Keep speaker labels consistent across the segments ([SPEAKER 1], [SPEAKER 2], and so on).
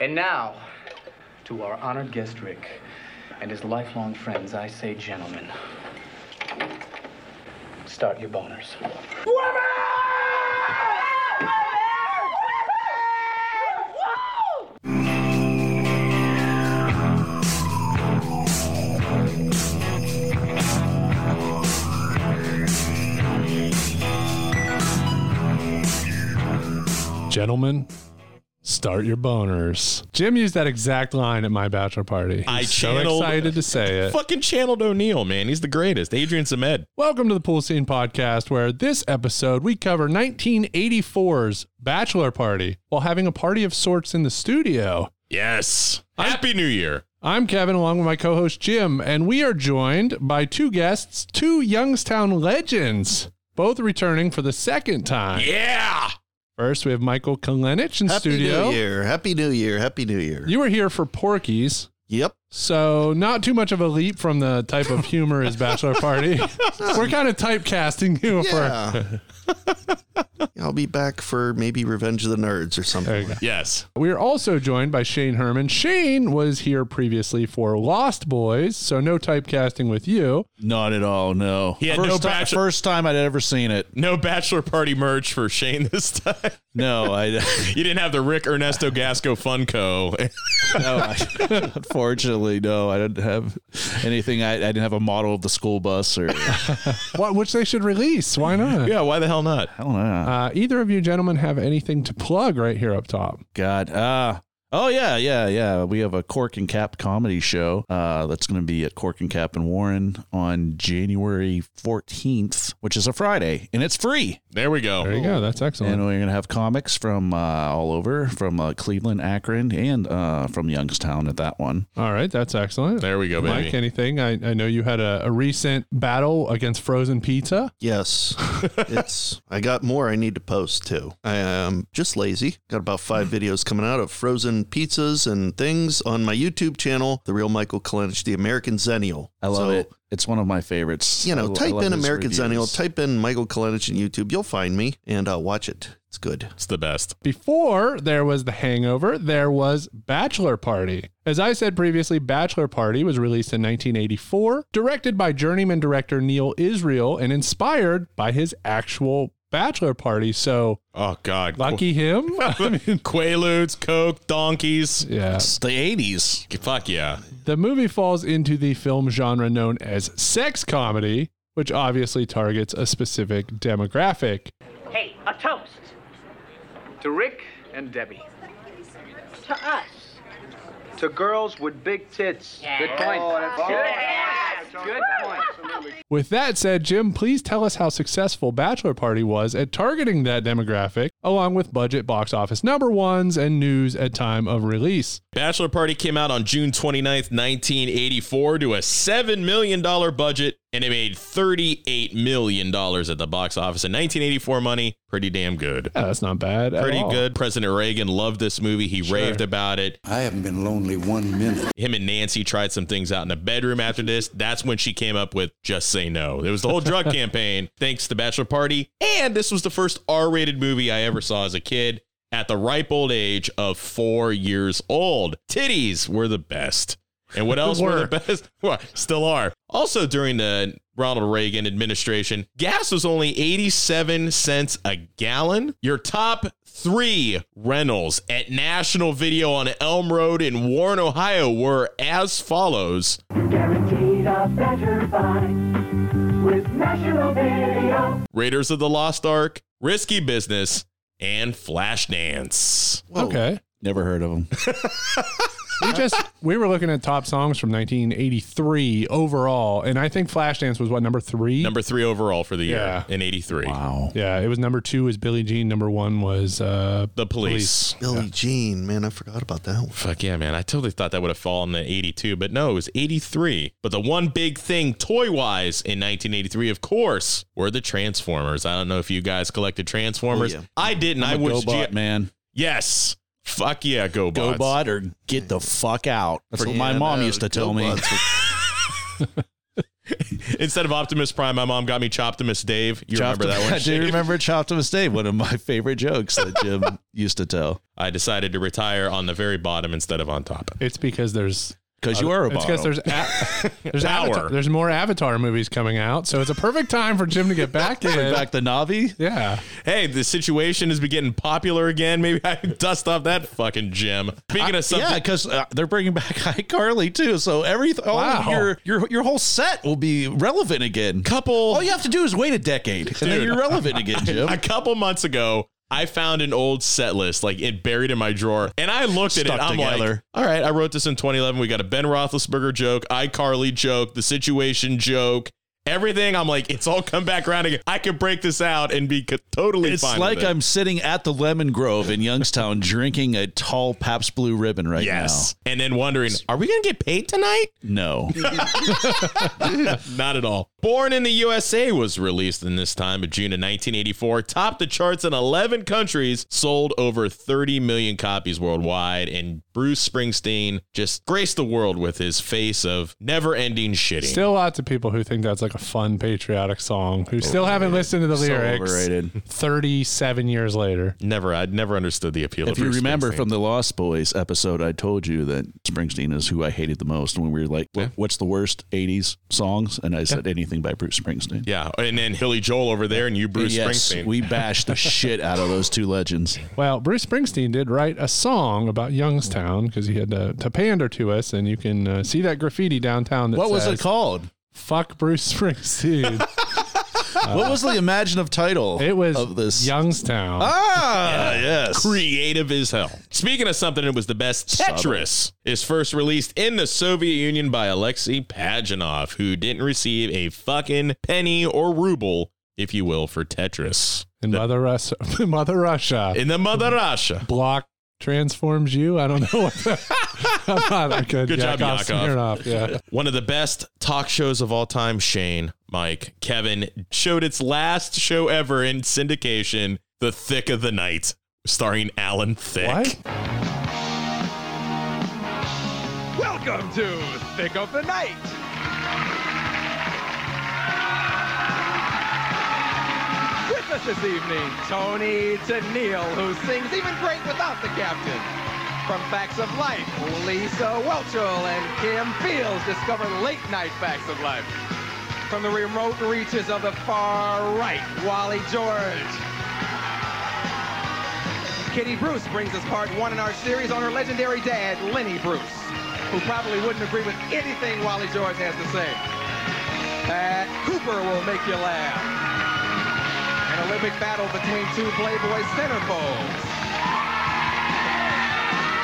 [SPEAKER 1] And now, to our honored guest, Rick, and his lifelong friends, I say, gentlemen, start your boners.
[SPEAKER 2] Gentlemen, start your boners. Jim used that exact line at my bachelor party. He's
[SPEAKER 3] I
[SPEAKER 2] so
[SPEAKER 3] channeled-
[SPEAKER 2] excited to say it.
[SPEAKER 3] Fucking channeled O'Neill, man. He's the greatest. Adrian Samed.
[SPEAKER 2] Welcome to the Pool Scene Podcast, where this episode we cover 1984's Bachelor Party while having a party of sorts in the studio.
[SPEAKER 3] Yes. Happy New Year.
[SPEAKER 2] I'm Kevin, along with my co host Jim, and we are joined by two guests, two Youngstown legends, both returning for the second time.
[SPEAKER 3] Yeah.
[SPEAKER 2] First, we have Michael Kalenich in
[SPEAKER 4] Happy
[SPEAKER 2] studio.
[SPEAKER 4] New Year. Happy New Year. Happy New Year.
[SPEAKER 2] You were here for Porky's.
[SPEAKER 4] yep.
[SPEAKER 2] So not too much of a leap from the type of humor is Bachelor Party. We're kind of typecasting you for
[SPEAKER 4] Yeah. I'll be back for maybe Revenge of the Nerds or
[SPEAKER 2] There you
[SPEAKER 4] something.
[SPEAKER 2] go.
[SPEAKER 3] Yes.
[SPEAKER 2] We are also joined by Shane Herman. Shane was here previously for Lost Boys, so no typecasting with you.
[SPEAKER 5] Not at all. No.
[SPEAKER 3] He had
[SPEAKER 5] first,
[SPEAKER 3] no
[SPEAKER 5] ti-
[SPEAKER 3] bachelor-
[SPEAKER 5] first time I'd ever seen it.
[SPEAKER 3] No bachelor party merch for Shane this time.
[SPEAKER 5] No, I.
[SPEAKER 3] You didn't have the Rick Ernesto Gasco Funko.
[SPEAKER 5] no, I unfortunately, no. I didn't have anything. I, I didn't have a model of the school bus or. I
[SPEAKER 2] What, which they should release. Why not?
[SPEAKER 3] yeah, why the hell not?
[SPEAKER 5] don't know.
[SPEAKER 2] Uh, either of you gentlemen have anything to plug right here up top?
[SPEAKER 5] God. Uh, oh, yeah, yeah, yeah. We have a Cork and Cap comedy show uh, that's going to be at Cork and Cap and Warren on January 14th, which is a Friday, and it's free.
[SPEAKER 3] There we go.
[SPEAKER 2] There you go. That's excellent.
[SPEAKER 5] And we're going to have comics from uh, all over, from uh, Cleveland, Akron, and uh, from Youngstown at that one.
[SPEAKER 2] All right, that's excellent.
[SPEAKER 3] There we go,
[SPEAKER 2] Mike,
[SPEAKER 3] baby.
[SPEAKER 2] anything? I, I know you had a, a recent battle against frozen pizza.
[SPEAKER 4] Yes. It's I got more I need to post too. I am just lazy. Got about 5 videos coming out of frozen pizzas and things on my YouTube channel, The Real Michael Kalinich, The American Zenial.
[SPEAKER 5] I love
[SPEAKER 4] So,
[SPEAKER 5] it. It's one of my favorites.
[SPEAKER 4] You
[SPEAKER 5] I
[SPEAKER 4] know,
[SPEAKER 5] lo- I
[SPEAKER 4] type
[SPEAKER 5] love
[SPEAKER 4] in
[SPEAKER 5] his
[SPEAKER 4] American
[SPEAKER 5] reviews.
[SPEAKER 4] Zenial, type in Michael Kalinich in YouTube. You'll find me and uh, watch it. It's good.
[SPEAKER 3] It's the best.
[SPEAKER 2] Before there was The Hangover, there was Bachelor Party. As I said previously, Bachelor Party was released in 1984, directed by journeyman director Neil Israel and inspired by his actual Bachelor Party. So
[SPEAKER 3] Oh God.
[SPEAKER 2] lucky him. I mean,
[SPEAKER 3] Quaaludes, Coke, donkeys.
[SPEAKER 2] yeah.
[SPEAKER 5] It's the eighties.
[SPEAKER 3] Fuck yeah.
[SPEAKER 2] The movie falls into the film genre known as sex comedy, which obviously targets a specific demographic.
[SPEAKER 6] Hey, a toast
[SPEAKER 1] To Rick and Debbie.
[SPEAKER 6] to us.
[SPEAKER 1] To girls with big tits. Good point.
[SPEAKER 7] Oh,
[SPEAKER 1] good. point.
[SPEAKER 2] With that said, Jim, please tell us how successful Bachelor Party was at targeting that demographic, along with budget box office number ones and news at time of release.
[SPEAKER 3] Bachelor Party came out on June 29th, 1984 to a $7 million budget and it made $38 million at the box office in 1984 money. Pretty damn good.
[SPEAKER 2] Yeah, that's not bad. at
[SPEAKER 3] Pretty
[SPEAKER 2] all.
[SPEAKER 3] good. President Reagan loved this movie. He raved about it.
[SPEAKER 8] I haven't been lonely one minute.
[SPEAKER 3] Him and Nancy tried some things out in the bedroom after this. That's when she came up with Just Say No. It was the whole drug campaign, thanks to Bachelor Party. And this was the first R rated movie I ever saw as a kid at the ripe old age of four years old. Titties were the best. And what else were.
[SPEAKER 2] Were.
[SPEAKER 3] the best? Well, still are. Also, during the Ronald Reagan administration, gas was only 87 cents a gallon. Your top three rentals at National Video on Elm Road in Warren, Ohio were as follows
[SPEAKER 9] Guaranteed a better buy with National Video.
[SPEAKER 3] Raiders of the Lost Ark, Risky Business, and Flashdance.
[SPEAKER 4] Whoa.
[SPEAKER 2] Okay.
[SPEAKER 5] Never heard of them.
[SPEAKER 2] We just we were looking at top songs from 1983 overall, and I think Flashdance was what number three.
[SPEAKER 3] Number three overall for the year
[SPEAKER 2] Yeah.
[SPEAKER 3] in 83.
[SPEAKER 5] Wow.
[SPEAKER 2] yeah, it was number two was Billie Jean. Number one was uh,
[SPEAKER 3] The police.
[SPEAKER 4] Billie Jean, man, I forgot about that one.
[SPEAKER 3] Fuck yeah, man. I totally thought that would have fallen to 82, but no, it was 83. But the one big thing toy wise in 1983, of course, were the Transformers. I don't know if you guys collected Transformers.
[SPEAKER 4] Oh, yeah.
[SPEAKER 3] I didn't. I
[SPEAKER 5] I'm a
[SPEAKER 3] was.
[SPEAKER 5] GoBot
[SPEAKER 3] G-
[SPEAKER 5] man.
[SPEAKER 3] yes. Fuck yeah, GoBots.
[SPEAKER 5] GoBot or get the fuck out. That's what my
[SPEAKER 4] Yeah,
[SPEAKER 5] mom
[SPEAKER 4] no,
[SPEAKER 5] used to tell me.
[SPEAKER 4] GoBots
[SPEAKER 3] Instead of Optimus Prime, my mom got me Choptimus Dave. You remember that one?
[SPEAKER 5] I do
[SPEAKER 3] Shane?
[SPEAKER 5] remember Chopped to Mistake, one of my favorite jokes that Jim used to tell.
[SPEAKER 3] I decided to retire on the very bottom instead of on top.
[SPEAKER 2] It's because there's
[SPEAKER 5] Because you are a
[SPEAKER 2] it's
[SPEAKER 5] bottle.
[SPEAKER 2] because there's a- there's
[SPEAKER 3] Power.
[SPEAKER 2] avatar, there's more Avatar movies coming out, so it's a perfect time for Jim to get back in.
[SPEAKER 5] Bring back the Navi.
[SPEAKER 2] Yeah,
[SPEAKER 3] Hey, the situation has been getting popular again. Maybe I can dust off that fucking gym. Speaking of something,
[SPEAKER 5] Yeah, because uh, they're bringing back iCarly too, so everything, all of
[SPEAKER 2] Wow.
[SPEAKER 5] your your your whole set will be relevant again.
[SPEAKER 3] couple.
[SPEAKER 5] All you have to do is wait a decade, and then
[SPEAKER 3] Dude.
[SPEAKER 5] you're relevant again, Jim.
[SPEAKER 3] a couple months ago, I found an old set list, like it buried in my drawer, and I looked at
[SPEAKER 5] Stuck
[SPEAKER 3] it. I'm like,
[SPEAKER 5] together.
[SPEAKER 3] all right, I wrote this in 2011. We got a Ben Roethlisberger joke, iCarly joke, the situation joke, everything. I'm like, it's all come back around again. I could break this out and be co- totally
[SPEAKER 5] It's
[SPEAKER 3] fine.
[SPEAKER 5] like
[SPEAKER 3] with it.
[SPEAKER 5] I'm sitting at the Lemon Grove in Youngstown drinking a tall Pabst Blue Ribbon right
[SPEAKER 3] yes, and then wondering, are we gonna get paid tonight?
[SPEAKER 5] now. No.
[SPEAKER 3] Not at all. Born in the USA was released in this time of June of 1984, topped the charts in 11 countries, sold over 30 million copies worldwide, and Bruce Springsteen just graced the world with his face of never-ending shitting.
[SPEAKER 2] still lots of people who think that's like a fun patriotic song who still haven't listened to the
[SPEAKER 5] so
[SPEAKER 2] lyrics.
[SPEAKER 5] overrated.
[SPEAKER 2] Thirty-seven years later,
[SPEAKER 3] Never, I'd never understood the appeal.
[SPEAKER 5] If
[SPEAKER 3] of
[SPEAKER 5] you
[SPEAKER 3] Bruce
[SPEAKER 5] remember
[SPEAKER 3] Springsteen.
[SPEAKER 5] from the Lost Boys episode, I told you that Springsteen is who I hated the most. When we were like, "What- what's the worst 80s songs? And I said, anything by Bruce Springsteen.
[SPEAKER 3] yeah, and then Hilly Joel over there, and you Bruce
[SPEAKER 5] yes,
[SPEAKER 3] Springsteen.
[SPEAKER 5] we bashed the shit out of those two legends.
[SPEAKER 2] well, Bruce Springsteen did write a song about Youngstown because he had to, to pander to us, and you can uh, see that graffiti downtown. That
[SPEAKER 5] What was
[SPEAKER 2] says,
[SPEAKER 5] it called?
[SPEAKER 2] Fuck Bruce Springsteen.
[SPEAKER 5] what was the imaginative title?
[SPEAKER 2] it was
[SPEAKER 5] Oh, of this.
[SPEAKER 2] Youngstown.
[SPEAKER 5] ah, yes.
[SPEAKER 3] creative as hell. Speaking of something that was the best, Tetris is first released in the Soviet Union by Alexei Pajanov, who didn't receive a fucking penny or ruble, if you will, for Tetris.
[SPEAKER 2] in Mother Russia, Mother Russia,
[SPEAKER 3] In the Mother Russia.
[SPEAKER 2] block transforms you. I don't know what. The, I'm not a good,
[SPEAKER 3] Good job,
[SPEAKER 2] Yakov
[SPEAKER 3] Yakov.
[SPEAKER 2] Smirnoff, Yeah.
[SPEAKER 3] One of the best talk shows of all time, Shane, Mike, Kevin, showed its last show ever in syndication, The Thick of the Night, starring Alan Thick.
[SPEAKER 2] What?
[SPEAKER 10] Welcome to Thick of the Night. With us this evening, Tony Tennille, who sings even great without the captain. From Facts of Life, Lisa Welchel and Kim Fields discover late night facts of life. From the remote reaches of the far right, Wally George. Kitty Bruce brings us part one in our series on her legendary dad, Lenny Bruce, who probably wouldn't agree with anything Wally George has to say. Pat Cooper will make you laugh. An Olympic battle between two Playboy centerfolds.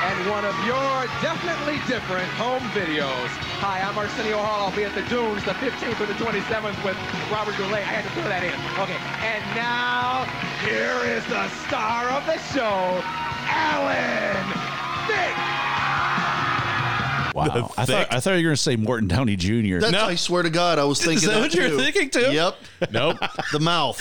[SPEAKER 10] And one of your definitely different home videos. Hi, I'm Arsenio Hall. I'll be at the Dunes the 15th through the 27th with Robert Goulet. I had to put that in. Okay, and now here is the star of the show, Alan Thick.
[SPEAKER 5] Wow. I
[SPEAKER 3] Thick.
[SPEAKER 5] thought, I thought you were going to say Morton Downey Jr.
[SPEAKER 4] That's, I swear to God, I was thinking
[SPEAKER 5] that what you were
[SPEAKER 4] too.
[SPEAKER 5] thinking too?
[SPEAKER 4] Yep,
[SPEAKER 3] Nope.
[SPEAKER 4] the mouth.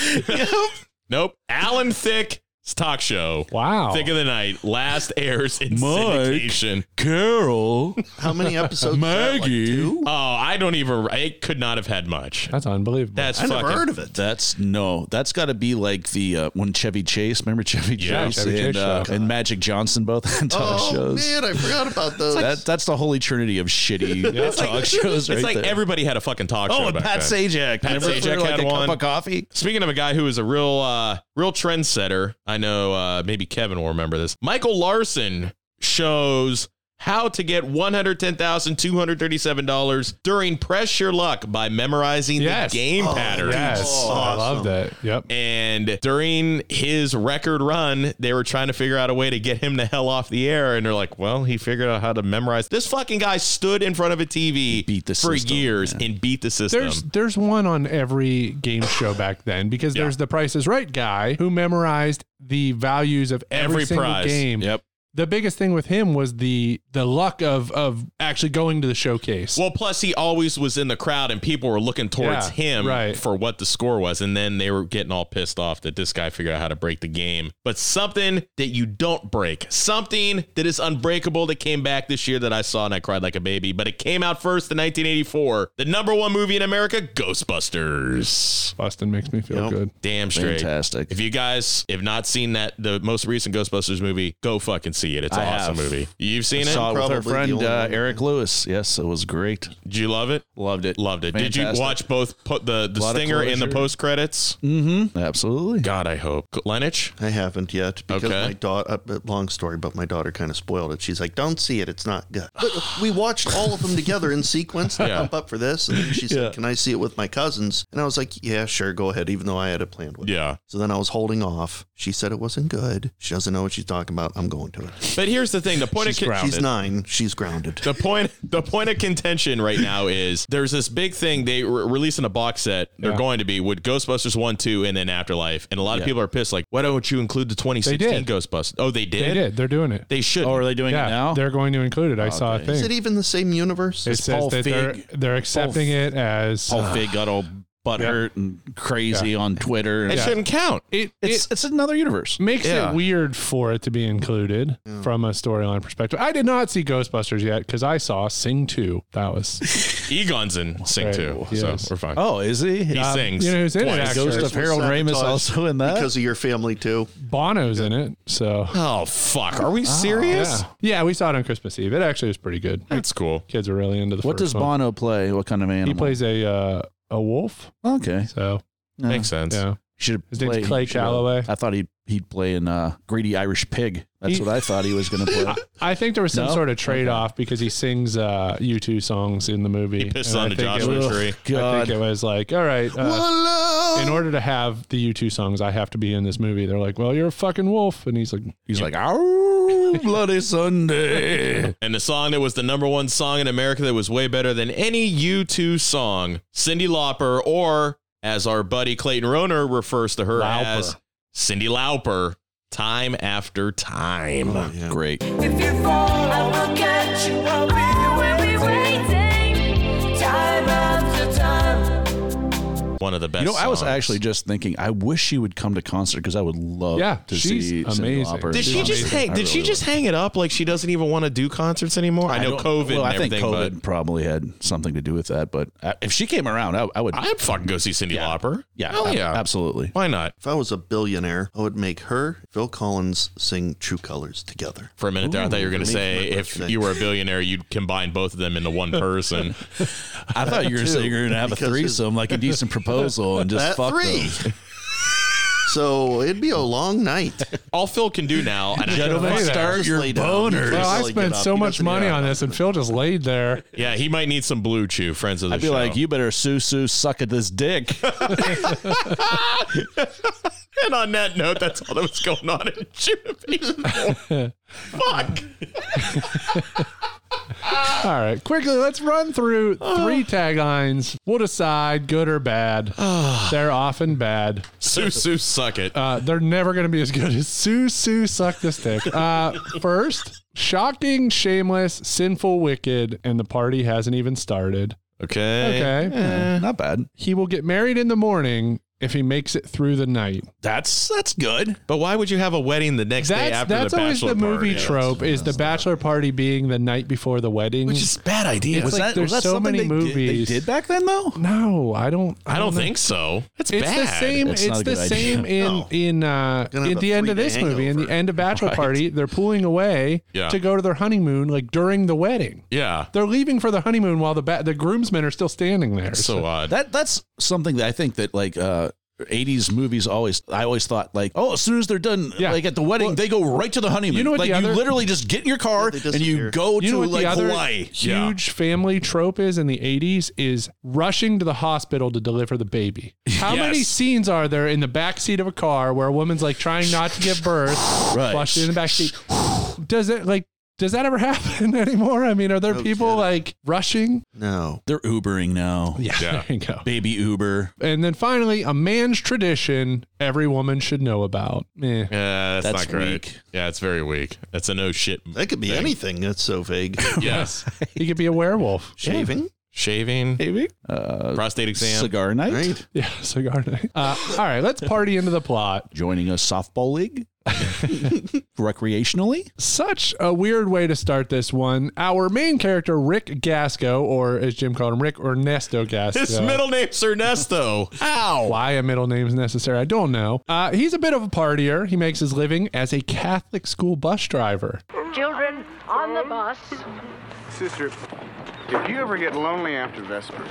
[SPEAKER 3] nope. Alan Thick's talk show.
[SPEAKER 2] Wow.
[SPEAKER 3] Thick of the Night last airs in
[SPEAKER 5] Mike.
[SPEAKER 3] syndication.
[SPEAKER 5] Carol.
[SPEAKER 4] How many episodes? is that, like,
[SPEAKER 5] Maggie.
[SPEAKER 4] two?
[SPEAKER 3] Oh, I don't even. It could not have had much.
[SPEAKER 2] That's unbelievable.
[SPEAKER 3] That's
[SPEAKER 4] I
[SPEAKER 3] fucking.
[SPEAKER 4] never heard of it.
[SPEAKER 5] That's no. That's got to be like the uh, when Chevy Chase. Remember Chevy
[SPEAKER 3] Yeah,
[SPEAKER 5] Chase
[SPEAKER 2] Chevy
[SPEAKER 5] and,
[SPEAKER 2] Chase
[SPEAKER 5] uh,
[SPEAKER 2] show.
[SPEAKER 5] and Magic Johnson both had talk
[SPEAKER 4] oh
[SPEAKER 5] shows.
[SPEAKER 4] man, I forgot about those.
[SPEAKER 5] That, that's the holy trinity of shitty talk shows, right
[SPEAKER 3] it's like
[SPEAKER 5] there.
[SPEAKER 3] everybody had a fucking talk show.
[SPEAKER 5] oh, and
[SPEAKER 3] back
[SPEAKER 5] Pat
[SPEAKER 3] then.
[SPEAKER 5] Sajak.
[SPEAKER 3] Pat
[SPEAKER 5] Remember
[SPEAKER 3] Sajak
[SPEAKER 5] for, like
[SPEAKER 3] had
[SPEAKER 5] a
[SPEAKER 3] one.
[SPEAKER 5] cup of coffee.
[SPEAKER 3] Speaking of a guy who is a real, uh, real trendsetter, I know uh, maybe Kevin will remember this. Michael Larson shows how to get one hundred ten thousand two hundred thirty-seven dollars during Press Your Luck by memorizing
[SPEAKER 2] Yes.
[SPEAKER 3] the game
[SPEAKER 4] Oh,
[SPEAKER 3] patterns.
[SPEAKER 2] yes.
[SPEAKER 4] Oh,
[SPEAKER 2] I love
[SPEAKER 4] awesome.
[SPEAKER 2] that. Yep.
[SPEAKER 3] And during his record run, they were trying to figure out a way to get him the hell off the air. And they're like, well, he figured out how to memorize. This fucking guy stood in front of a TV
[SPEAKER 5] beat the
[SPEAKER 3] for
[SPEAKER 5] system,
[SPEAKER 3] years and beat the system.
[SPEAKER 2] There's there's one on every game show back then because
[SPEAKER 3] Yeah.
[SPEAKER 2] there's the Price is Right guy who memorized the values of every,
[SPEAKER 3] Every
[SPEAKER 2] single
[SPEAKER 3] prize.
[SPEAKER 2] game.
[SPEAKER 5] Yep.
[SPEAKER 2] the biggest thing with him was the the luck of of actually going to the showcase.
[SPEAKER 3] Well, plus he always was in the crowd and people were looking towards
[SPEAKER 2] Yeah,
[SPEAKER 3] him
[SPEAKER 2] right.
[SPEAKER 3] for what the score was. And then they were getting all pissed off that this guy figured out how to break the game. But something that you don't break, something that is unbreakable that came back this year that I saw and I cried like a baby, but it came out first in 1984. The number one movie in America, Ghostbusters.
[SPEAKER 2] Boston makes me feel
[SPEAKER 4] Yep.
[SPEAKER 2] good.
[SPEAKER 3] Damn straight.
[SPEAKER 5] Fantastic.
[SPEAKER 3] If you guys have not seen that, the most recent Ghostbusters movie, go fucking see it. It's an
[SPEAKER 5] I
[SPEAKER 3] awesome
[SPEAKER 5] have.
[SPEAKER 3] movie. You've seen it?
[SPEAKER 5] saw it with
[SPEAKER 4] Probably
[SPEAKER 5] our
[SPEAKER 4] the
[SPEAKER 5] friend
[SPEAKER 4] only
[SPEAKER 5] uh,
[SPEAKER 4] one.
[SPEAKER 5] Eric Lewis. Yes, it was great.
[SPEAKER 3] Did you love it?
[SPEAKER 5] Loved it.
[SPEAKER 3] Loved it. Did you
[SPEAKER 5] Fantastic.
[SPEAKER 3] watch both po- the the
[SPEAKER 5] Lot of
[SPEAKER 3] stinger and the
[SPEAKER 5] closure.
[SPEAKER 3] post credits?
[SPEAKER 2] Mm.
[SPEAKER 5] Mm-hmm. Absolutely.
[SPEAKER 3] God, I hope Lenich.
[SPEAKER 4] I haven't yet because
[SPEAKER 3] Okay.
[SPEAKER 4] my daughter. Uh, long story, but my daughter kind of spoiled it. She's like, "Don't see it; it's not good." But we watched all of them together in sequence to
[SPEAKER 3] Yeah.
[SPEAKER 4] pump up for this, and then she said, "Can I see it with my cousins?" And I was like, "Yeah, sure, go ahead," even though I had it planned with.
[SPEAKER 3] Yeah,
[SPEAKER 4] So then I was holding off. She said it wasn't good. She doesn't know what she's talking about. I'm going to it.
[SPEAKER 3] but here's the thing: the point
[SPEAKER 2] She's
[SPEAKER 3] of con-
[SPEAKER 2] grounded.
[SPEAKER 4] She's nine. She's grounded.
[SPEAKER 3] the point the point of contention right now is there's this big thing they were releasing a box set. They're
[SPEAKER 2] Yeah.
[SPEAKER 3] going to be with Ghostbusters one, two, and then Afterlife. And a lot of people are pissed. Like, why don't you include the 2016
[SPEAKER 2] did.
[SPEAKER 3] Ghostbusters? Oh, they did.
[SPEAKER 2] They did. They're doing it.
[SPEAKER 3] They should.
[SPEAKER 5] Oh, are they doing
[SPEAKER 2] yeah,
[SPEAKER 5] it now? Oh,
[SPEAKER 2] they're going to include it. I saw a
[SPEAKER 5] Okay.
[SPEAKER 2] thing.
[SPEAKER 4] Is it even the same universe?
[SPEAKER 2] it
[SPEAKER 5] It's
[SPEAKER 2] says
[SPEAKER 5] Paul
[SPEAKER 2] that they're
[SPEAKER 5] Feig.
[SPEAKER 2] they're accepting
[SPEAKER 5] Paul
[SPEAKER 2] it as
[SPEAKER 5] Paul Fig got all butthurt and crazy on Twitter.
[SPEAKER 3] it
[SPEAKER 5] And
[SPEAKER 3] shouldn't count.
[SPEAKER 2] it,
[SPEAKER 5] It's
[SPEAKER 2] it
[SPEAKER 5] it's another universe.
[SPEAKER 2] makes
[SPEAKER 3] yeah.
[SPEAKER 2] it weird for it to be included from a storyline perspective. I did not see Ghostbusters yet because I saw Sing Two. That was
[SPEAKER 3] Egon's in Sing
[SPEAKER 2] Right,
[SPEAKER 3] too,
[SPEAKER 2] yes. Um,
[SPEAKER 3] so we're fine.
[SPEAKER 5] Oh, is he?
[SPEAKER 3] he
[SPEAKER 5] Uh,
[SPEAKER 3] sings.
[SPEAKER 2] you know who's in it?
[SPEAKER 3] twice.
[SPEAKER 5] Ghost
[SPEAKER 2] Actually,
[SPEAKER 5] of Harold Ramis
[SPEAKER 4] Sabotage
[SPEAKER 5] also in that.
[SPEAKER 4] because of your family too.
[SPEAKER 2] Bono's in it. So
[SPEAKER 3] Oh fuck! Are we serious?
[SPEAKER 2] Ah, yeah, yeah, we saw it on Christmas Eve. It actually was pretty good.
[SPEAKER 3] That's cool.
[SPEAKER 2] Kids are really into the.
[SPEAKER 5] what
[SPEAKER 2] first
[SPEAKER 5] does
[SPEAKER 2] one.
[SPEAKER 5] Bono play? What kind of animal?
[SPEAKER 2] He plays a uh, a wolf.
[SPEAKER 5] Okay.
[SPEAKER 2] So
[SPEAKER 5] No.
[SPEAKER 3] Makes sense.
[SPEAKER 2] yeah,
[SPEAKER 5] Should
[SPEAKER 2] His name's Clay Calloway.
[SPEAKER 5] I thought he'd he'd play in uh, Greedy Irish Pig. That's
[SPEAKER 2] He-
[SPEAKER 5] what I thought he was going to play.
[SPEAKER 2] I think there was some
[SPEAKER 5] No?
[SPEAKER 2] sort of trade off because he sings uh, U two songs in the movie.
[SPEAKER 3] He pisses
[SPEAKER 2] And I
[SPEAKER 3] on the
[SPEAKER 2] think it
[SPEAKER 3] Joshua
[SPEAKER 2] was-
[SPEAKER 3] tree.
[SPEAKER 2] I
[SPEAKER 5] God,
[SPEAKER 2] think it was like, all right, uh, in order to have the U2 songs, I have to be in this movie. They're like, well, you're a fucking wolf. And he's like,
[SPEAKER 5] he's like, "Ow, bloody Sunday."
[SPEAKER 3] And the song that was the number one song in America that was way better than any U2 song, Cindy Lauper, or as our buddy Clayton Roner refers to her
[SPEAKER 5] Lauper.
[SPEAKER 3] as Cindy Lauper, time after time.
[SPEAKER 5] Oh, Great.
[SPEAKER 9] If you fall, I will catch you. I'll be there when we waiting. Time after time.
[SPEAKER 3] One of the best.
[SPEAKER 5] You know, I was
[SPEAKER 3] songs.
[SPEAKER 5] actually just thinking, I wish she would come to concert because I would love
[SPEAKER 2] Yeah,
[SPEAKER 5] to
[SPEAKER 2] she's
[SPEAKER 5] see Cyndi
[SPEAKER 2] amazing.
[SPEAKER 5] Lauper.
[SPEAKER 3] Did she
[SPEAKER 5] She's
[SPEAKER 3] just
[SPEAKER 5] amazing.
[SPEAKER 3] hang?
[SPEAKER 5] I
[SPEAKER 3] Did she
[SPEAKER 5] really
[SPEAKER 3] just
[SPEAKER 5] would.
[SPEAKER 3] hang it up like she doesn't even want to do concerts anymore? I know
[SPEAKER 5] don't-
[SPEAKER 3] COVID.
[SPEAKER 5] Well,
[SPEAKER 3] and
[SPEAKER 5] I think
[SPEAKER 3] everything,
[SPEAKER 5] COVID probably had something to do with that. But uh, if she came around, I, I would.
[SPEAKER 3] But I'd fucking go see Cindy
[SPEAKER 5] Yeah.
[SPEAKER 3] Lauper.
[SPEAKER 5] yeah,
[SPEAKER 3] hell
[SPEAKER 5] ab-
[SPEAKER 3] yeah,
[SPEAKER 5] absolutely.
[SPEAKER 3] Why not?
[SPEAKER 4] If I was a billionaire, I would make her, Phil Collins, sing True Colors together.
[SPEAKER 3] For a minute there, I thought you were going to
[SPEAKER 4] Ooh,
[SPEAKER 3] say
[SPEAKER 4] amazing.
[SPEAKER 3] if you were a billionaire, you'd combine both of them into one person.
[SPEAKER 5] I thought you were saying you were going to have a
[SPEAKER 4] Because
[SPEAKER 5] threesome, like a decent proposal, and just
[SPEAKER 4] At
[SPEAKER 5] fuck
[SPEAKER 4] three.
[SPEAKER 5] them.
[SPEAKER 4] So it'd be a long night.
[SPEAKER 3] All Phil can do now, and I
[SPEAKER 2] Gentlemen,
[SPEAKER 3] don't-
[SPEAKER 2] start
[SPEAKER 4] Just
[SPEAKER 5] your
[SPEAKER 4] lay down. You
[SPEAKER 5] boners.
[SPEAKER 4] just
[SPEAKER 2] well, I
[SPEAKER 4] really
[SPEAKER 2] spent
[SPEAKER 4] get up.
[SPEAKER 2] so
[SPEAKER 4] He
[SPEAKER 2] much
[SPEAKER 4] doesn't
[SPEAKER 2] money
[SPEAKER 4] get
[SPEAKER 2] on
[SPEAKER 4] up.
[SPEAKER 2] this, and Phil just laid there.
[SPEAKER 3] Yeah, he might need some blue chew, friends of the
[SPEAKER 5] I'd be
[SPEAKER 3] show.
[SPEAKER 5] like, you better sue, sue, suck at this dick.
[SPEAKER 3] and on that note, that's all that was going on in June. Fuck.
[SPEAKER 2] All right, quickly, let's run through three taglines. We'll decide good or bad. They're often bad.
[SPEAKER 3] Sue, Sue, suck it.
[SPEAKER 2] Uh, they're never going to be as good as Sue, Sue, suck this dick. Uh, first, shocking, shameless, sinful, wicked, and the party hasn't even started.
[SPEAKER 3] Okay.
[SPEAKER 2] Okay.
[SPEAKER 4] Eh,
[SPEAKER 5] Not bad.
[SPEAKER 2] He will get married in the morning if he makes it through the night.
[SPEAKER 5] That's that's good.
[SPEAKER 3] But why would you have a wedding the next day
[SPEAKER 2] That's
[SPEAKER 3] after
[SPEAKER 2] that's
[SPEAKER 3] the
[SPEAKER 2] always
[SPEAKER 3] bachelor
[SPEAKER 2] the movie
[SPEAKER 3] party?
[SPEAKER 2] trope is the bachelor party being the night before the wedding.
[SPEAKER 3] Which is a bad idea.
[SPEAKER 2] It's- like there's so
[SPEAKER 5] something
[SPEAKER 2] many
[SPEAKER 5] they did-
[SPEAKER 2] movies.
[SPEAKER 5] they did back then though.
[SPEAKER 2] no, I don't.
[SPEAKER 3] I don't
[SPEAKER 2] know.
[SPEAKER 3] think so. That's
[SPEAKER 2] It's
[SPEAKER 3] bad.
[SPEAKER 2] the same.
[SPEAKER 5] It's
[SPEAKER 2] It's,
[SPEAKER 5] not a
[SPEAKER 2] the
[SPEAKER 5] good
[SPEAKER 2] same
[SPEAKER 5] idea.
[SPEAKER 2] in
[SPEAKER 4] No.
[SPEAKER 2] in uh,
[SPEAKER 4] Gonna
[SPEAKER 2] in
[SPEAKER 4] have
[SPEAKER 2] the
[SPEAKER 4] a
[SPEAKER 2] end of this
[SPEAKER 4] three-day
[SPEAKER 2] movie, in the
[SPEAKER 4] hangover.
[SPEAKER 2] end of Bachelor
[SPEAKER 5] Right.
[SPEAKER 2] Party, they're pulling away
[SPEAKER 3] Yeah.
[SPEAKER 2] to go to their honeymoon, like during the wedding.
[SPEAKER 3] Yeah.
[SPEAKER 2] They're leaving for the honeymoon while the ba- the groomsmen are still standing there.
[SPEAKER 3] So odd.
[SPEAKER 5] That that's something that I think that like uh 80s movies always I always thought like oh as soon as they're done
[SPEAKER 2] Yeah.
[SPEAKER 5] like at the wedding
[SPEAKER 2] Well,
[SPEAKER 5] they go right to the honeymoon
[SPEAKER 2] you know what
[SPEAKER 5] like
[SPEAKER 2] the
[SPEAKER 5] you
[SPEAKER 2] other-
[SPEAKER 5] literally just get in your car
[SPEAKER 4] Yeah, they
[SPEAKER 5] and you
[SPEAKER 4] disappear.
[SPEAKER 5] go
[SPEAKER 2] you know
[SPEAKER 5] to
[SPEAKER 2] what
[SPEAKER 5] like
[SPEAKER 2] the other
[SPEAKER 5] Hawaii
[SPEAKER 3] Yeah.
[SPEAKER 2] huge family trope is in the 80s is rushing to the hospital to deliver the baby. How many
[SPEAKER 3] Yes.
[SPEAKER 2] scenes are there in the back seat of a car where a woman's like trying not to give birth,
[SPEAKER 5] right
[SPEAKER 2] flushed in the back seat? Does it like Does that ever happen anymore? I mean, are there
[SPEAKER 4] No
[SPEAKER 2] people
[SPEAKER 4] kidding.
[SPEAKER 2] like rushing?
[SPEAKER 4] No.
[SPEAKER 5] They're Ubering now.
[SPEAKER 2] Yeah,
[SPEAKER 3] Yeah.
[SPEAKER 2] there you go.
[SPEAKER 5] Baby Uber.
[SPEAKER 2] And then finally, a man's tradition every woman should know about. Eh.
[SPEAKER 3] Yeah, that's,
[SPEAKER 5] That's
[SPEAKER 3] not great.
[SPEAKER 5] weak.
[SPEAKER 3] Yeah, it's very weak. That's a no shit.
[SPEAKER 4] That could be
[SPEAKER 3] thing.
[SPEAKER 4] anything. That's so vague.
[SPEAKER 3] Yes.
[SPEAKER 2] He could be a werewolf.
[SPEAKER 4] Shaving?
[SPEAKER 3] Shaving,
[SPEAKER 2] Maybe.
[SPEAKER 5] Uh,
[SPEAKER 3] prostate exam.
[SPEAKER 5] Cigar night.
[SPEAKER 4] Right?
[SPEAKER 2] Yeah, cigar night. Uh, all right, let's party into the plot.
[SPEAKER 5] Joining a softball league. Recreationally.
[SPEAKER 2] such a weird way to start this one. Our main character, Rick Gasco, or as Jim called him, Rick Ernesto Gasco.
[SPEAKER 3] His middle name's Ernesto. Ow.
[SPEAKER 2] why a middle name's necessary, I don't know. Uh, he's a bit of a partier. He makes his living as a Catholic school bus driver.
[SPEAKER 6] Children on the bus.
[SPEAKER 7] Sister, if you ever get lonely after Vespers,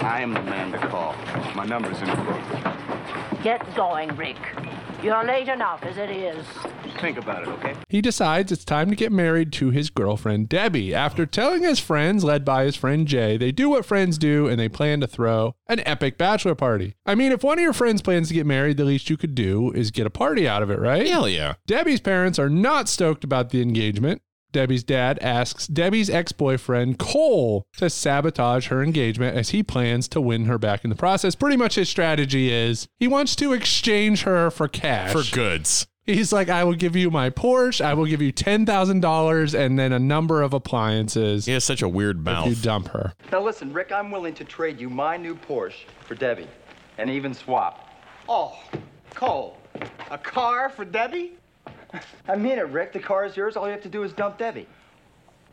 [SPEAKER 7] I am the man to call. My number's in the book.
[SPEAKER 6] Get going, Rick. You're late enough as it is.
[SPEAKER 7] Think about it, okay?
[SPEAKER 2] He decides it's time to get married to his girlfriend, Debbie. After telling his friends, led by his friend Jay, they do what friends do and they plan to throw an epic bachelor party. I mean, if one of your friends plans to get married, the least you could do is get a party out of it, right?
[SPEAKER 3] Hell yeah.
[SPEAKER 2] Debbie's parents are not stoked about the engagement. Debbie's dad asks Debbie's ex boyfriend, Cole, to sabotage her engagement as he plans to win her back in the process. Pretty much his strategy is he wants to exchange her for cash.
[SPEAKER 3] For goods.
[SPEAKER 2] He's like, I will give you my Porsche, I will give you $10,000, and then a number of appliances
[SPEAKER 3] He has such a weird
[SPEAKER 2] if you
[SPEAKER 3] mouth.
[SPEAKER 2] dump her.
[SPEAKER 10] Now listen, Rick, I'm willing to trade you my new Porsche for Debbie, and even swap. Oh, Cole, a car for Debbie? I mean it, Rick. The car is yours. All you have to do is dump Debbie.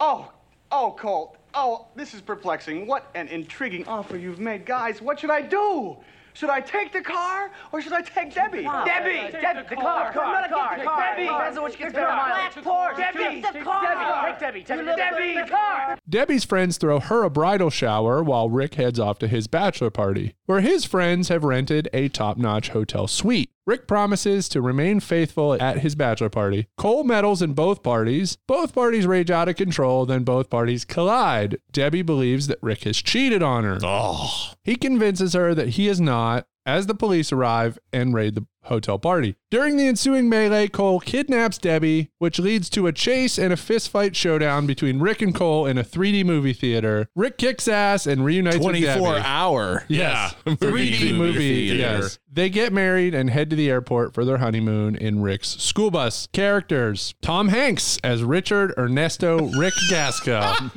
[SPEAKER 7] Oh, oh, Colt. Oh, this is perplexing. What an intriguing offer you've made. Guys, what should I do? Should I take the car or should I take Debbie? Debbie! Debbie! The car! The car! The car! The car! Debbie! That's what she gets better mileage. Black Porsche! Debbie!
[SPEAKER 6] Take the car.
[SPEAKER 7] Debbie! Take Debbie! Take Debbie! The car!
[SPEAKER 2] Debbie's friends throw her a bridal shower while Rick heads off to his bachelor party, where his friends have rented a top notch hotel suite. Rick promises to remain faithful at his bachelor party. Cole meddles in both parties. Both parties rage out of control, then both parties collide. Debbie believes that Rick has cheated on her.
[SPEAKER 3] Oh.
[SPEAKER 2] He convinces her that he is not as the police arrive and raid the hotel party. During the ensuing melee, Cole kidnaps Debbie, which leads to a chase and a fistfight showdown between Rick and Cole in a 3D movie theater. Rick kicks ass and reunites with
[SPEAKER 5] 24
[SPEAKER 2] Debbie.
[SPEAKER 5] hour.
[SPEAKER 2] Yes.
[SPEAKER 3] Yeah.
[SPEAKER 2] 3D movie,
[SPEAKER 3] theater.
[SPEAKER 2] yes. They get married and head to the airport for their honeymoon in Rick's school bus. Characters Tom Hanks as Richard Ernesto Rick Gasco.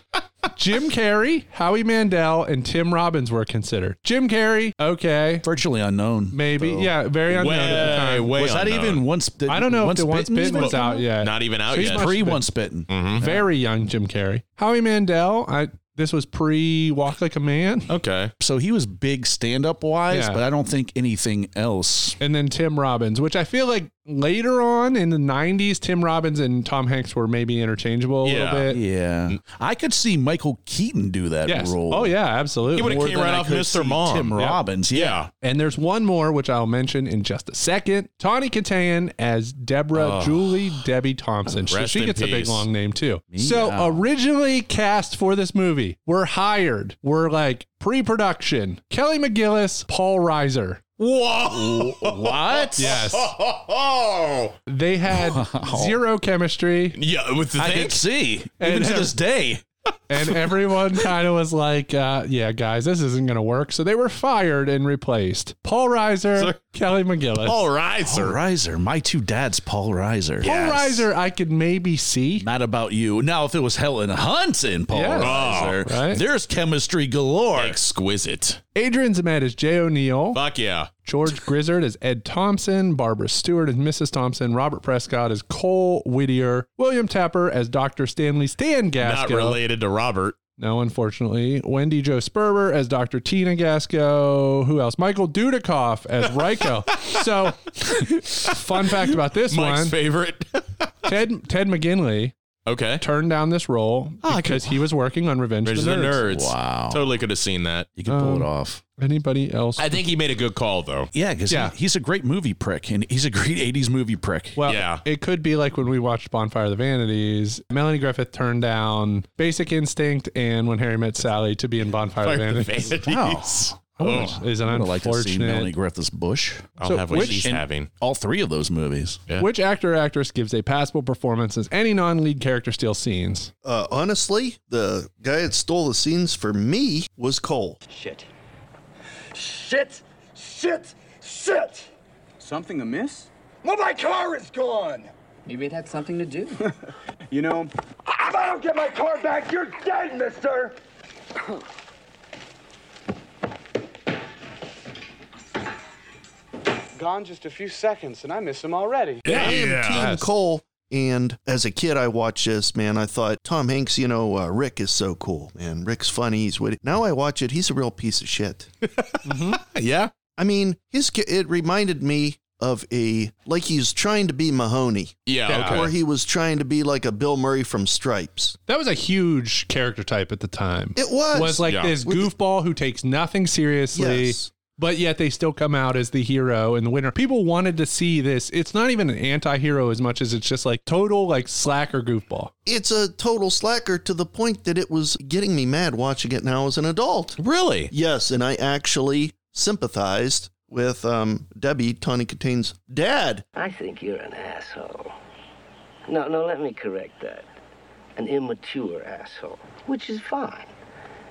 [SPEAKER 2] Jim Carrey, Howie Mandel, and Tim Robbins were considered. Jim Carrey, okay,
[SPEAKER 5] Virtually unknown.
[SPEAKER 2] maybe,
[SPEAKER 5] though.
[SPEAKER 2] yeah, very unknown at the
[SPEAKER 3] Way,
[SPEAKER 2] time.
[SPEAKER 3] way
[SPEAKER 5] Was that
[SPEAKER 3] unknown.
[SPEAKER 5] even once bitten?
[SPEAKER 2] I don't know
[SPEAKER 5] once
[SPEAKER 2] if the once
[SPEAKER 5] bitten
[SPEAKER 2] bitten was
[SPEAKER 5] even?
[SPEAKER 2] out yet.
[SPEAKER 3] Not even out
[SPEAKER 2] She's
[SPEAKER 3] yet.
[SPEAKER 2] my-
[SPEAKER 5] Pre
[SPEAKER 2] Bitten.
[SPEAKER 5] once bitten.
[SPEAKER 2] Very young Jim Carrey. Howie Mandel, I this was pre Walk Like a Man.
[SPEAKER 3] Okay.
[SPEAKER 5] So he was big stand up wise,
[SPEAKER 2] Yeah.
[SPEAKER 5] but I don't think anything else.
[SPEAKER 2] and then Tim Robbins, which I feel like later on in the 90s, Tim Robbins and Tom Hanks were maybe interchangeable a
[SPEAKER 3] Yeah.
[SPEAKER 2] little bit.
[SPEAKER 5] Yeah. I could see Michael Keaton do that
[SPEAKER 2] Yes.
[SPEAKER 5] role.
[SPEAKER 2] Oh, yeah, absolutely.
[SPEAKER 3] He would've
[SPEAKER 5] More
[SPEAKER 3] came
[SPEAKER 5] than
[SPEAKER 3] right
[SPEAKER 5] I
[SPEAKER 3] off
[SPEAKER 5] could
[SPEAKER 3] Mr.
[SPEAKER 5] see
[SPEAKER 3] Mom.
[SPEAKER 5] Tim
[SPEAKER 3] Yeah.
[SPEAKER 5] Robbins. Yeah.
[SPEAKER 2] And there's one more, which I'll mention in just a second. Tawny Katayan as Deborah
[SPEAKER 3] Oh.
[SPEAKER 2] Julie Debbie Thompson. So
[SPEAKER 3] Rest
[SPEAKER 2] she
[SPEAKER 3] in
[SPEAKER 2] gets a big
[SPEAKER 3] peace.
[SPEAKER 2] long name too.
[SPEAKER 5] Yeah.
[SPEAKER 2] So originally cast for this movie were hired, were like pre-production. Kelly McGillis, Paul Reiser.
[SPEAKER 3] Whoa.
[SPEAKER 5] What?
[SPEAKER 2] Yes.
[SPEAKER 3] Oh.
[SPEAKER 2] They had zero chemistry.
[SPEAKER 3] Yeah, with the
[SPEAKER 5] I
[SPEAKER 3] thing.
[SPEAKER 5] could see.
[SPEAKER 2] And-
[SPEAKER 5] Even to this day.
[SPEAKER 2] And everyone kind of was like, uh, yeah, guys, this isn't going to work. So they were fired and replaced. Paul Reiser,
[SPEAKER 3] Sir.
[SPEAKER 2] Kelly McGillis.
[SPEAKER 3] All right,
[SPEAKER 5] Paul
[SPEAKER 3] sir.
[SPEAKER 5] Reiser. My two dads, Paul Reiser.
[SPEAKER 2] Oh. Paul Reiser, I could maybe see.
[SPEAKER 5] Not about you. Now, if it was Helen Hunt and Paul
[SPEAKER 2] Yes.
[SPEAKER 5] Reiser,
[SPEAKER 2] Oh, right.
[SPEAKER 5] there's chemistry galore.
[SPEAKER 3] Exquisite.
[SPEAKER 2] Adrian Zemed as Jay O'Neill.
[SPEAKER 3] Fuck yeah.
[SPEAKER 2] George Grizzard as Ed Thompson. Barbara Stewart as Mrs. Thompson. Robert Prescott as Cole Whittier. William Tapper as Dr. Stanley Stan
[SPEAKER 3] Not
[SPEAKER 2] Gasco.
[SPEAKER 3] related to Robert.
[SPEAKER 2] No, unfortunately. Wendy Jo Sperber as Dr. Tina Gasco. Who else? Michael Dudikoff as Ryko. so, fun fact about this
[SPEAKER 3] Mike's
[SPEAKER 2] one.
[SPEAKER 3] favorite.
[SPEAKER 2] Ted Ted McGinley
[SPEAKER 3] okay.
[SPEAKER 2] turned down this role
[SPEAKER 5] I
[SPEAKER 2] because he was working on Revenge of
[SPEAKER 3] There's
[SPEAKER 2] the
[SPEAKER 3] the
[SPEAKER 2] Nerds.
[SPEAKER 3] nerds.
[SPEAKER 5] Wow.
[SPEAKER 3] Totally could have seen that.
[SPEAKER 5] You can pull
[SPEAKER 2] Um,
[SPEAKER 5] it off.
[SPEAKER 2] Anybody else?
[SPEAKER 3] I think he made a good call though.
[SPEAKER 5] Yeah, because
[SPEAKER 2] yeah.
[SPEAKER 5] he's a great movie prick, and he's a great 80s movie prick.
[SPEAKER 2] well,
[SPEAKER 3] yeah.
[SPEAKER 2] it could be like when we watched Bonfire of the Vanities. Melanie Griffith turned down Basic Instinct and When Harry Met Sally to be in Bonfire of the
[SPEAKER 3] Fire the
[SPEAKER 2] Vanities.
[SPEAKER 3] vanities.
[SPEAKER 2] I wanna- is an
[SPEAKER 5] I would like to see
[SPEAKER 2] unfortunate-
[SPEAKER 5] Melanie Griffiths Bush.
[SPEAKER 3] I'll
[SPEAKER 2] So
[SPEAKER 3] have what
[SPEAKER 2] which-
[SPEAKER 3] she's
[SPEAKER 2] and-
[SPEAKER 3] having.
[SPEAKER 5] All three of those movies.
[SPEAKER 3] Yeah.
[SPEAKER 2] Which actor or actress gives a passable performance as any non lead character steals scenes?
[SPEAKER 4] Uh, honestly, the guy that stole the scenes for me was Cole.
[SPEAKER 7] Shit. Shit. Shit. Shit. Something amiss? Well, my car is gone.
[SPEAKER 11] Maybe it had something to do.
[SPEAKER 7] You know, if I don't get my car back, you're dead, mister. Gone just a few seconds, and I miss him already.
[SPEAKER 4] I am Team
[SPEAKER 2] Yes.
[SPEAKER 4] Cole. And as a kid, I watched this, man. I thought, Tom Hanks, you know, uh, Rick is so cool, man. Rick's funny. He's witty. Now I watch it. He's a real piece of shit.
[SPEAKER 2] Mm-hmm. Yeah.
[SPEAKER 4] I mean, his ca- it reminded me of a, like he's trying to be Mahoney.
[SPEAKER 3] Yeah, okay.
[SPEAKER 4] Or he was trying to be like a Bill Murray from Stripes.
[SPEAKER 2] That was a huge character type at the time.
[SPEAKER 4] It was.
[SPEAKER 2] was like
[SPEAKER 3] Yeah.
[SPEAKER 2] this
[SPEAKER 4] With-
[SPEAKER 2] goofball who takes nothing seriously.
[SPEAKER 4] Yes.
[SPEAKER 2] But yet they still come out as the hero and the winner. People wanted to see this. It's not even an anti-hero as much as it's just like total like slacker goofball.
[SPEAKER 4] It's a total slacker to the point that it was getting me mad watching it now as an adult.
[SPEAKER 3] Really?
[SPEAKER 4] Yes, and I actually sympathized with um, Debbie, Tawny Katane's dad.
[SPEAKER 11] I think you're an asshole. No, no, let me correct that. An immature asshole, which is fine.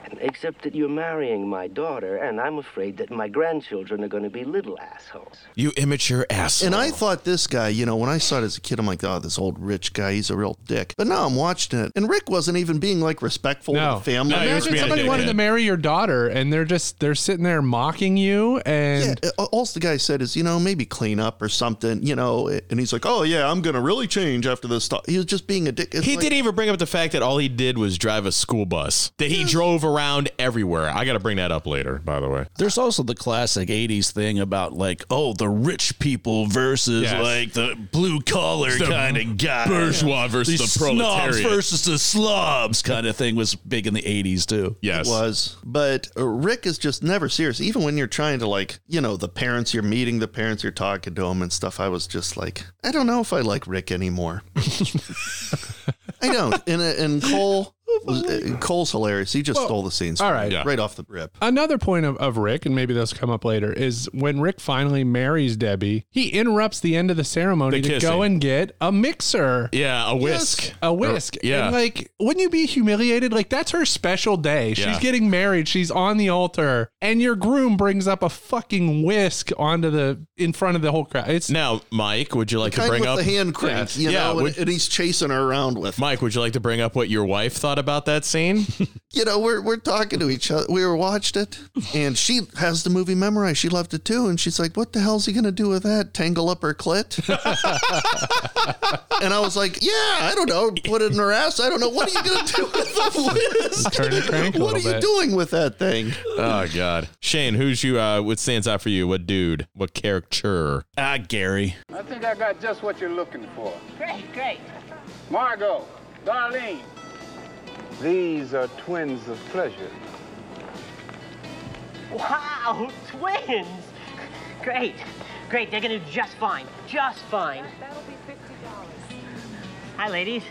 [SPEAKER 11] And Except that you're marrying my daughter, and I'm afraid that my grandchildren are going to be little assholes.
[SPEAKER 3] You immature asshole.
[SPEAKER 4] And I thought this guy, you know, when I saw it as a kid, I'm like, oh, this old rich guy, he's a real dick. But now I'm watching it, and Rick wasn't even being like respectful
[SPEAKER 2] No.
[SPEAKER 4] to the family.
[SPEAKER 3] No, he was
[SPEAKER 2] Imagine
[SPEAKER 3] being a
[SPEAKER 2] somebody
[SPEAKER 3] dickhead.
[SPEAKER 2] wanted to marry your daughter and they're just they're sitting there mocking you and
[SPEAKER 4] Yeah, uh, all the guy said is, you know, maybe clean up or something, you know. And he's like, oh, yeah, I'm going to really change after this. Talk. He was just being a dick. It's
[SPEAKER 3] he
[SPEAKER 4] like-
[SPEAKER 3] didn't even bring up the fact that all he did was drive a school bus. That he drove around everywhere. I got to bring that up later, by the way.
[SPEAKER 5] There's also the classic 80s thing about like, oh, the rich people versus
[SPEAKER 3] Yes.
[SPEAKER 5] like the blue collar
[SPEAKER 3] The
[SPEAKER 5] kind of guy.
[SPEAKER 3] bourgeois versus the proletariat.
[SPEAKER 5] Snobs versus the slobs kind of thing was big in the 80s too.
[SPEAKER 3] Yes.
[SPEAKER 4] was. But uh, Rick is just never serious. Even when you're trying to, like, you know, the parents, you're meeting the parents, you're talking to them and stuff. I was just like, I don't know if I like Rick anymore. I don't. And, uh, and Cole. Was, uh, Cole's hilarious. He just stole the scenes.
[SPEAKER 2] all
[SPEAKER 4] from
[SPEAKER 2] right.
[SPEAKER 4] me,
[SPEAKER 3] Yeah.
[SPEAKER 4] Right off the rip.
[SPEAKER 2] Another point of, of Rick, and maybe this will come up later, is when Rick finally marries Debbie, he interrupts the end of the ceremony
[SPEAKER 3] The
[SPEAKER 2] to
[SPEAKER 3] kissing.
[SPEAKER 2] go and get a mixer.
[SPEAKER 3] Yeah, a whisk.
[SPEAKER 2] A whisk.
[SPEAKER 3] yeah.
[SPEAKER 2] And like, wouldn't you be humiliated? Like, that's her special day. She's
[SPEAKER 3] Yeah.
[SPEAKER 2] getting married. She's on the altar. And your groom brings up a fucking whisk onto the in front of the whole crowd. It's
[SPEAKER 3] Now, Mike, would you like to
[SPEAKER 4] Kind of
[SPEAKER 3] bring
[SPEAKER 4] with
[SPEAKER 3] up
[SPEAKER 4] the hand crank,
[SPEAKER 3] Yes.
[SPEAKER 4] you
[SPEAKER 3] Yeah,
[SPEAKER 4] know, and-
[SPEAKER 3] would-
[SPEAKER 4] and he's chasing her around with.
[SPEAKER 3] Mike, would you like to bring up what your wife thought about that scene?
[SPEAKER 4] you know, we're we're talking to each other. We were watched it, and she has the movie memorized. She loved it too, and she's like, "What the hell's he gonna do with that? Tangle up her clit?" and I was like, "Yeah, I don't know. Put it in her ass. I don't know. What are you gonna do with the whisk?
[SPEAKER 2] Turn it crank a
[SPEAKER 4] what are
[SPEAKER 2] little
[SPEAKER 4] you
[SPEAKER 2] bit.
[SPEAKER 4] doing with that thing?"
[SPEAKER 3] oh God, Shane, who's you? Uh, what stands out for you? What dude? What character?
[SPEAKER 5] Ah, Gary.
[SPEAKER 10] I think I got just what you're looking for.
[SPEAKER 6] Great, great.
[SPEAKER 10] Margot, Darlene. These are twins of pleasure.
[SPEAKER 6] Wow, twins! Great, great. They're gonna do just fine, just fine.
[SPEAKER 12] That'll be fifty dollars.
[SPEAKER 6] Hi, ladies.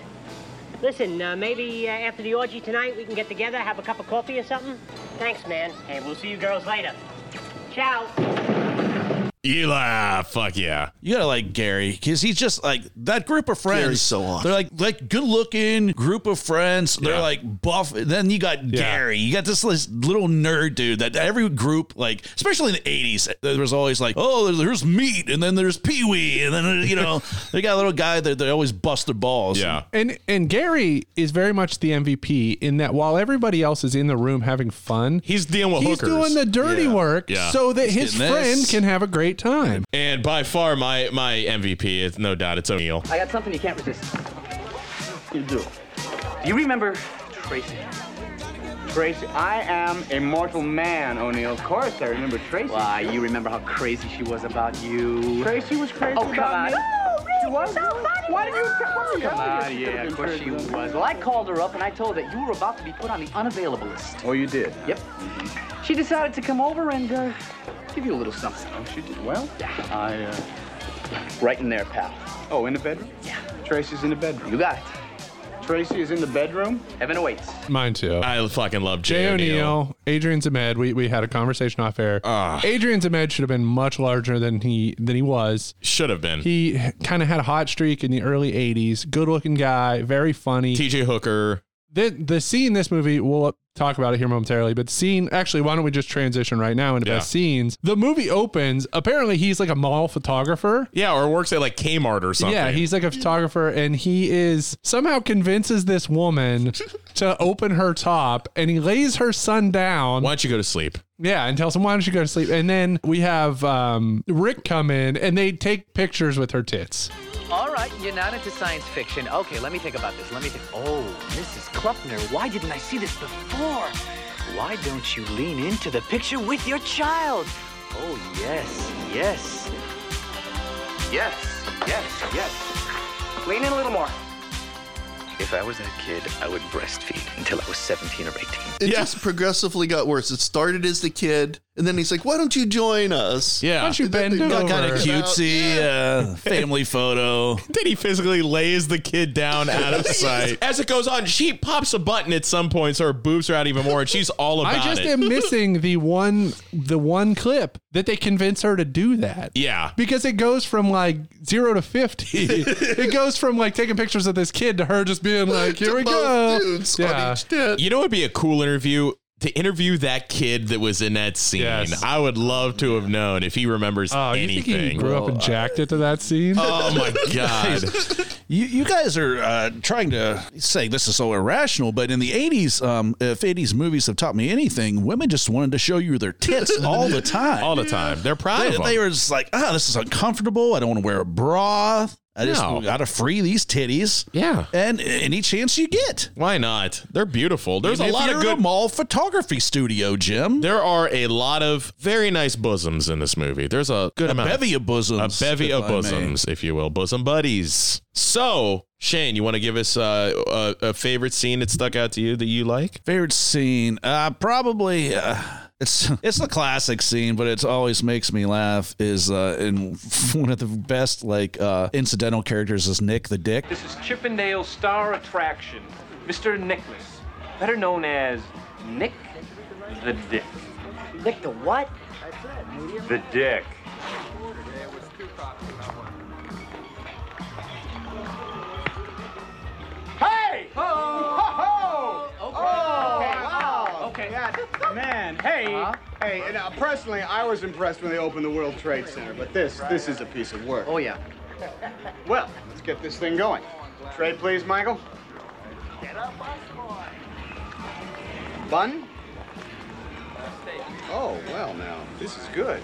[SPEAKER 6] Listen, uh, maybe uh, after the orgy tonight, we can get together, have a cup of coffee or something. Thanks, man. Hey, we'll see you girls later. Ciao.
[SPEAKER 3] Eli. Fuck yeah.
[SPEAKER 5] You gotta like Gary because he's just like that group of friends.
[SPEAKER 4] Gary's so awesome.
[SPEAKER 5] They're like like good looking group of friends. They're
[SPEAKER 3] Yeah.
[SPEAKER 5] like buff. Then you got Gary. You got this, this little nerd dude that every group like, especially in the eighties, there was always like, oh, there's meat, and then there's Pee Wee, and then uh, you know they got a little guy that they always bust their balls.
[SPEAKER 3] Yeah.
[SPEAKER 2] And and Gary is very much the MVP in that while everybody else is in the room having fun,
[SPEAKER 3] He's dealing with
[SPEAKER 2] he's
[SPEAKER 3] hookers.
[SPEAKER 2] doing the dirty work
[SPEAKER 3] Yeah.
[SPEAKER 2] so that
[SPEAKER 5] He's
[SPEAKER 2] his
[SPEAKER 5] getting
[SPEAKER 2] friend
[SPEAKER 5] this.
[SPEAKER 2] can have a great time.
[SPEAKER 3] and by far my my MVP is no doubt it's O'Neill.
[SPEAKER 11] I got something you can't resist.
[SPEAKER 7] You do. Do you remember Tracy? Tracy, I am a mortal man, O'Neill. Of course, I remember Tracy.
[SPEAKER 11] Why, you remember how crazy she was about you.
[SPEAKER 7] Tracy was crazy
[SPEAKER 11] Oh, come on.
[SPEAKER 7] about me. She was? Why did you tell me?
[SPEAKER 11] Come
[SPEAKER 7] I
[SPEAKER 11] on,
[SPEAKER 7] guess
[SPEAKER 11] yeah,
[SPEAKER 7] could've
[SPEAKER 11] of course
[SPEAKER 7] been
[SPEAKER 11] she
[SPEAKER 7] crazy.
[SPEAKER 11] was. Well, I called her up and I told her that you were about to be put on the unavailable list.
[SPEAKER 7] Oh, you did?
[SPEAKER 11] Yep. She decided to come over and uh, give you a little something.
[SPEAKER 7] Oh, she did. Well, I, uh...
[SPEAKER 11] Right in there, pal.
[SPEAKER 7] Oh, in the bedroom? Yeah. Tracy's in the bedroom.
[SPEAKER 11] You got it.
[SPEAKER 1] Tracy is in the bedroom. Heaven awaits.
[SPEAKER 2] Mine too.
[SPEAKER 3] I fucking love
[SPEAKER 2] Jay O'Neill, Adrian Zemed. We, we had a conversation off air.
[SPEAKER 3] Ah.
[SPEAKER 2] Adrian Zemed should have been much larger than he than he was.
[SPEAKER 3] Should have been.
[SPEAKER 2] He kind of had a hot streak in the early '80s. Good looking guy, very funny.
[SPEAKER 3] TJ Hooker.
[SPEAKER 2] The the scene in this movie, we'll talk about it here momentarily. But the scene, actually, why don't we just transition right now into
[SPEAKER 3] Yeah.
[SPEAKER 2] best scenes? The movie opens. Apparently, he's like a mall photographer.
[SPEAKER 3] Yeah, or works at like Kmart or something.
[SPEAKER 2] Yeah, he's like a photographer, and he is somehow convinces this woman to open her top, and he lays her son down.
[SPEAKER 3] Why don't you go to sleep?
[SPEAKER 2] Yeah, and tells him why don't you go to sleep? And then we have um, Rick come in, and they take pictures with her tits.
[SPEAKER 13] All right, you're not into science fiction. Okay, let me think about this. Let me think. Oh, Mrs. Klupner, why didn't I see this before? Why don't you lean into the picture with your child? Oh, yes, yes.
[SPEAKER 14] Yes, yes, yes. Lean in a little more. If I was that kid, I would breastfeed until I was 17 or 18.
[SPEAKER 4] It just progressively got worse. It started as the kid, and then he's like, "Why don't you join us?
[SPEAKER 3] Yeah. Why don't you
[SPEAKER 4] And then
[SPEAKER 3] bend
[SPEAKER 4] they got
[SPEAKER 3] over?
[SPEAKER 4] kinda
[SPEAKER 5] Cutesy uh, family photo.
[SPEAKER 3] Then he physically lays the kid down out of sight. As it goes on, she pops a button at some point, so her boobs are out even more, and she's all about
[SPEAKER 2] I just
[SPEAKER 3] it.
[SPEAKER 2] am missing the one the one clip that they convince her to do that.
[SPEAKER 3] Yeah.
[SPEAKER 2] Because it goes from like zero to fifty. it goes from like taking pictures of this kid to her just being like, "Here we go." yeah.
[SPEAKER 3] You know, it'd be a cool interview to interview that kid that was in that scene. I would love to have known if he remembers
[SPEAKER 2] Oh, you
[SPEAKER 3] anything.
[SPEAKER 2] think he grew up and jacked it to that scene?
[SPEAKER 3] Oh my god!
[SPEAKER 5] You, you guys are uh, trying to say this is so irrational, but in the 80s, um, if 80s movies have taught me anything, women just wanted to show you their tits all the time.
[SPEAKER 3] All the time. They're proud
[SPEAKER 5] they,
[SPEAKER 3] of 'em.
[SPEAKER 5] They were just like, ah, this is uncomfortable. I don't want to wear a bra. I just
[SPEAKER 3] No.
[SPEAKER 5] got to free these titties.
[SPEAKER 3] Yeah.
[SPEAKER 5] And any chance you get.
[SPEAKER 3] Why not? They're beautiful. There's
[SPEAKER 5] If
[SPEAKER 3] a lot
[SPEAKER 5] you're
[SPEAKER 3] of
[SPEAKER 5] in a
[SPEAKER 3] good
[SPEAKER 5] mall photography studio, Jim.
[SPEAKER 3] There are a lot of very nice bosoms in this movie. There's a good
[SPEAKER 5] A
[SPEAKER 3] amount.
[SPEAKER 5] bevy of bosoms,
[SPEAKER 3] A bevy
[SPEAKER 5] if
[SPEAKER 3] of
[SPEAKER 5] I may.
[SPEAKER 3] bosoms, if you will. Bosom buddies. So, Shane, you want to give us uh, a, a favorite scene that stuck out to you that you like?
[SPEAKER 5] Favorite scene? Uh, probably. Uh, it's it's the classic scene, but it always makes me laugh. Is uh, in one of the best like uh, incidental characters is Nick the Dick.
[SPEAKER 15] This is Chippendale's star attraction, Mr. Nicholas, better known as Nick the Dick.
[SPEAKER 6] Nick the what?
[SPEAKER 15] The Dick.
[SPEAKER 7] Hey! Oh! Ho, ho! Oh, wow.
[SPEAKER 6] Okay.
[SPEAKER 7] Man, hey. Hey, and, uh, personally, I was impressed when they opened the World Trade Center, but this, this is a piece of work. Oh, yeah. Well, let's get this thing going. Trade, please, Michael. Bun? Oh, well, now, this is good.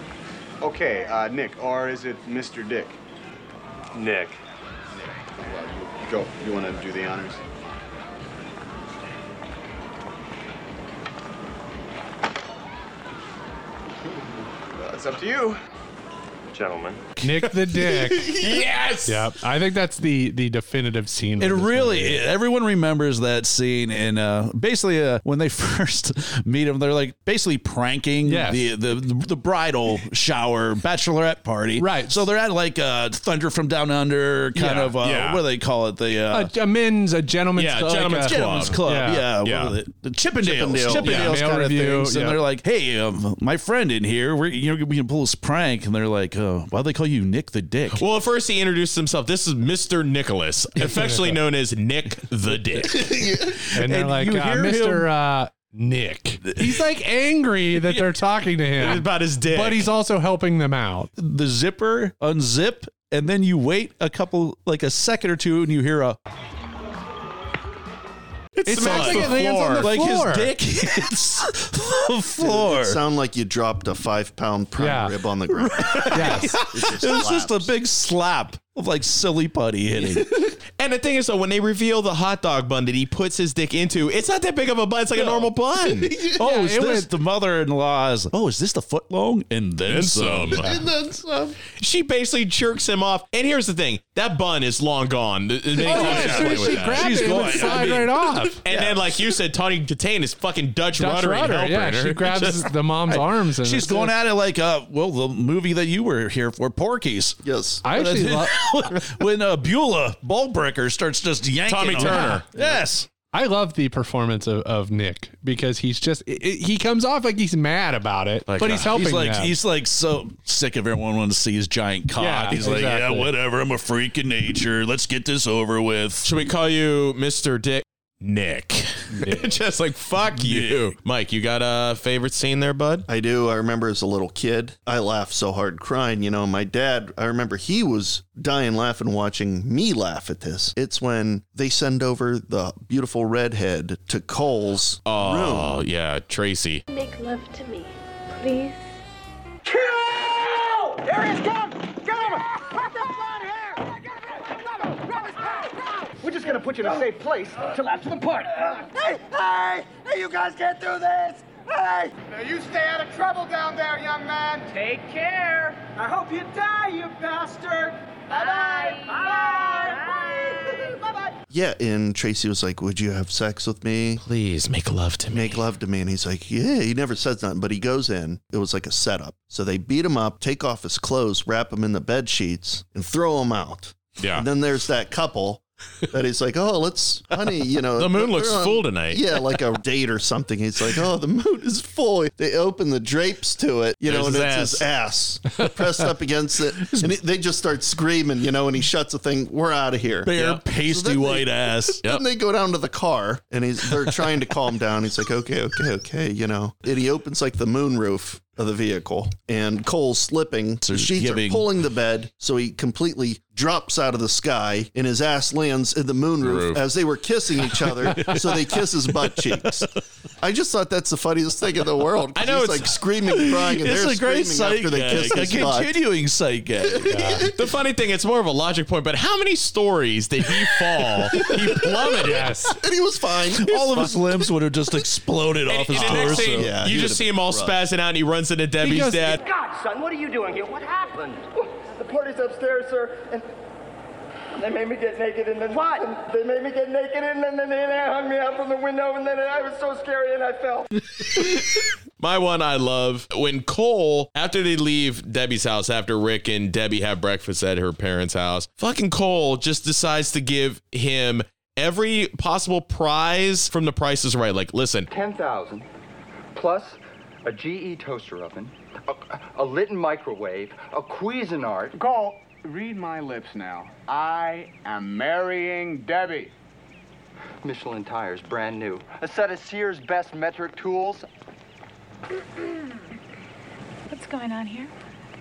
[SPEAKER 7] Okay, uh, Nick, or is it Mr. Dick? Nick. Well, you- go. You want to do the honors? Well, Uh, it's up to you.
[SPEAKER 15] Gentlemen.
[SPEAKER 2] Nick the Dick.
[SPEAKER 3] yes.
[SPEAKER 2] Yep. I think that's the the definitive scene.
[SPEAKER 5] It
[SPEAKER 2] of this
[SPEAKER 5] really,
[SPEAKER 2] movie.
[SPEAKER 5] everyone remembers that scene, and uh, basically, uh, when they first meet him, they're like basically pranking
[SPEAKER 2] Yes.
[SPEAKER 5] the, the the bridal shower bachelorette party, right? So they're at like uh, Thunder from Down Under, kind
[SPEAKER 2] Yeah.
[SPEAKER 5] of uh,
[SPEAKER 2] Yeah.
[SPEAKER 5] what do they call it? The uh,
[SPEAKER 2] a, a men's, a gentleman's,
[SPEAKER 5] yeah,
[SPEAKER 2] club,
[SPEAKER 5] gentlemen's,
[SPEAKER 2] like a-
[SPEAKER 5] gentlemen's club. Yeah, yeah. what are they- The Chippendales, Chippendales,
[SPEAKER 2] Yeah.
[SPEAKER 5] kind
[SPEAKER 2] Male
[SPEAKER 5] of
[SPEAKER 2] review,
[SPEAKER 5] things.
[SPEAKER 2] yeah.
[SPEAKER 5] And they're like, "Hey, um, my friend in here, we're, you know, we can pull this prank." And they're like, "Oh, why do they call you Nick the Dick?"
[SPEAKER 3] Well, at first he introduced himself. This is Mr. Nicholas, affectionately known as Nick the Dick.
[SPEAKER 2] and they're like,
[SPEAKER 3] you
[SPEAKER 2] uh,
[SPEAKER 3] hear him-
[SPEAKER 2] Mister uh, Nick. He's like angry that they're talking to him
[SPEAKER 3] about his dick,
[SPEAKER 2] but he's also helping them out.
[SPEAKER 5] The zipper unzip, and then you wait a couple, like a second or two, and you hear a.
[SPEAKER 2] It
[SPEAKER 5] It's
[SPEAKER 2] smacks
[SPEAKER 5] like
[SPEAKER 2] the
[SPEAKER 5] it lands on the
[SPEAKER 2] floor. Like his
[SPEAKER 5] floor.
[SPEAKER 2] dick
[SPEAKER 5] hits the floor.
[SPEAKER 4] It sound like you dropped a five pound prime rib on the ground.
[SPEAKER 5] Yes. it was just a big slap of like silly putty hitting.
[SPEAKER 3] And the thing is, though, when they reveal the hot dog bun that he puts his dick into, it's not that big of a bun. It's like a normal bun.
[SPEAKER 5] oh, is this the mother-in-law? Is oh, is this the foot long and then
[SPEAKER 3] And
[SPEAKER 5] some?
[SPEAKER 3] some.
[SPEAKER 4] and then some.
[SPEAKER 3] She basically jerks him off. And here's the thing: that bun is long gone. Th- many
[SPEAKER 2] Oh,
[SPEAKER 3] times
[SPEAKER 2] yeah,
[SPEAKER 3] she's
[SPEAKER 2] as soon
[SPEAKER 3] played
[SPEAKER 2] as
[SPEAKER 3] with
[SPEAKER 2] she
[SPEAKER 3] that.
[SPEAKER 2] grabbed it, it would slide right off.
[SPEAKER 3] And then, like you said, Tawny Katane is fucking Dutch,
[SPEAKER 2] Dutch
[SPEAKER 3] ruddering,
[SPEAKER 2] rudder,
[SPEAKER 3] helping
[SPEAKER 2] yeah,
[SPEAKER 3] her.
[SPEAKER 2] she grabs the mom's arms and
[SPEAKER 5] She's
[SPEAKER 2] that's
[SPEAKER 5] going
[SPEAKER 2] it.
[SPEAKER 5] at it like, uh, well, the movie that you were here for, Porky's.
[SPEAKER 4] Yes,
[SPEAKER 2] I actually lo-
[SPEAKER 5] when uh, Beulah Ballbreaker starts just yanking
[SPEAKER 3] Tommy
[SPEAKER 5] on-
[SPEAKER 3] Turner.
[SPEAKER 5] Yes.
[SPEAKER 2] I love the performance of, of Nick because he's just i i- he comes off like he's mad about it, but he's helping.
[SPEAKER 5] He's like
[SPEAKER 2] them.
[SPEAKER 5] he's like so sick of everyone wanting to see his giant cock.
[SPEAKER 2] Yeah,
[SPEAKER 5] he's like, yeah,
[SPEAKER 2] exactly.
[SPEAKER 5] whatever. I'm a freak in nature. Let's get this over with.
[SPEAKER 3] Should we call you Mr. Dick? Nick. Just like, fuck you. Mike, you got a favorite scene there, bud?
[SPEAKER 4] I do. I remember as a little kid, I laughed so hard crying. You know, my dad, I remember he was dying laughing watching me laugh at this. It's when they send over the beautiful redhead to Cole's
[SPEAKER 3] Oh,
[SPEAKER 4] room.
[SPEAKER 3] yeah, Tracy.
[SPEAKER 12] Make love to me, please.
[SPEAKER 7] There he is! Get him! Get him! Put the blonde hair! Grab him! Grab his pants! We're just gonna put you in a safe place till after the party. Hey! Hey! Hey, you guys can't do this! Hey! Now you stay out of trouble down there, young man! Take care! I hope you die, you bastard! Bye-bye! Bye-bye! Bye-bye!
[SPEAKER 4] Yeah, and Tracy was like, "Would you have sex with me?
[SPEAKER 3] Please make love to me.
[SPEAKER 4] Make love to me." And he's like, "Yeah." He never says nothing, but he goes in. It was like a setup. So they beat him up, take off his clothes, wrap him in the bed sheets, and throw him out.
[SPEAKER 3] Yeah.
[SPEAKER 4] And then there's that couple that he's like, "Oh, let's, honey, you know,
[SPEAKER 3] The moon
[SPEAKER 4] they're
[SPEAKER 3] looks full tonight."
[SPEAKER 4] Yeah, like a date or something. He's like, "Oh, the moon is full." They open the drapes to it, you know,
[SPEAKER 3] There's
[SPEAKER 4] and it's his ass pressed up against it, and it- they just start screaming, you know, and he shuts the thing. We're out of here.
[SPEAKER 5] Bare
[SPEAKER 4] Yep. So
[SPEAKER 5] pasty
[SPEAKER 4] then they-
[SPEAKER 5] white ass.
[SPEAKER 4] Then they go down to the car and he's they're trying to calm down. He's like, okay, okay, okay, you know. And he opens like the moonroof of the vehicle and Cole's slipping.
[SPEAKER 5] So
[SPEAKER 4] the
[SPEAKER 5] he's
[SPEAKER 4] sheets
[SPEAKER 5] giving-
[SPEAKER 4] are pulling the bed, so he completely drops out of the sky and his ass lands in the moonroof
[SPEAKER 3] Roof.
[SPEAKER 4] as they were kissing each other. so they kiss his butt cheeks. I just thought that's the funniest thing in the world. 'cause
[SPEAKER 5] I know,
[SPEAKER 4] he's
[SPEAKER 5] it's-
[SPEAKER 4] like screaming, crying, and they're
[SPEAKER 5] It's a
[SPEAKER 4] screaming
[SPEAKER 5] great sight
[SPEAKER 4] after they
[SPEAKER 5] gag.
[SPEAKER 4] kiss
[SPEAKER 5] A
[SPEAKER 4] his butt.
[SPEAKER 5] continuing sight gag.
[SPEAKER 3] the funny thing, it's more of a logic point, but how many stories did he fall? he plummeted.
[SPEAKER 2] yes.
[SPEAKER 4] And he was fine.
[SPEAKER 5] All of his limbs would have just exploded
[SPEAKER 3] And,
[SPEAKER 5] off his
[SPEAKER 3] and the next
[SPEAKER 5] torso.
[SPEAKER 3] thing,
[SPEAKER 4] Yeah,
[SPEAKER 3] you
[SPEAKER 4] he
[SPEAKER 3] just
[SPEAKER 4] would've
[SPEAKER 3] see him all
[SPEAKER 4] been
[SPEAKER 3] spazzing out and he runs into Debbie's
[SPEAKER 2] Because-
[SPEAKER 3] dad.
[SPEAKER 7] God, son, what are you doing here? What happened?
[SPEAKER 16] The party's upstairs, sir, and they made me get naked, and then what? they made me get naked, and then, then they hung me out from the window, and then I was so scary, and I fell.
[SPEAKER 3] My one I love when Cole, after they leave Debbie's house, after Rick and Debbie have breakfast at her parents' house, fucking Cole just decides to give him every possible prize from the price is right. Like, listen,
[SPEAKER 16] 10,000 plus a GE toaster oven, a, a Litton microwave, a Cuisinart.
[SPEAKER 7] Cole, read my lips now. I am marrying Debbie.
[SPEAKER 16] Michelin tires, brand new. A set of Sears best metric tools.
[SPEAKER 12] What's going on here?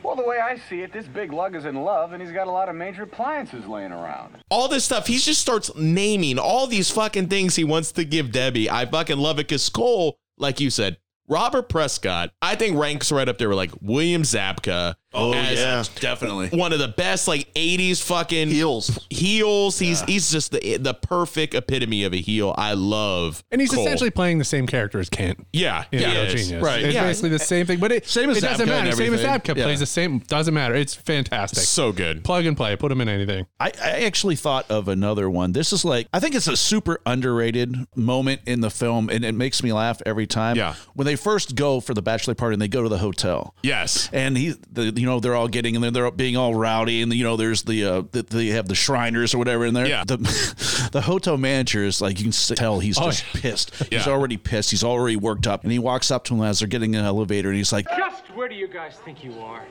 [SPEAKER 7] Well, the way I see it, this big lug is in love, and he's got a lot of major appliances laying around.
[SPEAKER 3] all this stuff. He just starts naming all these fucking things he wants to give Debbie. I fucking love it because Cole, like you said, Robert Prescott, I think ranks right up there with like William Zabka.
[SPEAKER 4] Oh, yeah.
[SPEAKER 5] Definitely.
[SPEAKER 3] One of the best like 80s fucking
[SPEAKER 4] Heels.
[SPEAKER 3] heels. He's he's just the the perfect epitome of a heel. I love.
[SPEAKER 2] and he's
[SPEAKER 3] Cole.
[SPEAKER 2] essentially playing the same character as Kent.
[SPEAKER 3] yeah,
[SPEAKER 2] You
[SPEAKER 3] yeah,
[SPEAKER 2] know,
[SPEAKER 3] he is.
[SPEAKER 2] genius.
[SPEAKER 5] Right,
[SPEAKER 2] It's
[SPEAKER 3] yeah.
[SPEAKER 2] basically the same thing, but it
[SPEAKER 5] Same as
[SPEAKER 2] it doesn't
[SPEAKER 5] Zabka and
[SPEAKER 2] matter. Same as
[SPEAKER 5] everything.
[SPEAKER 2] Zabka
[SPEAKER 5] Yeah.
[SPEAKER 2] plays the same. Doesn't matter. It's fantastic.
[SPEAKER 3] so good.
[SPEAKER 2] Plug and play. Put him in anything.
[SPEAKER 5] I, I actually thought of another one. This is like I think it's a super underrated moment in the film, and it makes me laugh every time.
[SPEAKER 3] Yeah.
[SPEAKER 5] When they first go for the bachelor party and they go to the hotel.
[SPEAKER 3] Yes.
[SPEAKER 5] And he, the, you know, they're all getting and then they're being all rowdy, and you know, there's the, uh, the they have the Shriners or whatever in there.
[SPEAKER 3] Yeah.
[SPEAKER 5] The, the hotel manager is like you can s- tell he's
[SPEAKER 2] Oh,
[SPEAKER 5] just pissed. He's
[SPEAKER 3] Yeah.
[SPEAKER 5] already pissed. He's already worked up, and he walks up to him as they're getting in an elevator, and he's like,
[SPEAKER 15] Just where do you guys think you are?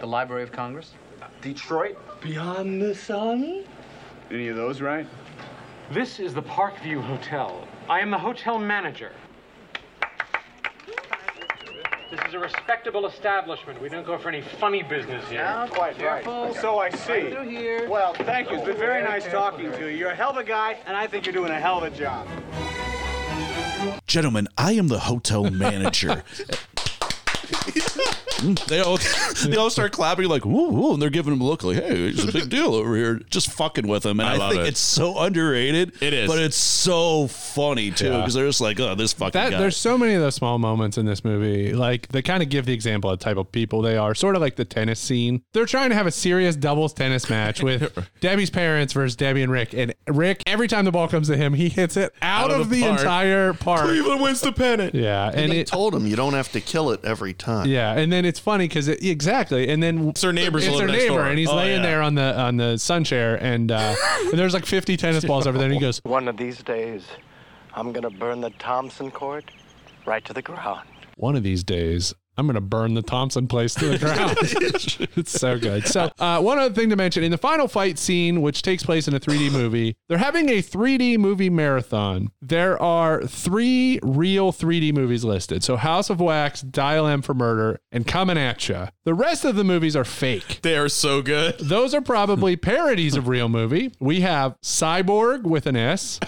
[SPEAKER 13] The Library of Congress?
[SPEAKER 16] Detroit? Beyond the sun?
[SPEAKER 7] Any of those, right?
[SPEAKER 15] This is the Parkview Hotel. I am the hotel manager. This is a respectable establishment. We don't go for any funny business here.
[SPEAKER 7] Quite right. So I see. Well, thank you. It's been very nice talking to you. You're a hell of a guy, and I think you're doing a hell of a job.
[SPEAKER 5] "Gentlemen, I am the hotel manager." they all they all start clapping like woo woo, and they're giving him a look like, "Hey, it's a big deal over here." Just fucking with him, and
[SPEAKER 3] I
[SPEAKER 5] I,
[SPEAKER 3] love
[SPEAKER 5] think
[SPEAKER 3] it.
[SPEAKER 5] it's so underrated.
[SPEAKER 3] It is.
[SPEAKER 5] but it's so funny too because they're just like, "Oh, this fucking
[SPEAKER 2] That
[SPEAKER 5] guy."
[SPEAKER 2] there's so many of those small moments in this movie. Like they kind of give the example of the type of people they are. Sort of like the tennis scene. They're trying to have a serious doubles tennis match with Debbie's parents versus Debbie and Rick. And Rick, every time the ball comes to him, he hits it out, of, the,
[SPEAKER 3] park.
[SPEAKER 2] entire park.
[SPEAKER 3] Cleveland wins the pennant.
[SPEAKER 2] Yeah,
[SPEAKER 4] And
[SPEAKER 2] and
[SPEAKER 4] they
[SPEAKER 2] it
[SPEAKER 4] told him you don't have to kill it every time.
[SPEAKER 2] yeah, and then it's funny because it, exactly, and then it's
[SPEAKER 3] their neighbors
[SPEAKER 2] It's
[SPEAKER 3] live
[SPEAKER 2] their
[SPEAKER 3] next
[SPEAKER 2] neighbor,
[SPEAKER 3] door.
[SPEAKER 2] and he's
[SPEAKER 3] Oh,
[SPEAKER 2] laying
[SPEAKER 3] yeah.
[SPEAKER 2] there on the on the sun chair, and, uh, and there's like 50 tennis balls over there, and he goes,
[SPEAKER 17] One of these days, I'm gonna burn the Thompson court right to the ground.
[SPEAKER 2] one of these days I'm going to burn the Thompson place to the ground. it's so good. So, uh, one other thing to mention in the final fight scene, which takes place in a 3D movie, they're having a 3D movie marathon. There are three real 3D movies listed. So, House of Wax, Dial M for Murder, and Coming At Ya. The rest of the movies are fake.
[SPEAKER 3] They are so good.
[SPEAKER 2] Those are probably parodies of real movie. We have Cyborg with an S,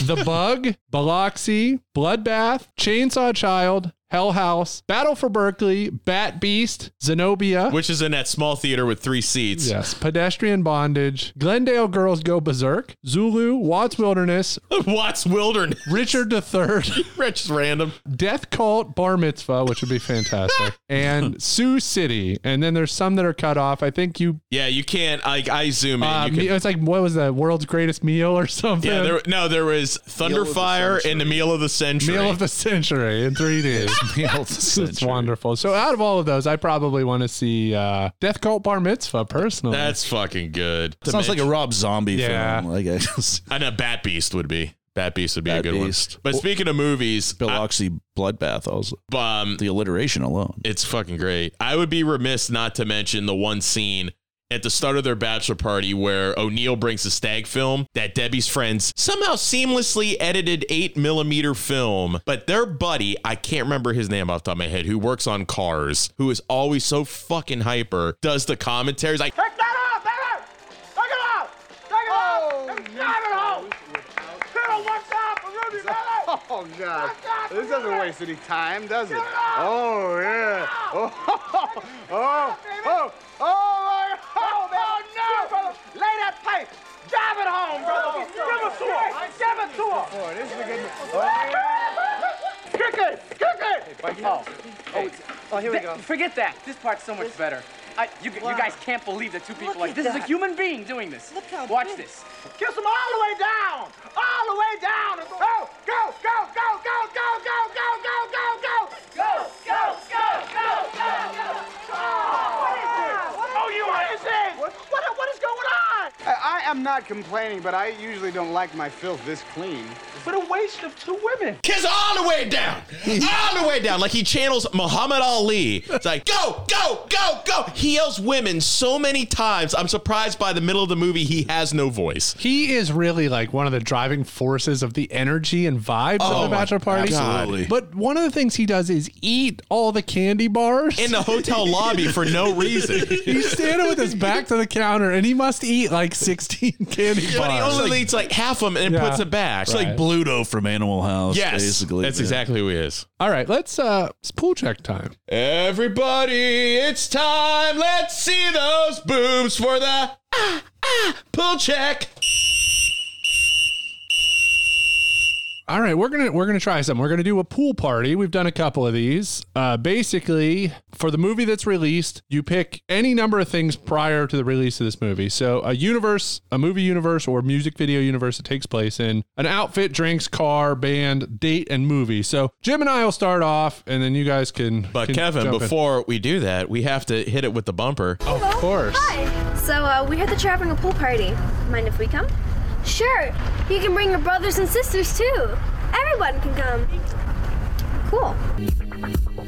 [SPEAKER 2] The Bug, Biloxi, Bloodbath, Chainsaw Child, Hell House, Battle for Berkeley, Bat Beast, Zenobia.
[SPEAKER 3] Which is in that small theater with three seats.
[SPEAKER 2] Yes, pedestrian bondage, Glendale girls go berserk, Zulu, Watts Wilderness,
[SPEAKER 3] Watts Wilderness,
[SPEAKER 2] Richard III,
[SPEAKER 3] Rich random,
[SPEAKER 2] Death Cult Bar Mitzvah, which would be fantastic, and Sioux City, and then there's some that are cut off. I think you,
[SPEAKER 3] Yeah, you can't. I, I zoom in.
[SPEAKER 2] uh,
[SPEAKER 3] you can,
[SPEAKER 2] me- it's like what was that world's greatest meal or something?
[SPEAKER 3] yeah, there, no, there was Thunderfire and the Meal of the Century.
[SPEAKER 2] Meal of the century in 3D. Meal of the century. It's wonderful. So out of all of those, I probably want to see uh, Death Cult Bar Mitzvah personally.
[SPEAKER 3] That's fucking good.
[SPEAKER 5] Sounds like a Rob Zombie
[SPEAKER 3] Yeah.
[SPEAKER 5] film. Like I,
[SPEAKER 3] I know Bat Beast would be. Bat Beast would be a good
[SPEAKER 5] Beast.
[SPEAKER 3] one. But speaking of movies,
[SPEAKER 5] Biloxi Bloodbath also.
[SPEAKER 3] Um,
[SPEAKER 5] the alliteration alone.
[SPEAKER 3] It's fucking great. I would be remiss not to mention the one scene at the start of their bachelor party where O'Neill brings a stag film that Debbie's friends somehow seamlessly edited eight millimeter film, but their buddy, I can't remember his name off the top of my head, who works on cars, who is always so fucking hyper, does the commentaries like
[SPEAKER 9] Take that off! Take it! Take it off! Take it off! And drive it home! Fiddle, what's up? Rudy Miller!
[SPEAKER 7] Oh, God. This doesn't waste any time, does it? Oh, yeah. Oh, oh, oh, oh, my
[SPEAKER 9] Oh, no, brother! Lay that pipe! Drive it home, brother! Give it to her! Give it to her! This is a good
[SPEAKER 18] Kick it! Kick it!
[SPEAKER 9] Oh.
[SPEAKER 18] Oh, oh, here we go. Forget that. This part's so much better. I, you, g-
[SPEAKER 9] Wow.
[SPEAKER 18] you guys can't believe that two people
[SPEAKER 9] Look
[SPEAKER 18] like
[SPEAKER 9] at
[SPEAKER 18] this is a
[SPEAKER 9] that.
[SPEAKER 18] human being doing this. Look how Watch this.
[SPEAKER 9] Kiss him all the way down! All the way down! Go, go, go, go, go, go, go, go, go, go, go! Go, go, go, go, go, go! Oh, you
[SPEAKER 7] it? What, what, what is going on? I, I am not complaining, but I usually don't like my filth this clean. What a waste of two women.
[SPEAKER 3] Kiss all the way down, all the way down. Like he channels Muhammad Ali. It's like go, go, go, go. He yells women so many times. I'm surprised by the middle of the movie he has no voice.
[SPEAKER 2] He is really like one of the driving forces of the energy and vibes
[SPEAKER 3] Oh
[SPEAKER 2] of the
[SPEAKER 3] my
[SPEAKER 2] bachelor party.
[SPEAKER 3] God.
[SPEAKER 2] But one of the things he does is eat all the candy bars
[SPEAKER 3] In the hotel lobby for no reason.
[SPEAKER 2] He's standing with his back to the counter, and he must eat like 16 candy bars.
[SPEAKER 3] But he only eats like half of them and
[SPEAKER 2] Yeah.
[SPEAKER 3] puts it back.
[SPEAKER 5] It's like Bluto from Animal House.
[SPEAKER 3] Yes,
[SPEAKER 5] basically.
[SPEAKER 3] that's exactly who he is.
[SPEAKER 2] All right, let's uh, it's pool check time.
[SPEAKER 3] Everybody, it's time. Let's see those boobs for the ah, ah, pull check.
[SPEAKER 2] All right, we're gonna we're gonna try some. We're gonna do a pool party. We've done a couple of these. Uh, basically, for the movie that's released, you pick any number of things prior to the release of this movie. So, a universe, a movie universe, or music video universe it takes place in. An outfit, drinks, car, band, date, and movie. So, Jim and I will start off, and then you guys can.
[SPEAKER 3] But
[SPEAKER 2] can
[SPEAKER 3] Kevin,
[SPEAKER 2] jump in.
[SPEAKER 3] before we do that, we have to hit it with the bumper.
[SPEAKER 2] Of course.
[SPEAKER 19] Hi. So uh, we heard that you're having a pool party. Mind if we come? Sure. You can bring your brothers and sisters too. Everyone can come. Cool.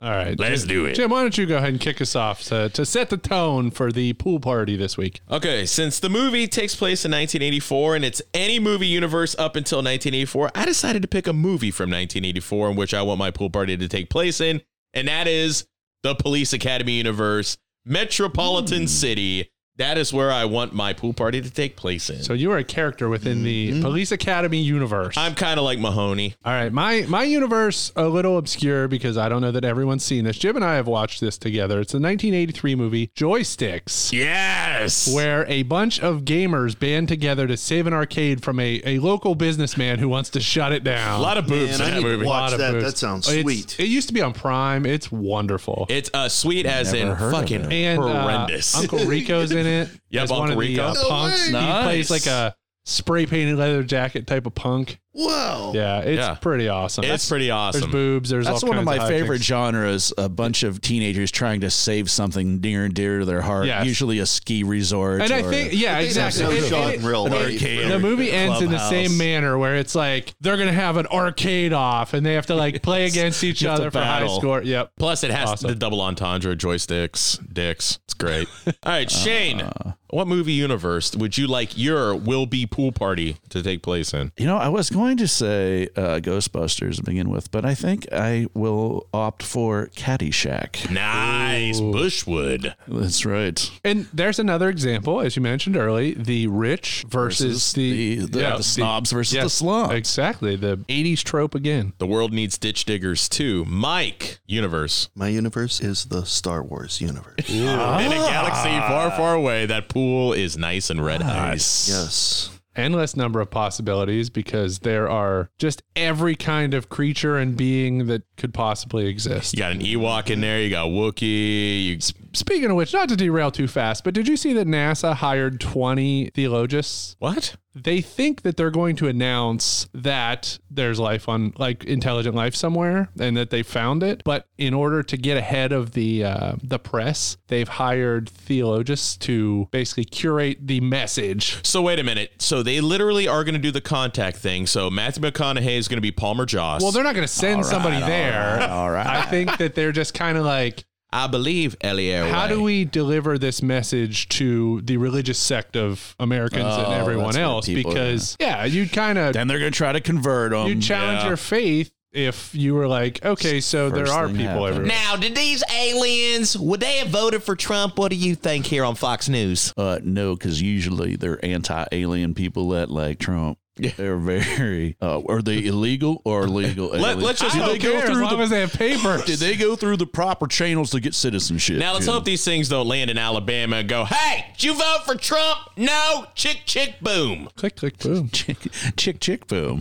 [SPEAKER 2] All right,
[SPEAKER 3] let's do it.
[SPEAKER 2] Jim, why don't you go ahead and kick us off to, to set the tone for the pool party this week?
[SPEAKER 3] Okay, since the movie takes place in 1984 and it's any movie universe up until 1984, I decided to pick a movie from 1984 in which I want my pool party to take place in,
[SPEAKER 2] Hmm.
[SPEAKER 3] and that is the Police Academy universe, Metropolitan City, That is where I want my pool party to take place in.
[SPEAKER 2] So you are a character within the Police Academy universe.
[SPEAKER 3] Mm-hmm. I'm kind of like Mahoney.
[SPEAKER 2] All right, my my universe a little obscure because I don't know that everyone's seen this. Jim and I have watched this together. It's a 1983 movie, Joysticks.
[SPEAKER 3] Yes.
[SPEAKER 2] Where a bunch of gamers band together to save an arcade from a, a local businessman who wants to shut it down.
[SPEAKER 3] A lot of boobs in that movie.
[SPEAKER 4] watch
[SPEAKER 2] Lot of
[SPEAKER 4] that.
[SPEAKER 2] boobs.
[SPEAKER 4] That sounds
[SPEAKER 2] It's-
[SPEAKER 4] sweet.
[SPEAKER 2] It used to be on Prime. It's wonderful.
[SPEAKER 3] It's uh, sweet as
[SPEAKER 2] Never
[SPEAKER 3] in
[SPEAKER 2] heard of
[SPEAKER 3] fucking
[SPEAKER 2] And, uh,
[SPEAKER 3] horrendous.
[SPEAKER 2] Uncle Rico's in it.
[SPEAKER 3] Yep,
[SPEAKER 2] as
[SPEAKER 3] Uncle
[SPEAKER 2] one of the,
[SPEAKER 3] Rico.
[SPEAKER 2] uh,
[SPEAKER 3] No
[SPEAKER 2] punks.
[SPEAKER 3] way.
[SPEAKER 2] He plays
[SPEAKER 3] Nice.
[SPEAKER 2] like a spray painted leather jacket type of punk.
[SPEAKER 4] Wow.
[SPEAKER 2] Yeah, it's
[SPEAKER 5] Yeah.
[SPEAKER 2] pretty awesome.
[SPEAKER 5] It's pretty awesome.
[SPEAKER 2] There's boobs. There's
[SPEAKER 5] That's
[SPEAKER 2] all
[SPEAKER 5] one of
[SPEAKER 2] kinds
[SPEAKER 5] my favorite
[SPEAKER 2] objects.
[SPEAKER 5] genres. A bunch of teenagers trying to save something near and dear to their heart.
[SPEAKER 2] Yes.
[SPEAKER 5] Usually a ski resort.
[SPEAKER 2] And I
[SPEAKER 5] or-
[SPEAKER 2] think, yeah, exactly. And- and-
[SPEAKER 5] An
[SPEAKER 2] and
[SPEAKER 5] arcade.
[SPEAKER 2] The movie ends in the
[SPEAKER 5] clubhouse.
[SPEAKER 2] same manner where it's like they're gonna have an arcade off, and they have to like play against each
[SPEAKER 3] You have to
[SPEAKER 2] other for high
[SPEAKER 3] battle.
[SPEAKER 2] score. Yep.
[SPEAKER 3] Plus, it has
[SPEAKER 2] Awesome.
[SPEAKER 3] the double entendre joysticks, dicks. It's great. All right, Shane. what movie universe would you like your will be pool party to take place in?
[SPEAKER 5] You know, I was going to say uh, Ghostbusters to begin with, but I think I will opt for Caddyshack.
[SPEAKER 3] Nice Bushwood.
[SPEAKER 5] That's right.
[SPEAKER 2] And there's another example, as you mentioned early, the rich versus,
[SPEAKER 5] Versus
[SPEAKER 2] the,
[SPEAKER 5] the- the- the snobs versus the slums.
[SPEAKER 2] Exactly. The 80s trope again.
[SPEAKER 3] The world needs ditch diggers too. Mike universe.
[SPEAKER 4] My universe is the Star Wars universe.
[SPEAKER 2] Ah.
[SPEAKER 3] In a galaxy far, far away, that pool is nice and red hot.
[SPEAKER 4] Yes.
[SPEAKER 2] Endless number of possibilities because there are just every kind of creature and being that could possibly exist.
[SPEAKER 3] You got an Ewok in there. You got Wookiee. You
[SPEAKER 2] Speaking of which, not to derail too fast, but did you see that NASA hired 20 theologists?
[SPEAKER 3] What?
[SPEAKER 2] They think that they're going to announce that there's life on, like, intelligent life somewhere, and that they found it. But in order to get ahead of the uh, the press, they've hired theologists to basically curate the message.
[SPEAKER 3] So wait a minute. So they literally are going to do the contact thing. So Matthew McConaughey is going to be Palmer Joss.
[SPEAKER 2] Well, they're not going to send
[SPEAKER 3] All right,
[SPEAKER 2] somebody
[SPEAKER 3] all
[SPEAKER 2] there.
[SPEAKER 3] right, all right.
[SPEAKER 2] I think that they're just kind of like,
[SPEAKER 3] I believe Elio.
[SPEAKER 2] how do we deliver this message to the religious sect of Americans
[SPEAKER 5] Oh,
[SPEAKER 2] and everyone
[SPEAKER 5] that's what
[SPEAKER 2] else?
[SPEAKER 5] people-
[SPEAKER 2] because yeah, you'd kind of
[SPEAKER 5] Then they're going to try to convert them.
[SPEAKER 2] you challenge your faith if you were like, okay, so there
[SPEAKER 5] First
[SPEAKER 2] are
[SPEAKER 5] thing
[SPEAKER 2] people
[SPEAKER 5] happened.
[SPEAKER 2] everywhere.
[SPEAKER 3] Now, did these aliens would they have voted for Trump? What do you think here on Fox News?
[SPEAKER 5] Uh, no, because usually they're anti-alien people that like Trump. They're very. Uh, are they illegal or legal?
[SPEAKER 3] Let-
[SPEAKER 5] aliens?
[SPEAKER 3] let's just-
[SPEAKER 5] Do
[SPEAKER 3] I
[SPEAKER 5] they
[SPEAKER 3] don't
[SPEAKER 5] go
[SPEAKER 3] care, as
[SPEAKER 5] through
[SPEAKER 2] long
[SPEAKER 5] the-
[SPEAKER 2] as they have papers.
[SPEAKER 5] Did they go through the proper channels to get citizenship?
[SPEAKER 3] Now let's
[SPEAKER 5] You know?
[SPEAKER 3] hope these things don't land in Alabama and go, "Hey, did you vote for Trump? No, chick, chick, boom."
[SPEAKER 2] Click, click, boom.
[SPEAKER 5] chick, chick, chick, boom.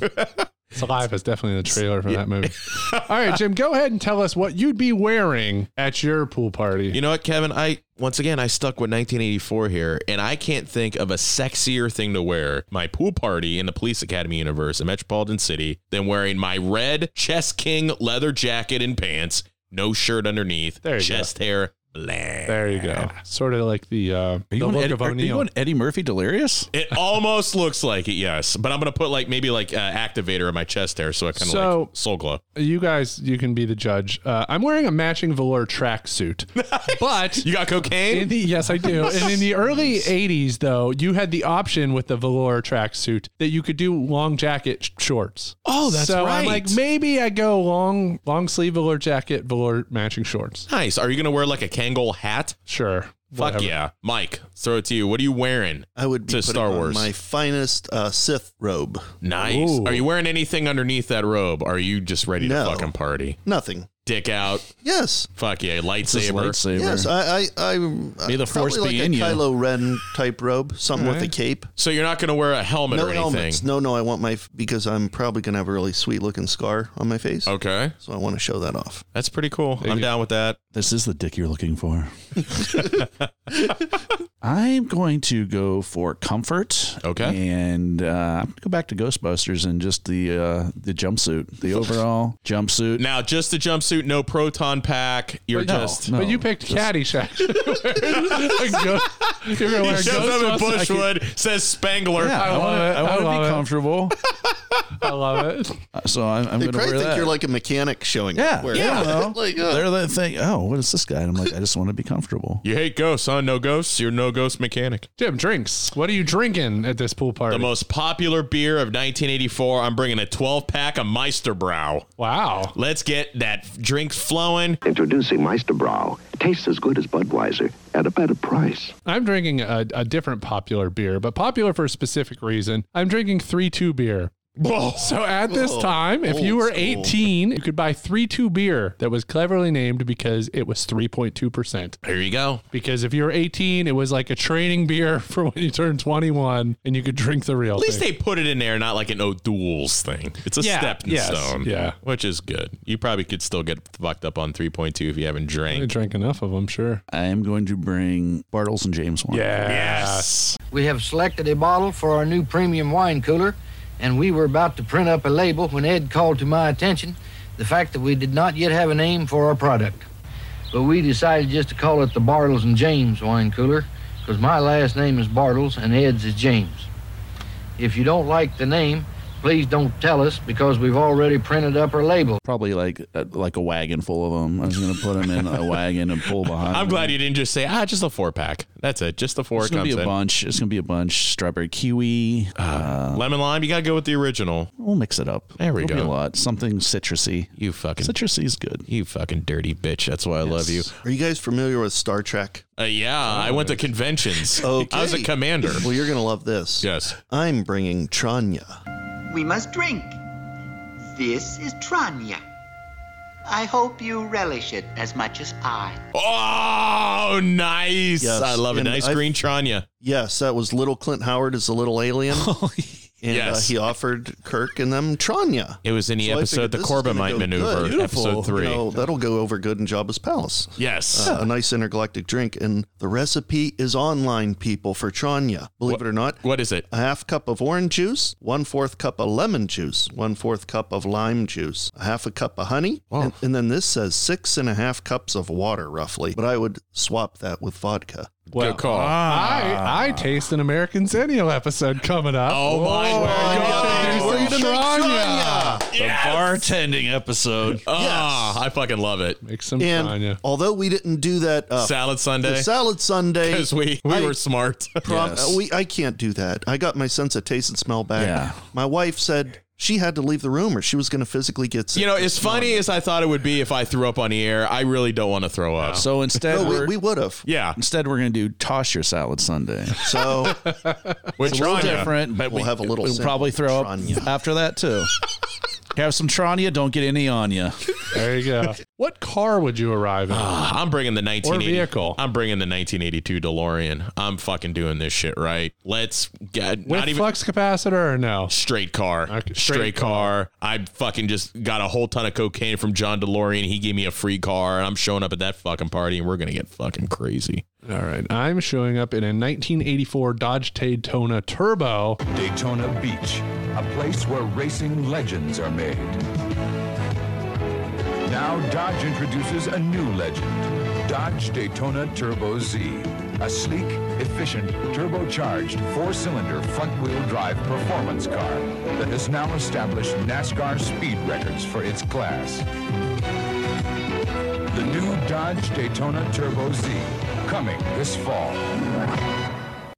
[SPEAKER 2] Saliva is definitely in the trailer for that movie. All right, Jim, go ahead and tell us what you'd be wearing at your pool party.
[SPEAKER 3] You know what, Kevin? I once again I stuck with 1984 here, and I can't think of a sexier thing to wear my pool party in the Police Academy universe in Metropolitan City than wearing my red Chess King leather jacket and pants, no shirt underneath,
[SPEAKER 2] There you go.
[SPEAKER 3] chest hair black.
[SPEAKER 2] There you go. Sort of like the uh, the
[SPEAKER 5] on
[SPEAKER 2] look
[SPEAKER 5] Eddie,
[SPEAKER 2] of
[SPEAKER 5] are you
[SPEAKER 2] O'Neill.
[SPEAKER 5] on Eddie Murphy delirious?
[SPEAKER 3] It almost looks like it, yes. But I'm gonna put like maybe like uh, activator in my chest hair, so I kind of
[SPEAKER 2] So-
[SPEAKER 3] like soul glow.
[SPEAKER 2] You guys, you can be the judge. Uh, I'm wearing a matching velour tracksuit, but
[SPEAKER 3] You got cocaine?
[SPEAKER 2] in the yes, I do. And in the early '80s, though, you had the option with the velour tracksuit that you could do long jacket sh- shorts.
[SPEAKER 3] Oh, that's
[SPEAKER 2] so I'm
[SPEAKER 3] right.
[SPEAKER 2] like, maybe I go long, long sleeve velour jacket, velour matching shorts.
[SPEAKER 3] nice. Are you gonna wear like a Kangol hat?
[SPEAKER 2] Sure.
[SPEAKER 3] Fuck
[SPEAKER 2] Whatever.
[SPEAKER 3] yeah, Mike. Throw it to you. What are you wearing?
[SPEAKER 4] I would be
[SPEAKER 3] to
[SPEAKER 4] putting
[SPEAKER 3] Star
[SPEAKER 4] on
[SPEAKER 3] Wars.
[SPEAKER 4] my finest uh, Sith robe.
[SPEAKER 3] Nice.
[SPEAKER 4] Ooh.
[SPEAKER 3] Are you wearing anything underneath that robe? Are you just ready
[SPEAKER 4] No.
[SPEAKER 3] to fucking party?
[SPEAKER 4] Nothing.
[SPEAKER 3] Dick out.
[SPEAKER 4] Yes.
[SPEAKER 3] Fuck yeah.
[SPEAKER 5] Just
[SPEAKER 3] Lightsaber.
[SPEAKER 5] lightsaber.
[SPEAKER 4] Yes. I. I. I May
[SPEAKER 5] the Force
[SPEAKER 4] like
[SPEAKER 5] be
[SPEAKER 4] a
[SPEAKER 5] in you.
[SPEAKER 4] Kylo Ren type robe, something with a
[SPEAKER 2] Alright.
[SPEAKER 4] cape.
[SPEAKER 3] So you're not going to wear a helmet
[SPEAKER 4] No
[SPEAKER 3] or anything.
[SPEAKER 4] helmets. No, no. I want my because I'm probably gonna have a really sweet looking scar on my face.
[SPEAKER 3] Okay.
[SPEAKER 4] So I want to show that off.
[SPEAKER 3] That's pretty cool. I'm down with that.
[SPEAKER 5] This is the dick you're looking for. I'm going to go for comfort.
[SPEAKER 3] Okay.
[SPEAKER 5] And uh, I'm going to go back to Ghostbusters and just the uh, the jumpsuit, the overall jumpsuit.
[SPEAKER 3] Now, just the jumpsuit, no proton pack. You're
[SPEAKER 5] But no,
[SPEAKER 3] just.
[SPEAKER 5] no.
[SPEAKER 2] But you picked Caddyshack. A ghost- You're gonna wear
[SPEAKER 3] He
[SPEAKER 2] a
[SPEAKER 3] shows up in
[SPEAKER 2] Ghostbusters-
[SPEAKER 3] Bushwood, says Spangler.
[SPEAKER 5] Yeah,
[SPEAKER 2] I
[SPEAKER 5] I,
[SPEAKER 2] love
[SPEAKER 5] want
[SPEAKER 2] it.
[SPEAKER 5] to I
[SPEAKER 2] I
[SPEAKER 5] want to
[SPEAKER 2] love
[SPEAKER 5] be
[SPEAKER 2] it.
[SPEAKER 5] comfortable. Uh,
[SPEAKER 2] I love it.
[SPEAKER 5] So I'm, I'm
[SPEAKER 4] they
[SPEAKER 5] going to
[SPEAKER 4] probably
[SPEAKER 5] wear
[SPEAKER 4] think
[SPEAKER 5] that.
[SPEAKER 4] you're like a mechanic showing
[SPEAKER 5] yeah,
[SPEAKER 4] up. where-
[SPEAKER 5] yeah. I know.
[SPEAKER 4] like, uh,
[SPEAKER 5] They're the thing. Oh, what is this guy? And I'm like, I just want to be comfortable.
[SPEAKER 3] You hate ghosts, huh? No ghosts. You're no ghost mechanic.
[SPEAKER 2] Jim, drinks. What are you drinking at this pool party?
[SPEAKER 3] The most popular beer of 1984. I'm bringing a 12 pack of Meisterbrow.
[SPEAKER 2] Wow.
[SPEAKER 3] Let's get that drink flowing.
[SPEAKER 20] Introducing Meisterbrow. Tastes as good as Budweiser at a better price.
[SPEAKER 2] I'm drinking a, a different popular beer, but popular for a specific reason. I'm drinking 3 2 beer. So at this
[SPEAKER 5] Whoa.
[SPEAKER 2] time, if you
[SPEAKER 5] Old
[SPEAKER 2] were
[SPEAKER 5] school.
[SPEAKER 2] 18, you could buy 3 2 beer that was cleverly named because it was 3.2%.
[SPEAKER 3] There you go.
[SPEAKER 2] Because if you were 18, it was like a training beer for when you turned 21 and you could drink the real
[SPEAKER 3] At least
[SPEAKER 2] thing.
[SPEAKER 3] they put it in there, not like an O'Doul's thing. It's a
[SPEAKER 2] Yeah,
[SPEAKER 3] stepping
[SPEAKER 2] yes,
[SPEAKER 3] stone.
[SPEAKER 2] yeah.
[SPEAKER 3] Which is good. You probably could still get fucked up on 3.2 if you haven't drank.
[SPEAKER 2] I drank enough of them, sure.
[SPEAKER 5] I am going to bring Bartles and James one.
[SPEAKER 3] Yes.
[SPEAKER 21] We have selected a bottle for our new premium wine cooler, and we were about to print up a label when Ed called to my attention the fact that we did not yet have a name for our product. But we decided just to call it the Bartles and James wine cooler, because my last name is Bartles and Ed's is James. If you don't like the name, please don't tell us because we've already printed up our label.
[SPEAKER 5] Probably like uh, like a wagon full of them. I was going to put them in a wagon and pull behind.
[SPEAKER 3] I'm glad you didn't just say, ah, just a four pack. That's it. Just the four
[SPEAKER 5] It's going
[SPEAKER 3] comes
[SPEAKER 5] to be a
[SPEAKER 3] in.
[SPEAKER 5] bunch. It's going to be a bunch. Strawberry kiwi. Uh,
[SPEAKER 3] Lemon lime, you got to go with the original.
[SPEAKER 5] We'll mix it up.
[SPEAKER 3] There we
[SPEAKER 5] It'll be
[SPEAKER 3] go.
[SPEAKER 5] a lot. Something citrusy.
[SPEAKER 3] You fucking
[SPEAKER 5] citrusy is good.
[SPEAKER 3] You fucking dirty bitch. That's why I love you.
[SPEAKER 4] Are you guys familiar with Star Trek?
[SPEAKER 3] Uh, yeah, I went to conventions. I was a
[SPEAKER 4] Okay.
[SPEAKER 3] commander.
[SPEAKER 4] Well, you're going to love this.
[SPEAKER 3] Yes.
[SPEAKER 4] I'm bringing Tranya.
[SPEAKER 22] We must drink. This is Tranya. I hope you relish it as much as I.
[SPEAKER 3] Oh, nice.
[SPEAKER 4] Yes,
[SPEAKER 3] I love it.
[SPEAKER 4] and
[SPEAKER 3] Nice
[SPEAKER 4] I've-
[SPEAKER 3] green Tranya.
[SPEAKER 4] Yes, that was little Clint Howard as a little alien. And uh,
[SPEAKER 3] Oh, Yes.
[SPEAKER 4] he offered Kirk and them Tranya.
[SPEAKER 3] It was in the
[SPEAKER 4] So I
[SPEAKER 3] episode
[SPEAKER 4] figured
[SPEAKER 3] The
[SPEAKER 4] this is
[SPEAKER 3] Corbomite
[SPEAKER 4] gonna go
[SPEAKER 3] Maneuver,
[SPEAKER 4] good.
[SPEAKER 3] episode
[SPEAKER 4] You
[SPEAKER 3] three.
[SPEAKER 4] know, that'll go over good in Jabba's palace.
[SPEAKER 3] Yes.
[SPEAKER 4] Uh, a nice intergalactic drink, and the recipe is online, people, for Tranya. Believe it or not.
[SPEAKER 3] What is it?
[SPEAKER 4] A half cup of orange juice, one fourth cup of lemon juice, one fourth cup of lime juice, a half a cup of honey, and, and then this says six and a half cups of water, roughly. But I would swap that with vodka.
[SPEAKER 2] Well,
[SPEAKER 4] uh,
[SPEAKER 2] Ah, I, I taste an American Centennial episode coming up. Oh, my God.
[SPEAKER 4] We're gonna make
[SPEAKER 5] bartending episode.
[SPEAKER 3] Ah, I fucking love it.
[SPEAKER 2] Make some
[SPEAKER 4] And although we didn't do that uh,
[SPEAKER 3] Salad Sunday.
[SPEAKER 4] the salad Sunday,
[SPEAKER 3] Because we, we
[SPEAKER 4] I
[SPEAKER 3] were smart.
[SPEAKER 4] prom- we I can't do that. I got my sense of taste and smell back.
[SPEAKER 3] Yeah.
[SPEAKER 4] My wife said she had to leave the room or she was going to physically get sick.
[SPEAKER 3] You know, as funny as I thought it would be if I threw up on the air, I really don't want to throw up.
[SPEAKER 5] So instead,
[SPEAKER 4] No, Oh, we-
[SPEAKER 5] we're-
[SPEAKER 4] we would've.
[SPEAKER 3] Yeah.
[SPEAKER 5] Instead, we're going to do toss your salad Sunday.
[SPEAKER 4] So
[SPEAKER 3] We're
[SPEAKER 5] it's a little
[SPEAKER 3] Tranya.
[SPEAKER 5] different, but
[SPEAKER 4] We'll
[SPEAKER 5] we
[SPEAKER 4] have a little
[SPEAKER 5] We'll
[SPEAKER 4] sip
[SPEAKER 5] probably
[SPEAKER 4] of
[SPEAKER 5] throw
[SPEAKER 4] Tranya.
[SPEAKER 5] up after that too. have some Tranya. Don't get any on you.
[SPEAKER 2] There you go. What car would you arrive in?
[SPEAKER 3] Ah, I'm bringing the 1980
[SPEAKER 2] vehicle.
[SPEAKER 3] I'm bringing the 1982 DeLorean. I'm fucking doing this shit right. Let's get
[SPEAKER 2] With
[SPEAKER 3] not even
[SPEAKER 2] flux capacitor or no?
[SPEAKER 3] straight car, straight, car. I fucking just got a whole ton of cocaine from John DeLorean. He gave me a free car, and I'm showing up at that fucking party, and we're gonna get fucking crazy.
[SPEAKER 2] All right. I'm showing up in a 1984 Dodge Daytona Turbo.
[SPEAKER 23] Daytona Beach, a place where racing legends are made. Now Dodge introduces a new legend, Dodge Daytona Turbo Z. A sleek, efficient, turbocharged four-cylinder front-wheel drive performance car that has now established NASCAR speed records for its class. The new Dodge Daytona Turbo Z, coming this fall.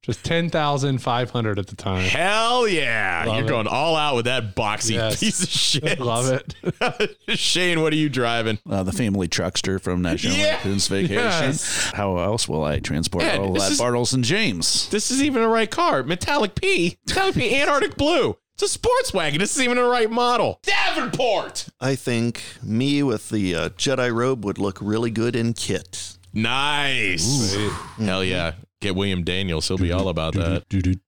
[SPEAKER 2] Just 10,500 at the time.
[SPEAKER 3] Hell yeah!
[SPEAKER 2] Love
[SPEAKER 3] You're
[SPEAKER 2] it.
[SPEAKER 3] going all out with that boxy
[SPEAKER 2] Yes.
[SPEAKER 3] piece of shit.
[SPEAKER 2] Love it.
[SPEAKER 3] Shane, what are you driving?
[SPEAKER 5] Uh, the family truckster from National
[SPEAKER 3] Yeah.
[SPEAKER 5] Lampoon's Vacation.
[SPEAKER 3] Yes.
[SPEAKER 5] How else will I transport
[SPEAKER 3] Ed,
[SPEAKER 5] all
[SPEAKER 3] this
[SPEAKER 5] that
[SPEAKER 3] is-
[SPEAKER 5] Bartles and James?
[SPEAKER 3] This is even the right car. Metallic P, metallic P, Antarctic Blue. It's a sports wagon. This is even the right model. Davenport.
[SPEAKER 4] I think me with the uh, Jedi robe would look really good in kit.
[SPEAKER 3] Nice. Hell yeah. Get William Daniels. He'll be all about that.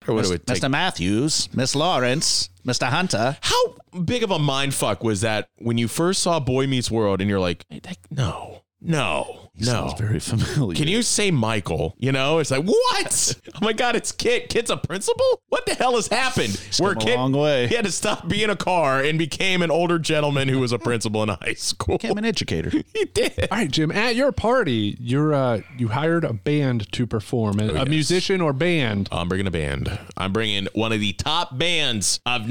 [SPEAKER 3] Or what do we take?
[SPEAKER 5] Mr. Matthews, Miss Lawrence, Mr. Hunter.
[SPEAKER 3] How big of a mind fuck was that when you first saw Boy Meets World and you're like, "Hey, that- no, no. no.
[SPEAKER 5] very familiar.
[SPEAKER 3] Can you say Michael? You know, it's like, what? oh my God, it's Kit. Kit's a principal? What the hell has happened? Where
[SPEAKER 5] come a
[SPEAKER 3] Kit-
[SPEAKER 5] long way.
[SPEAKER 3] He had to stop being a car and became an older gentleman who was a principal in high school.
[SPEAKER 5] Became an educator.
[SPEAKER 3] he did.
[SPEAKER 2] All right, Jim. At your party, you're uh, you hired a band to perform, a, a
[SPEAKER 3] Oh, yes.
[SPEAKER 2] musician or band.
[SPEAKER 3] I'm bringing a band. I'm bringing one of the top bands of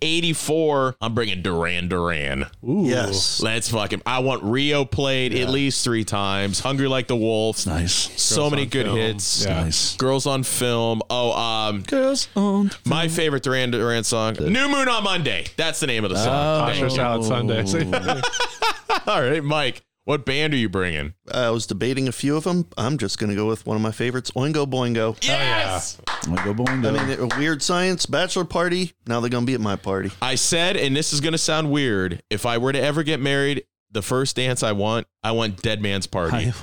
[SPEAKER 3] 1984. I'm bringing Duran Duran.
[SPEAKER 2] Ooh.
[SPEAKER 4] Yes.
[SPEAKER 3] Let's fuck him. I want Rio played at least three times. Hungry Like the Wolf.
[SPEAKER 5] nice.
[SPEAKER 3] So many good hits.
[SPEAKER 5] Yeah. Nice.
[SPEAKER 3] Girls on Film. Oh, um,
[SPEAKER 5] Girls on.
[SPEAKER 3] my favorite Duran Duran song, New Moon on Monday. That's the name of the song.
[SPEAKER 2] Osher Salad Sunday. Oh.
[SPEAKER 3] All right, Mike, what band are you bringing?
[SPEAKER 4] I was debating a few of them. I'm just going to go with one of my favorites, Oingo Boingo.
[SPEAKER 3] Yes!
[SPEAKER 5] Boingo Boingo.
[SPEAKER 4] I mean, they're a weird science bachelor party. Now they're going to be at my party.
[SPEAKER 3] I said, and this is going to sound weird, if I were to ever get married, the first dance I want, I want Dead Man's Party.
[SPEAKER 2] so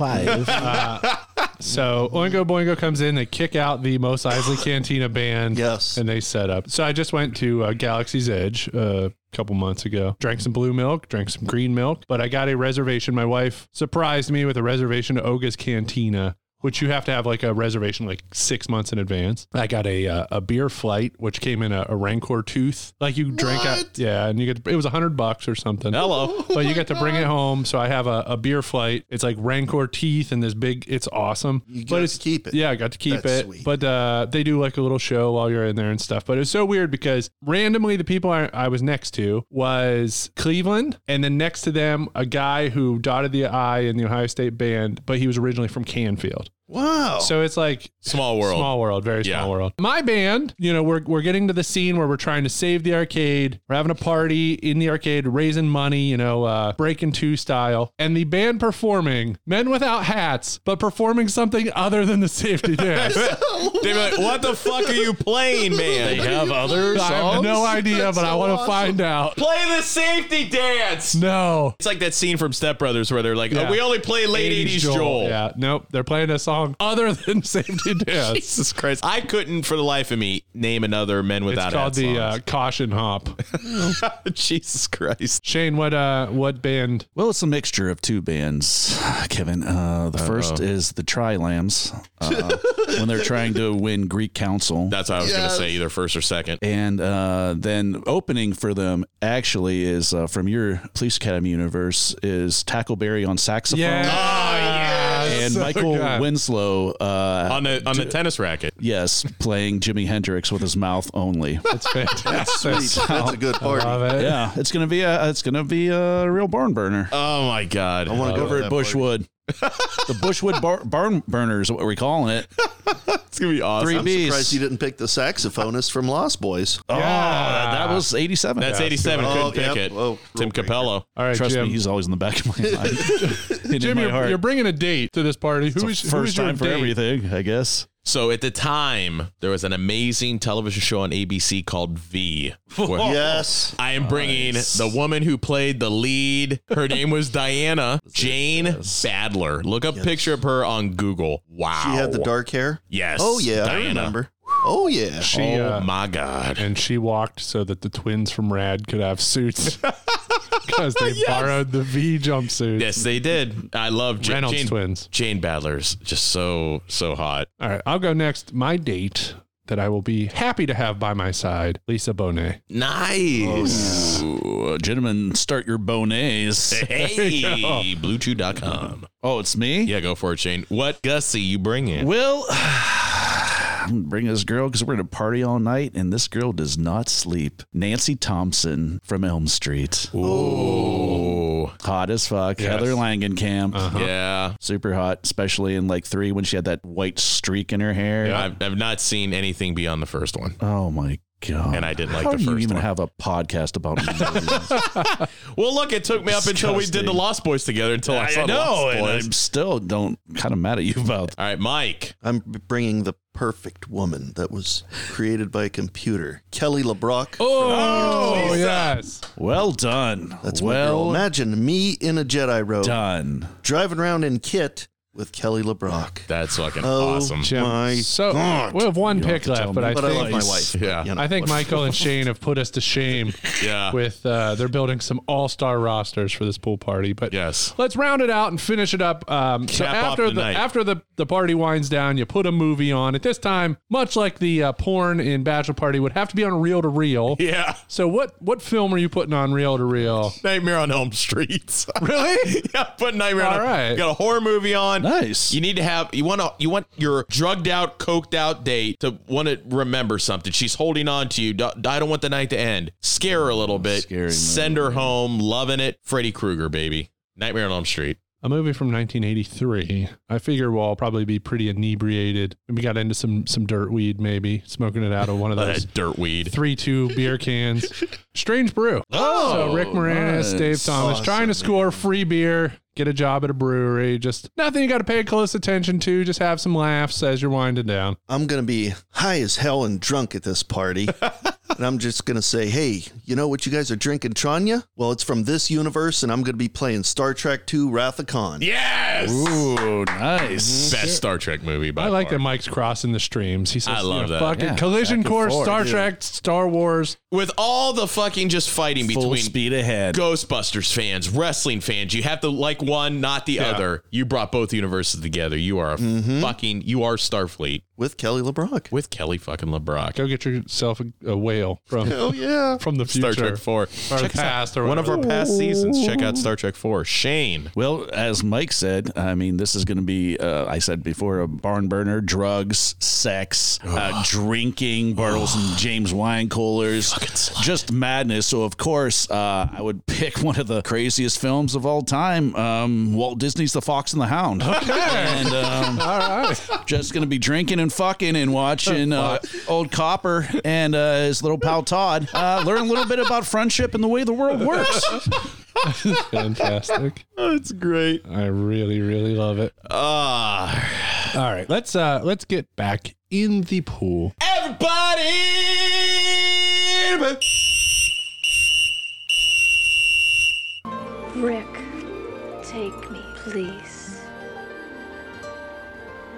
[SPEAKER 2] Oingo Boingo comes in, they kick out the Mos Eisley Cantina band.
[SPEAKER 4] Yes.
[SPEAKER 2] And they set up. So I just went to uh, Galaxy's Edge uh, a couple months ago. Drank some blue milk, drank some green milk, but I got a reservation. My wife surprised me with a reservation to Oga's Cantina. Which you have to have like a reservation like six months in advance. I got a uh, a beer flight, which came in a, a Rancor tooth. Like you drank out, yeah, and you get it was a hundred bucks or something.
[SPEAKER 3] Hello.
[SPEAKER 2] but you get to bring it home. So I have a, a beer flight. It's like Rancor teeth and this big. It's awesome.
[SPEAKER 4] You
[SPEAKER 2] but
[SPEAKER 4] got
[SPEAKER 2] it's
[SPEAKER 4] to keep it.
[SPEAKER 2] Yeah, I got to keep
[SPEAKER 4] That's
[SPEAKER 2] it.
[SPEAKER 4] sweet.
[SPEAKER 2] But uh, they do like a little show while you're in there and stuff. But it's so weird because randomly the people I, I was next to was Cleveland, and then next to them a guy who dotted the I in the Ohio State band, but he was originally from Canfield.
[SPEAKER 4] Wow.
[SPEAKER 2] So it's like
[SPEAKER 3] Small World.
[SPEAKER 2] Small world, very
[SPEAKER 3] Yeah.
[SPEAKER 2] small world. My band, you know, we're we're getting to the scene where we're trying to save the arcade. We're having a party in the arcade, raising money, you know, uh, breaking two style, and the band performing Men Without Hats, but performing something other than the safety dance.
[SPEAKER 3] They'd be like, what the fuck are you playing, man?
[SPEAKER 5] other
[SPEAKER 2] I have no idea, but I want to find out.
[SPEAKER 3] Play the safety dance.
[SPEAKER 2] No.
[SPEAKER 3] It's like that scene from Step Brothers where they're like,
[SPEAKER 2] Yeah.
[SPEAKER 3] oh, we only play late 80s, Joel.
[SPEAKER 2] Yeah, nope. They're playing a song other than safety dance.
[SPEAKER 3] Jesus Christ. I couldn't for the life of me name another Men Without
[SPEAKER 2] It's called
[SPEAKER 3] Hats
[SPEAKER 2] the uh,
[SPEAKER 3] song.
[SPEAKER 2] caution hop.
[SPEAKER 3] Jesus Christ.
[SPEAKER 2] Shane, what uh, what band?
[SPEAKER 5] Well, it's a mixture of two bands, Kevin. Uh, the first is the Tri Lambs uh, when they're trying to win Greek Council.
[SPEAKER 3] That's what I was going to say, either first or second.
[SPEAKER 5] and uh, then opening for them actually is uh, from your police academy universe is Tackleberry on saxophone and
[SPEAKER 3] Oh
[SPEAKER 5] Michael
[SPEAKER 2] God.
[SPEAKER 5] Winslow. Uh,
[SPEAKER 3] On the on the tennis racket.
[SPEAKER 5] yes, playing Jimi Hendrix with his mouth only.
[SPEAKER 2] It's fantastic.
[SPEAKER 4] That's a good party.
[SPEAKER 2] Love it.
[SPEAKER 5] yeah, it's gonna be a it's gonna be a real barn burner.
[SPEAKER 3] Oh my God.
[SPEAKER 4] I want to go
[SPEAKER 5] Over
[SPEAKER 4] to
[SPEAKER 5] at
[SPEAKER 4] that
[SPEAKER 5] Bushwood. the Bushwood bar- barn burner is what we're calling it.
[SPEAKER 3] It's going to be awesome.
[SPEAKER 5] Three
[SPEAKER 4] party. I'm
[SPEAKER 5] Bs.
[SPEAKER 4] surprised you didn't pick the saxophonist from Lost Boys.
[SPEAKER 5] Oh, that, that was 87.
[SPEAKER 3] That's 87.
[SPEAKER 4] Oh,
[SPEAKER 3] Couldn't
[SPEAKER 4] yep.
[SPEAKER 3] pick it. Tim
[SPEAKER 4] Oh, real quick.
[SPEAKER 3] Capello.
[SPEAKER 2] All right,
[SPEAKER 5] Trust
[SPEAKER 2] Jim.
[SPEAKER 5] me, he's always in the back of my mind. Hidden in
[SPEAKER 2] Jim,
[SPEAKER 5] my
[SPEAKER 2] you're,
[SPEAKER 5] heart.
[SPEAKER 2] you're bringing a date to this party. Who
[SPEAKER 5] It's
[SPEAKER 2] is
[SPEAKER 5] the
[SPEAKER 2] who is
[SPEAKER 5] first
[SPEAKER 2] your
[SPEAKER 5] time for
[SPEAKER 2] date?
[SPEAKER 5] everything, I guess.
[SPEAKER 3] So at the time, there was an amazing television show on ABC called V. where-
[SPEAKER 4] Yes.
[SPEAKER 3] I am bringing the woman who played the lead. Her name was Diana Jane Badler. Look up picture of her on Google. Wow.
[SPEAKER 4] She had the dark hair.
[SPEAKER 3] Yes.
[SPEAKER 4] Oh yeah, I
[SPEAKER 3] Diana.
[SPEAKER 4] remember. Oh yeah.
[SPEAKER 2] She,
[SPEAKER 3] oh
[SPEAKER 2] uh,
[SPEAKER 3] my God.
[SPEAKER 2] and she walked so that the twins from Rad could have suits because they borrowed the V jumpsuit.
[SPEAKER 3] Yes, they did. I love Ja-
[SPEAKER 2] Reynolds
[SPEAKER 3] Jane,
[SPEAKER 2] twins.
[SPEAKER 3] Jane Badler's just so so hot.
[SPEAKER 2] All right, I'll go next. My date that I will be happy to have by my side, Lisa Bonet.
[SPEAKER 3] Nice.
[SPEAKER 5] Ooh, gentlemen, start your bonnets.
[SPEAKER 3] Hey, bluechew.com.
[SPEAKER 5] Oh, it's me?
[SPEAKER 3] Yeah, go for it, Shane. What Gussie you bring in?
[SPEAKER 5] Well, I'm gonna bring this girl because we're going to party all night, and this girl does not sleep. Nancy Thompson from Elm Street.
[SPEAKER 3] Ooh.
[SPEAKER 5] Hot as fuck.
[SPEAKER 2] Yes.
[SPEAKER 5] Heather Langenkamp.
[SPEAKER 3] Uh-huh. Yeah.
[SPEAKER 5] Super hot, especially in like three when she had that white streak in her hair.
[SPEAKER 3] I've, I've not seen anything beyond the first one.
[SPEAKER 5] Oh my God.
[SPEAKER 3] And I didn't like
[SPEAKER 5] How
[SPEAKER 3] the
[SPEAKER 5] do you
[SPEAKER 3] first
[SPEAKER 5] even
[SPEAKER 3] one.
[SPEAKER 5] have a podcast about movies?
[SPEAKER 3] Well, look, it took me up until we did
[SPEAKER 5] Disgusting.
[SPEAKER 3] the Lost Boys together until I, saw the
[SPEAKER 5] know,
[SPEAKER 3] Lost
[SPEAKER 5] and
[SPEAKER 3] Boys.
[SPEAKER 5] I'm still don't kind of mad at you about
[SPEAKER 3] All right, Mike.
[SPEAKER 4] I'm bringing the perfect woman that was created by a computer, Kelly LeBrock.
[SPEAKER 2] Oh, yes.
[SPEAKER 5] Well done.
[SPEAKER 4] That's my girl.
[SPEAKER 5] well
[SPEAKER 4] Imagine me in a Jedi robe,
[SPEAKER 5] done.
[SPEAKER 4] driving around in kit with Kelly LeBrock.
[SPEAKER 3] That's fucking
[SPEAKER 4] Oh,
[SPEAKER 3] awesome.
[SPEAKER 4] Jim, my
[SPEAKER 2] So
[SPEAKER 4] God.
[SPEAKER 2] we have one
[SPEAKER 4] You don't
[SPEAKER 2] pick
[SPEAKER 4] have to tell
[SPEAKER 2] left, but
[SPEAKER 4] me.
[SPEAKER 2] I
[SPEAKER 4] But I
[SPEAKER 2] think
[SPEAKER 4] love my wife, but, Yeah. you know,
[SPEAKER 2] I think
[SPEAKER 4] whatever.
[SPEAKER 2] Michael and Shane have put us to shame.
[SPEAKER 3] Yeah.
[SPEAKER 2] with uh, they're building some all-star rosters for this pool party. But
[SPEAKER 3] yes,
[SPEAKER 2] let's round it out and finish it up. Um, so
[SPEAKER 3] Cap off
[SPEAKER 2] after
[SPEAKER 3] the
[SPEAKER 2] the,
[SPEAKER 3] night.
[SPEAKER 2] after the the party winds down, you put a movie on. At this time, much like the uh, porn in Bachelor Party, would have to be on reel to reel.
[SPEAKER 3] Yeah.
[SPEAKER 2] So what what film are you putting on reel to reel?
[SPEAKER 3] Nightmare on Elm Street.
[SPEAKER 2] Really?
[SPEAKER 3] yeah, put Nightmare on
[SPEAKER 2] All
[SPEAKER 3] Elm-
[SPEAKER 2] right.
[SPEAKER 3] You got a horror movie on. Nice. You need to have you want to you want your drugged out, coked out date to want to remember something. She's holding on to you. Don't- I don't want the night to end. Scare her a little bit. Send her home, loving it. Freddy Krueger, baby. Nightmare on Elm Street.
[SPEAKER 2] A movie from 1983. I figure we'll all probably be pretty inebriated. We got into some some dirt weed, maybe smoking it out of one of those
[SPEAKER 3] That dirt weed.
[SPEAKER 2] three two beer cans. Strange brew.
[SPEAKER 3] Oh,
[SPEAKER 2] so Rick Moranis,
[SPEAKER 3] nice.
[SPEAKER 2] Dave Thomas,
[SPEAKER 3] Awesome,
[SPEAKER 2] trying to score free beer, get a job at a brewery. Just nothing you got to pay close attention to. Just have some laughs as you're winding down.
[SPEAKER 4] I'm going to be high as hell and drunk at this party. and I'm just going to say, hey, you know what you guys are drinking, Tranya? Well, it's from this universe, and I'm going to be playing Star Trek 2 Wrath of Khan.
[SPEAKER 3] Yes.
[SPEAKER 5] Ooh, nice.
[SPEAKER 3] Best Star Trek movie. By
[SPEAKER 2] I like
[SPEAKER 3] far.
[SPEAKER 2] that Mike's crossing the streams. He says,
[SPEAKER 3] I love
[SPEAKER 2] you know,
[SPEAKER 3] that.
[SPEAKER 2] Fucking
[SPEAKER 3] Yeah.
[SPEAKER 2] collision
[SPEAKER 3] Back and
[SPEAKER 2] course,
[SPEAKER 3] forth,
[SPEAKER 2] Star
[SPEAKER 3] yeah.
[SPEAKER 2] Trek, Star Wars.
[SPEAKER 3] with all the fucking just fighting
[SPEAKER 5] Full
[SPEAKER 3] between
[SPEAKER 5] speed ahead.
[SPEAKER 3] Ghostbusters fans, wrestling fans, you have to like one, not the
[SPEAKER 4] Yeah.
[SPEAKER 3] other. You brought both universes together. You are a
[SPEAKER 2] Mm-hmm.
[SPEAKER 3] fucking, you are Starfleet
[SPEAKER 4] with Kelly LeBrock.
[SPEAKER 3] With Kelly fucking LeBrock.
[SPEAKER 2] Go get yourself a, a whale from
[SPEAKER 3] Hell
[SPEAKER 4] yeah.
[SPEAKER 2] from the
[SPEAKER 3] Star
[SPEAKER 2] future.
[SPEAKER 3] Trek Four.
[SPEAKER 2] Or
[SPEAKER 3] Check us out.
[SPEAKER 2] past or
[SPEAKER 3] one of
[SPEAKER 2] whatever.
[SPEAKER 3] our past seasons. Check out Star Trek Four. Shane.
[SPEAKER 5] Well, as Mike said, I mean, this is going to be, uh, I said before, a barn burner, drugs, sex, uh, drinking, Bartles and James wine coolers, just madness. So, of course, uh, I would pick one of the craziest films of all time um, Walt Disney's The Fox and the Hound. Okay. and, um,
[SPEAKER 2] all right.
[SPEAKER 5] Just going to be drinking and fucking and watching uh, Old Copper and uh, his little pal Todd uh, learn a little bit about friendship and the way the world works.
[SPEAKER 2] Fantastic.
[SPEAKER 3] That's great.
[SPEAKER 2] I really, really love it.
[SPEAKER 3] Ah.
[SPEAKER 2] All right. Let's uh let's get back in the pool.
[SPEAKER 3] Everybody.
[SPEAKER 12] Rick, take me, please.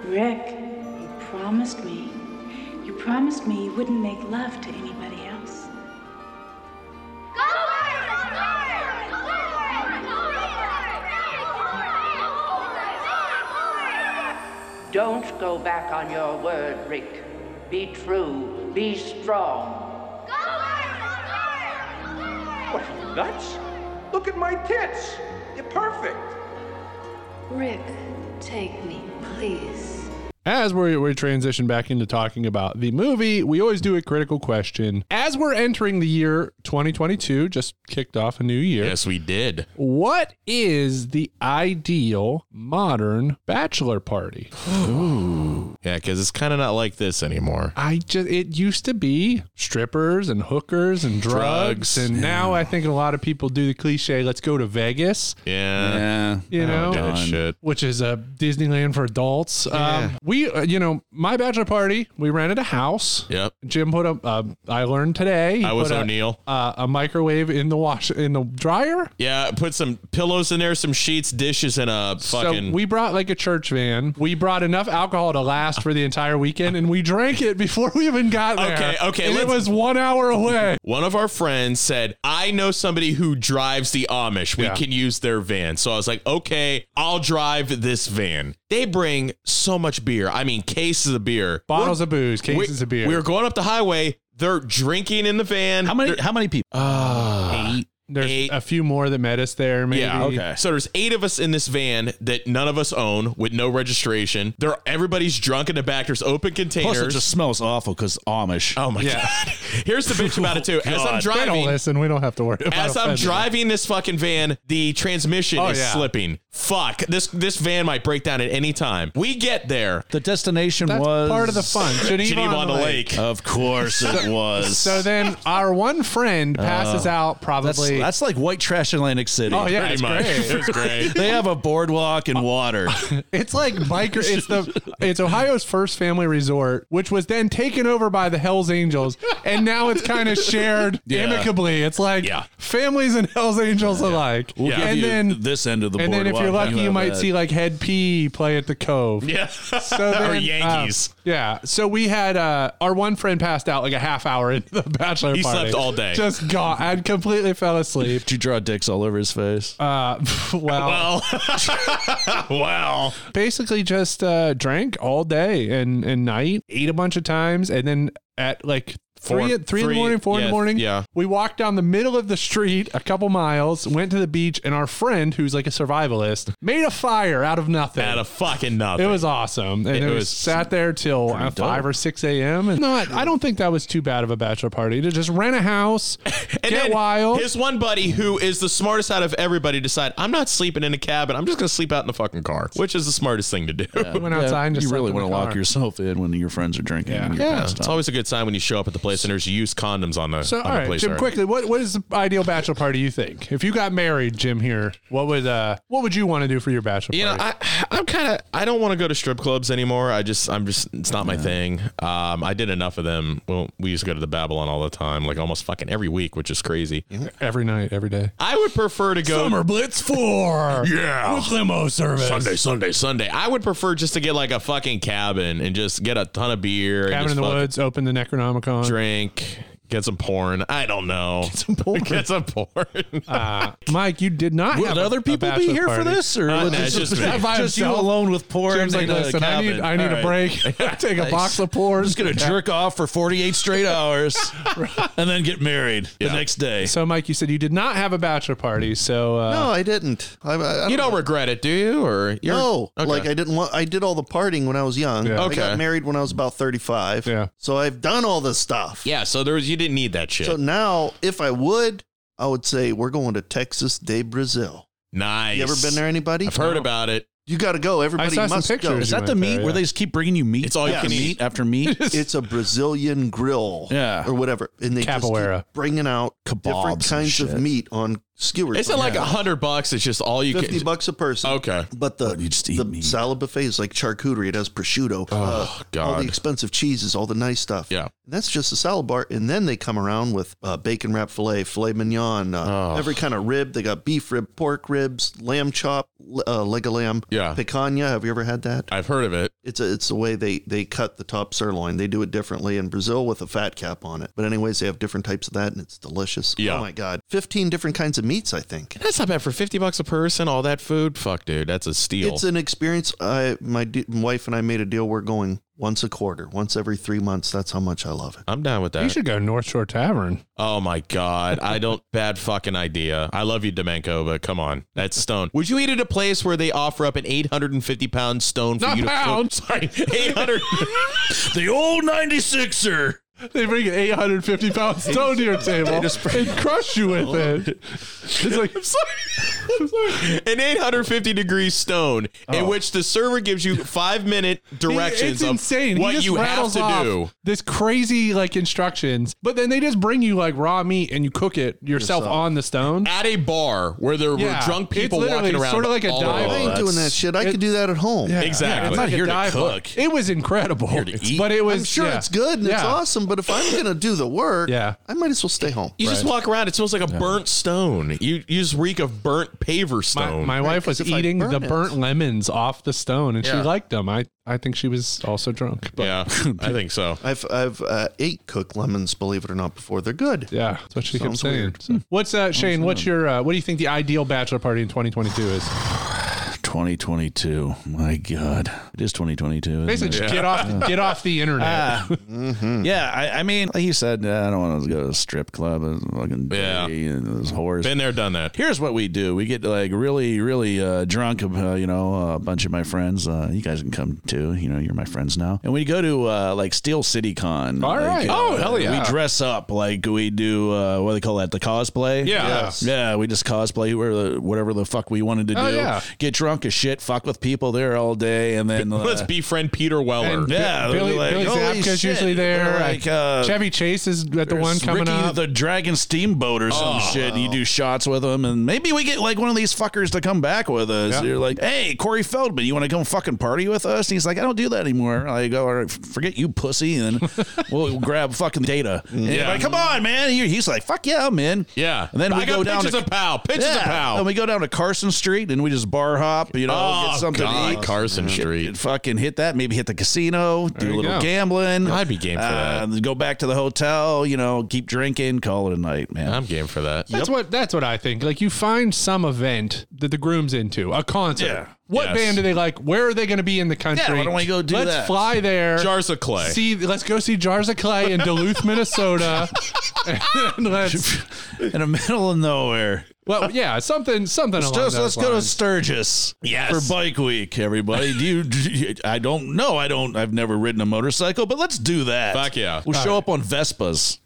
[SPEAKER 12] Rick, you promised me. You promised me you wouldn't make love to anybody else.
[SPEAKER 8] Don't go back on your word, Rick. Be true. Be strong.
[SPEAKER 15] What, are you nuts? Look at my tits. They're perfect.
[SPEAKER 12] Rick, take me, please.
[SPEAKER 2] As we we transition back into talking about the movie, we always do a critical question. As we're entering the year 2022, just kicked off a new year.
[SPEAKER 3] Yes, we did.
[SPEAKER 2] What is the ideal modern bachelor party?
[SPEAKER 3] Ooh. Yeah, because it's kind of not like this anymore.
[SPEAKER 2] I just it used to be strippers and hookers and drugs,
[SPEAKER 3] Drugs.
[SPEAKER 2] and now I think a lot of people do the cliche, let's go to Vegas.
[SPEAKER 3] Yeah.
[SPEAKER 5] Yeah.
[SPEAKER 2] You know?
[SPEAKER 3] that shit.
[SPEAKER 2] which is a Disneyland for adults.
[SPEAKER 3] Yeah.
[SPEAKER 2] Um, we, uh, you know, my bachelor party, we rented a house.
[SPEAKER 3] Yep.
[SPEAKER 2] Jim put a. Uh, I learned today. he
[SPEAKER 3] I was
[SPEAKER 2] put a-
[SPEAKER 3] O'Neill.
[SPEAKER 2] Uh, a microwave in the wash in the dryer.
[SPEAKER 3] Yeah, put some pillows in there, some sheets, dishes, and a fucking.
[SPEAKER 2] So we brought like a church van. We brought enough alcohol to last for the entire weekend, and we drank it before we even got there.
[SPEAKER 3] Okay, okay,
[SPEAKER 2] And it
[SPEAKER 3] let's-
[SPEAKER 2] was one hour away.
[SPEAKER 3] One of our friends said, I know somebody who drives the Amish. We
[SPEAKER 2] Yeah.
[SPEAKER 3] can use their van. So I was like, okay, I'll drive this van. They bring so much beer. I mean, cases of beer,
[SPEAKER 2] Bottles of booze, cases
[SPEAKER 3] we,
[SPEAKER 2] of beer.
[SPEAKER 3] We were going up the highway. They're drinking in the van. How
[SPEAKER 5] many? How many people?
[SPEAKER 3] Uh, eight.
[SPEAKER 2] There's a few more that met us there. Maybe.
[SPEAKER 3] Yeah. So there's eight of us in this van that none of us own with no registration. There, everybody's drunk in the back. There's open containers.
[SPEAKER 5] Plus, it just smells awful because Amish.
[SPEAKER 3] Oh my god! Here's the bitch about it too. As I'm
[SPEAKER 2] Oh They don't
[SPEAKER 3] driving,
[SPEAKER 2] listen. We don't have to worry. About
[SPEAKER 3] as I'm
[SPEAKER 2] offending them.
[SPEAKER 3] driving this fucking van, the transmission
[SPEAKER 2] Oh,
[SPEAKER 3] is
[SPEAKER 2] yeah.
[SPEAKER 3] slipping. Fuck this! This van might break down at any time. We get there.
[SPEAKER 5] The destination was
[SPEAKER 2] part of the fun. Geneva, on the lake.
[SPEAKER 5] Of course, it was.
[SPEAKER 2] So then our one friend passes
[SPEAKER 5] Oh.
[SPEAKER 2] out probably.
[SPEAKER 5] That's, that's like white trash Atlantic City.
[SPEAKER 2] Oh, yeah, Pretty it's much. great.
[SPEAKER 3] It was great.
[SPEAKER 5] they have a boardwalk and water.
[SPEAKER 2] it's like biker. It's the it's Ohio's first family resort, which was then taken over by the Hell's Angels, and now it's kind of shared
[SPEAKER 5] Yeah.
[SPEAKER 2] amicably. It's like families and Hell's Angels alike.
[SPEAKER 5] We'll give
[SPEAKER 2] And
[SPEAKER 5] you
[SPEAKER 2] then
[SPEAKER 5] this end of the
[SPEAKER 2] and then if
[SPEAKER 5] boardwalk,
[SPEAKER 2] you're
[SPEAKER 5] you
[SPEAKER 2] lucky, you,
[SPEAKER 5] have
[SPEAKER 2] might
[SPEAKER 5] that.
[SPEAKER 2] see like Head P play at the Cove.
[SPEAKER 3] Yeah.
[SPEAKER 2] So
[SPEAKER 3] Or
[SPEAKER 2] then, uh,
[SPEAKER 3] Yankees.
[SPEAKER 2] yeah. So we had uh, our one friend passed out like a half hour into the bachelor
[SPEAKER 3] He
[SPEAKER 2] party.
[SPEAKER 3] slept all day.
[SPEAKER 2] Just gone. I completely fell asleep.
[SPEAKER 5] Did you draw dicks all over his face?
[SPEAKER 2] Uh, well,
[SPEAKER 3] wow.
[SPEAKER 2] basically just uh, drank all day and, and night, ate a bunch of times, and then at like
[SPEAKER 3] Four-
[SPEAKER 2] three, at three in the
[SPEAKER 3] three-
[SPEAKER 2] morning, four in
[SPEAKER 3] yeah,
[SPEAKER 2] the morning,
[SPEAKER 3] yeah.
[SPEAKER 2] we walked down the middle of the street a couple miles, went to the beach, and our friend, who's like a survivalist, made a fire out of nothing.
[SPEAKER 3] Out of fucking nothing.
[SPEAKER 2] It was awesome, and
[SPEAKER 3] It
[SPEAKER 2] it, was,
[SPEAKER 3] was
[SPEAKER 2] sat there till uh, five or six a.m. And not, I don't think that was too bad of a bachelor party to just rent a house, get
[SPEAKER 3] then
[SPEAKER 2] wild.
[SPEAKER 3] His one buddy, who is the smartest out of everybody, decide I'm not sleeping in a cabin. I'm just gonna sleep out in the fucking car, which is the smartest thing to do.
[SPEAKER 2] Went outside and just
[SPEAKER 5] you really
[SPEAKER 2] slept in
[SPEAKER 5] want to
[SPEAKER 2] the
[SPEAKER 5] lock
[SPEAKER 2] car.
[SPEAKER 5] yourself in when your friends are drinking.
[SPEAKER 2] Yeah.
[SPEAKER 5] and you're
[SPEAKER 2] Yeah.
[SPEAKER 5] passed
[SPEAKER 3] It's
[SPEAKER 5] out.
[SPEAKER 3] always a good sign when you show up at the place and there's used condoms on the,
[SPEAKER 2] So,
[SPEAKER 3] on
[SPEAKER 2] all
[SPEAKER 3] the
[SPEAKER 2] right,
[SPEAKER 3] place.
[SPEAKER 2] Jim,
[SPEAKER 3] already.
[SPEAKER 2] quickly, what, what is the ideal bachelor party you think? If you got married, Jim, here, what would uh, what would you want to do for your bachelor
[SPEAKER 3] You know,
[SPEAKER 2] party?
[SPEAKER 3] I I'm kind of I don't want to go to strip clubs anymore. I just I'm just it's not my thing. Um, I did enough of them. Well, we used to go to the Babylon all the time, like almost fucking every week, which is crazy.
[SPEAKER 2] every night, every day.
[SPEAKER 3] I would prefer to go
[SPEAKER 2] Summer Blitz four,
[SPEAKER 3] Yeah.
[SPEAKER 2] with limo service.
[SPEAKER 3] Sunday, Sunday, Sunday. I would prefer just to get like a fucking cabin and just get a ton of beer. and
[SPEAKER 2] Cabin
[SPEAKER 3] just
[SPEAKER 2] in the
[SPEAKER 3] fuck-
[SPEAKER 2] woods, open the Necronomicon.
[SPEAKER 3] Drink. Get some porn. I don't know. Get some porn. Get some porn.
[SPEAKER 2] Uh, Mike, you did not.
[SPEAKER 5] Would
[SPEAKER 2] have a-
[SPEAKER 5] other
[SPEAKER 2] a
[SPEAKER 5] people be
[SPEAKER 2] bachelor
[SPEAKER 5] here for
[SPEAKER 2] party.
[SPEAKER 5] this, or
[SPEAKER 3] Uh,
[SPEAKER 5] was
[SPEAKER 3] nah,
[SPEAKER 5] it
[SPEAKER 3] it's
[SPEAKER 5] just,
[SPEAKER 3] just me.
[SPEAKER 5] just,
[SPEAKER 2] By
[SPEAKER 5] you
[SPEAKER 2] himself.
[SPEAKER 5] alone with porn?
[SPEAKER 2] Jim's like,
[SPEAKER 5] in a
[SPEAKER 2] listen, I need,
[SPEAKER 5] cabin?"
[SPEAKER 2] I need
[SPEAKER 5] All
[SPEAKER 2] a
[SPEAKER 5] right.
[SPEAKER 2] break. Take a box of pour.
[SPEAKER 5] I'm just gonna jerk off for 48 straight hours, and then get married the next day.
[SPEAKER 2] So, Mike, you said you did not have a bachelor party. So, uh,
[SPEAKER 4] No, I didn't. I, I, I
[SPEAKER 3] you don't regret it, do you? Or you're,
[SPEAKER 4] no,
[SPEAKER 3] Okay.
[SPEAKER 4] like I didn't want. I did all the partying when I was young.
[SPEAKER 2] Yeah.
[SPEAKER 4] I
[SPEAKER 3] Okay.
[SPEAKER 4] got married when I was about thirty-five.
[SPEAKER 2] Yeah.
[SPEAKER 4] So I've done all this stuff.
[SPEAKER 3] yeah. So there was you didn't need that shit.
[SPEAKER 4] So now, if I would, I would say we're going to Texas de Brazil.
[SPEAKER 3] nice.
[SPEAKER 4] You ever been there, anybody?
[SPEAKER 3] I've heard about it.
[SPEAKER 4] You got to go. Everybody
[SPEAKER 2] saw some
[SPEAKER 4] must
[SPEAKER 2] pictures.
[SPEAKER 5] Is
[SPEAKER 2] You
[SPEAKER 5] that the
[SPEAKER 2] went
[SPEAKER 5] meat
[SPEAKER 2] there, yeah.
[SPEAKER 5] where they just keep bringing you meat?
[SPEAKER 3] It's all you
[SPEAKER 5] after
[SPEAKER 3] can eat.
[SPEAKER 5] meat after meat.
[SPEAKER 4] go. It's a Brazilian grill,
[SPEAKER 5] Yeah.
[SPEAKER 4] or whatever, and they just
[SPEAKER 2] Capoeira.
[SPEAKER 4] keep bringing out
[SPEAKER 5] Kebabs and
[SPEAKER 4] different kinds of
[SPEAKER 5] shit.
[SPEAKER 4] meat on skewers.
[SPEAKER 3] Isn't like a hundred bucks? It's just all you
[SPEAKER 4] fifty
[SPEAKER 3] can.
[SPEAKER 4] bucks a person.
[SPEAKER 3] Okay.
[SPEAKER 4] But the,
[SPEAKER 5] you just eat
[SPEAKER 4] the
[SPEAKER 5] meat.
[SPEAKER 4] salad buffet is like charcuterie. It has prosciutto, uh, all
[SPEAKER 3] Oh, God.
[SPEAKER 4] the expensive cheeses, all the nice stuff.
[SPEAKER 3] Yeah.
[SPEAKER 4] And that's just a salad bar. And then they come around with uh, bacon wrap filet, filet mignon, uh,
[SPEAKER 3] Oh.
[SPEAKER 4] every kind of rib. They got beef rib, pork ribs, lamb chop, l- uh, leg of lamb,
[SPEAKER 3] Yeah.
[SPEAKER 4] picanha. Have you ever had that?
[SPEAKER 3] I've heard of it.
[SPEAKER 4] It's a, it's the way they, they cut the top sirloin. They do it differently in Brazil with a fat cap on it. But anyways, they have different types of that, and it's delicious.
[SPEAKER 3] Yeah.
[SPEAKER 4] Oh my god, fifteen different kinds of meats. I think.
[SPEAKER 3] That's not bad for fifty bucks a person. All that food. Fuck, dude. That's a steal.
[SPEAKER 4] It's an experience. I my d- wife and I made a deal. We're going once a quarter, once every three months. That's how much I love it.
[SPEAKER 3] I'm down with
[SPEAKER 2] you
[SPEAKER 3] that.
[SPEAKER 2] should go to North Shore Tavern.
[SPEAKER 3] Oh my god, I don't. Bad fucking idea. I love you, Demenko, but come on, that's stone. Would you eat at a place where they offer up an 850 pound stone for
[SPEAKER 2] Not
[SPEAKER 3] you to
[SPEAKER 2] pound.
[SPEAKER 3] Sorry, 800.
[SPEAKER 5] the old 96er.
[SPEAKER 2] They bring an 850 pound stone to your table and crush you with it. It's like,
[SPEAKER 3] I'm sorry. I'm sorry. An 850 degree stone in which the server gives you five minute directions
[SPEAKER 2] Oh. It's
[SPEAKER 3] of
[SPEAKER 2] insane. He
[SPEAKER 3] what
[SPEAKER 2] just
[SPEAKER 3] you have
[SPEAKER 2] rattles
[SPEAKER 3] to
[SPEAKER 2] off
[SPEAKER 3] do.
[SPEAKER 2] This crazy like instructions, but then they just bring you like raw meat and you cook it yourself,
[SPEAKER 4] Yourself.
[SPEAKER 2] on the stone.
[SPEAKER 3] At a bar where there
[SPEAKER 2] Yeah.
[SPEAKER 3] were drunk
[SPEAKER 2] It's
[SPEAKER 3] people
[SPEAKER 2] literally
[SPEAKER 3] walking around.
[SPEAKER 2] sorta like a
[SPEAKER 3] all
[SPEAKER 2] dive-
[SPEAKER 4] I
[SPEAKER 3] over.
[SPEAKER 2] Oh,
[SPEAKER 4] ain't doing that shit. I could do that at home.
[SPEAKER 3] Exactly.
[SPEAKER 5] I'm not
[SPEAKER 2] Like a
[SPEAKER 5] here to
[SPEAKER 2] dive bar.
[SPEAKER 5] cook.
[SPEAKER 2] It was incredible,
[SPEAKER 5] Here to eat.
[SPEAKER 2] but it was.
[SPEAKER 4] I'm sure
[SPEAKER 2] yeah.
[SPEAKER 4] it's good and it's
[SPEAKER 2] Yeah.
[SPEAKER 4] awesome, but if I'm gonna do the work,
[SPEAKER 2] Yeah.
[SPEAKER 4] I might as well stay home.
[SPEAKER 3] You just walk around. It smells like a burnt stone. You, you just reek of burnt paver
[SPEAKER 2] My,
[SPEAKER 3] stone.
[SPEAKER 2] my wife was
[SPEAKER 4] 'cause if I
[SPEAKER 2] eating
[SPEAKER 4] burn
[SPEAKER 2] the
[SPEAKER 4] it-
[SPEAKER 2] burnt lemons off the stone, and she
[SPEAKER 3] Yeah.
[SPEAKER 2] liked them. I, I think she was also drunk, but yeah,
[SPEAKER 3] yeah, I think so.
[SPEAKER 4] I've I've uh, ate cooked lemons, believe it or not, before they're good.
[SPEAKER 2] that's what she kept
[SPEAKER 4] Sounds
[SPEAKER 2] saying.
[SPEAKER 4] weird.
[SPEAKER 5] Hmm.
[SPEAKER 2] So- What's uh, Shane? What's your uh, what do you think the ideal bachelor party in 2022 is?
[SPEAKER 5] 2022. My God, it is 2022. isn't
[SPEAKER 2] Basically,
[SPEAKER 5] it?
[SPEAKER 2] just get off get off the internet.
[SPEAKER 5] Ah, yeah. I, I mean, like you said, uh, I don't want to go to a strip club. It's fucking
[SPEAKER 3] Yeah.
[SPEAKER 5] dirty and there's horse.
[SPEAKER 3] Been there, done that.
[SPEAKER 5] Here's what we do: we get like really, really uh, drunk. Uh, you know, a bunch of my friends. Uh, you guys can come too. You know, you're my friends now. And we go to uh, like Steel City Con.
[SPEAKER 2] All
[SPEAKER 5] All right.
[SPEAKER 2] right. Oh,
[SPEAKER 5] hell yeah! We dress up like we do. Uh, what do they call that? The cosplay.
[SPEAKER 3] Yeah.
[SPEAKER 5] Yeah, we just cosplay whatever the, whatever the fuck we wanted to do.
[SPEAKER 2] Oh, yeah.
[SPEAKER 5] Get drunk, drunk as shit, fuck with people there all day, and then uh,
[SPEAKER 3] Let's befriend Peter Weller.
[SPEAKER 5] And Bi- Yeah, they'll be
[SPEAKER 2] Billy,
[SPEAKER 5] like,
[SPEAKER 2] Billy
[SPEAKER 5] "Holy
[SPEAKER 2] Zabka's
[SPEAKER 5] shit."
[SPEAKER 2] usually there.
[SPEAKER 5] They're like, uh,
[SPEAKER 2] Chevy Chase is at the
[SPEAKER 5] there's
[SPEAKER 2] one coming
[SPEAKER 5] Ricky
[SPEAKER 2] up.
[SPEAKER 5] the Dragon Steamboat or some
[SPEAKER 2] Oh.
[SPEAKER 5] shit. And you do shots with him, and maybe we get like one of these fuckers to come back with us.
[SPEAKER 2] Yeah.
[SPEAKER 5] You're like, hey, Corey Feldman, you want to come fucking party with us? And he's like, I don't do that anymore. I go, all right, f- forget you, pussy, and we'll grab fucking data. And
[SPEAKER 3] Yeah.
[SPEAKER 5] yeah. like, come on, man. And you- He's like, fuck yeah, I'm in.
[SPEAKER 3] Yeah.
[SPEAKER 5] And then we
[SPEAKER 3] I
[SPEAKER 5] go
[SPEAKER 3] got
[SPEAKER 5] down
[SPEAKER 3] pitches
[SPEAKER 5] to
[SPEAKER 3] a pal, pitches a pal.
[SPEAKER 5] And we go down to Carson Street and we just bar hop, you know,
[SPEAKER 3] Oh,
[SPEAKER 5] get something
[SPEAKER 3] God,
[SPEAKER 5] to eat.
[SPEAKER 3] Carson
[SPEAKER 5] Get-
[SPEAKER 3] Street.
[SPEAKER 5] get fucking hit that, maybe hit the casino, do
[SPEAKER 3] you
[SPEAKER 5] a little
[SPEAKER 3] go.
[SPEAKER 5] gambling.
[SPEAKER 3] I'd be game for that.
[SPEAKER 5] that. Go back to the hotel, you know, keep drinking, call it a night, man.
[SPEAKER 3] I'm game for that.
[SPEAKER 2] That's what that's what I think. Like you find some event that the groom's into, a concert.
[SPEAKER 3] Yeah.
[SPEAKER 2] What
[SPEAKER 3] Yes.
[SPEAKER 2] band do they like? Where are they going to be in the country?
[SPEAKER 5] why don't we go do
[SPEAKER 2] let's
[SPEAKER 5] that?
[SPEAKER 2] fly there.
[SPEAKER 3] Jars of Clay.
[SPEAKER 2] See, let's go see Jars of Clay in Duluth, Minnesota. and let's,
[SPEAKER 5] in the middle of nowhere.
[SPEAKER 2] well, yeah, something something.
[SPEAKER 5] Let's,
[SPEAKER 2] along
[SPEAKER 5] just,
[SPEAKER 2] those
[SPEAKER 5] let's go to
[SPEAKER 2] lines.
[SPEAKER 5] Sturgis
[SPEAKER 3] Yes.
[SPEAKER 5] for Bike Week, everybody. Do you, do you- I don't know. I don't. I've never ridden a motorcycle, but let's do that.
[SPEAKER 3] Fuck yeah.
[SPEAKER 5] We'll show up on Vespas.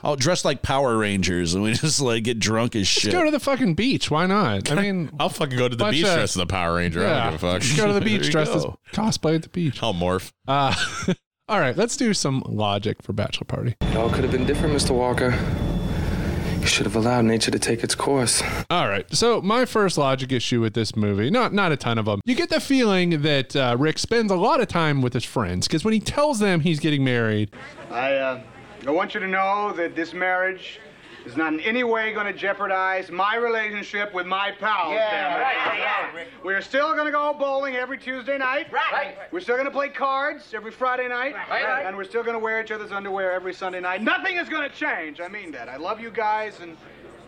[SPEAKER 5] I'll dress like Power Rangers, and we just like get drunk as shit.
[SPEAKER 2] Let's go to the fucking beach. Why not? I mean,
[SPEAKER 3] I'll fucking go to the
[SPEAKER 2] Bunch
[SPEAKER 3] beach
[SPEAKER 2] of-
[SPEAKER 3] dressed as the Power Ranger. I
[SPEAKER 2] yeah,
[SPEAKER 3] don't give a fuck.
[SPEAKER 2] Just go to the
[SPEAKER 3] There
[SPEAKER 2] beach
[SPEAKER 3] you
[SPEAKER 2] dressed as
[SPEAKER 3] go.
[SPEAKER 2] cosplay at the beach.
[SPEAKER 3] I'll morph.
[SPEAKER 2] Uh, all right, let's do some logic for bachelor party.
[SPEAKER 1] It all could have been different, Mr. Walker. You should have allowed nature to take its course.
[SPEAKER 2] All right. So my first logic issue with this movie, not not a ton of them. You get the feeling that uh, Rick spends a lot of time with his friends because when he tells them he's getting married,
[SPEAKER 7] I, uh, I want you to know that this marriage is not in any way going to jeopardize my relationship with my pals.
[SPEAKER 9] Yeah,
[SPEAKER 7] damn it.
[SPEAKER 9] right, yeah, yeah, Rick.
[SPEAKER 7] We're still going to go bowling every Tuesday night.
[SPEAKER 9] Right, right.
[SPEAKER 7] We're still going to play cards every Friday night.
[SPEAKER 9] Right, right.
[SPEAKER 7] And we're still going to wear each other's underwear every Sunday night. Nothing is going to change. I mean that. I love you guys, and,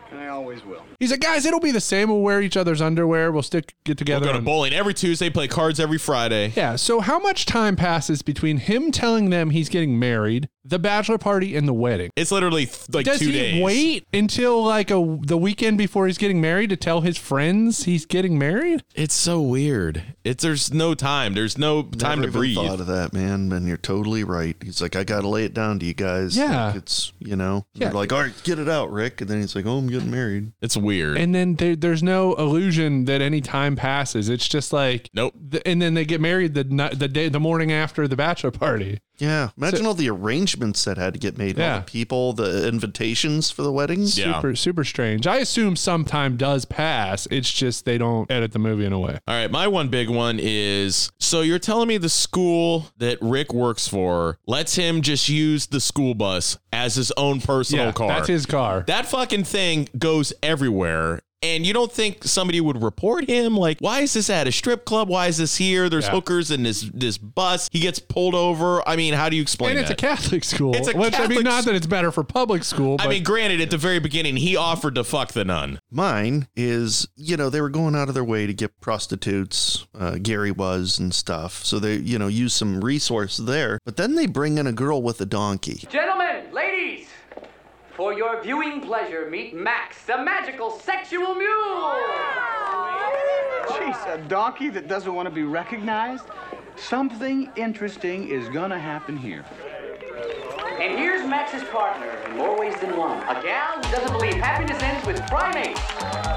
[SPEAKER 7] and I always will.
[SPEAKER 2] he's like, guys, it'll be the same. We'll wear each other's underwear. We'll stick get together.
[SPEAKER 3] We'll go to
[SPEAKER 2] and-"
[SPEAKER 3] bowling every Tuesday, play cards every Friday.
[SPEAKER 2] yeah. So how much time passes between him telling them he's getting married, the bachelor party, and the wedding?
[SPEAKER 3] It's literally th- like
[SPEAKER 2] Does
[SPEAKER 3] two
[SPEAKER 2] he
[SPEAKER 3] days.
[SPEAKER 2] wait until like a the weekend before he's getting married to tell his friends he's getting married?
[SPEAKER 3] It's so weird. It's there's no time. There's no time
[SPEAKER 4] Never
[SPEAKER 3] to
[SPEAKER 4] even
[SPEAKER 3] breathe.
[SPEAKER 4] Thought of that, man, and you're totally right. He's like, I gotta lay it down to you guys.
[SPEAKER 2] Yeah.
[SPEAKER 4] Like, it's you know,
[SPEAKER 2] Yeah.
[SPEAKER 4] you're like, all right, get it out, Rick. And then he's like, oh, I'm getting married.
[SPEAKER 3] It's weird.
[SPEAKER 2] And then there, there's no illusion that any time passes. It's just like
[SPEAKER 3] nope.
[SPEAKER 2] th- and then they get married the ni- the day the morning after the bachelor party.
[SPEAKER 4] Yeah, imagine all the arrangements that had to get made.
[SPEAKER 2] Yeah.
[SPEAKER 4] All the people, the invitations for the weddings.
[SPEAKER 2] Super super strange. I assume some time does pass. It's just they don't edit the movie in a way.
[SPEAKER 3] All right, my one big one is so you're telling me the school that Rick works for lets him just use the school bus as his own personal
[SPEAKER 2] Yeah,
[SPEAKER 3] car.
[SPEAKER 2] that's his car.
[SPEAKER 3] That fucking thing goes everywhere. And you don't think somebody would report him? Like, why is this at a strip club? Why is this here? There's
[SPEAKER 2] Yeah.
[SPEAKER 3] hookers in this this bus. He gets pulled over. I mean, how do you explain
[SPEAKER 2] And it's a
[SPEAKER 3] that?
[SPEAKER 2] Catholic school.
[SPEAKER 3] It's a
[SPEAKER 2] which I
[SPEAKER 3] Catholic
[SPEAKER 2] mean, not that it's better for public school. But
[SPEAKER 3] I mean, granted, at the very beginning, he offered to fuck the nun.
[SPEAKER 4] Mine is, you know, they were going out of their way to get prostitutes. Uh, Gary was and stuff. So they, you know, use some resource there. But then they bring in a girl with a donkey.
[SPEAKER 10] Gentlemen, ladies, for your viewing pleasure, meet Max, the magical sexual mule.
[SPEAKER 7] Jeez, a donkey that doesn't want to be recognized? Something interesting is going to happen here.
[SPEAKER 10] And here's Max's partner in more ways than one. A gal who doesn't believe happiness ends with primates.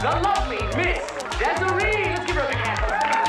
[SPEAKER 10] The lovely Miss Desiree. Let's give her a big hand.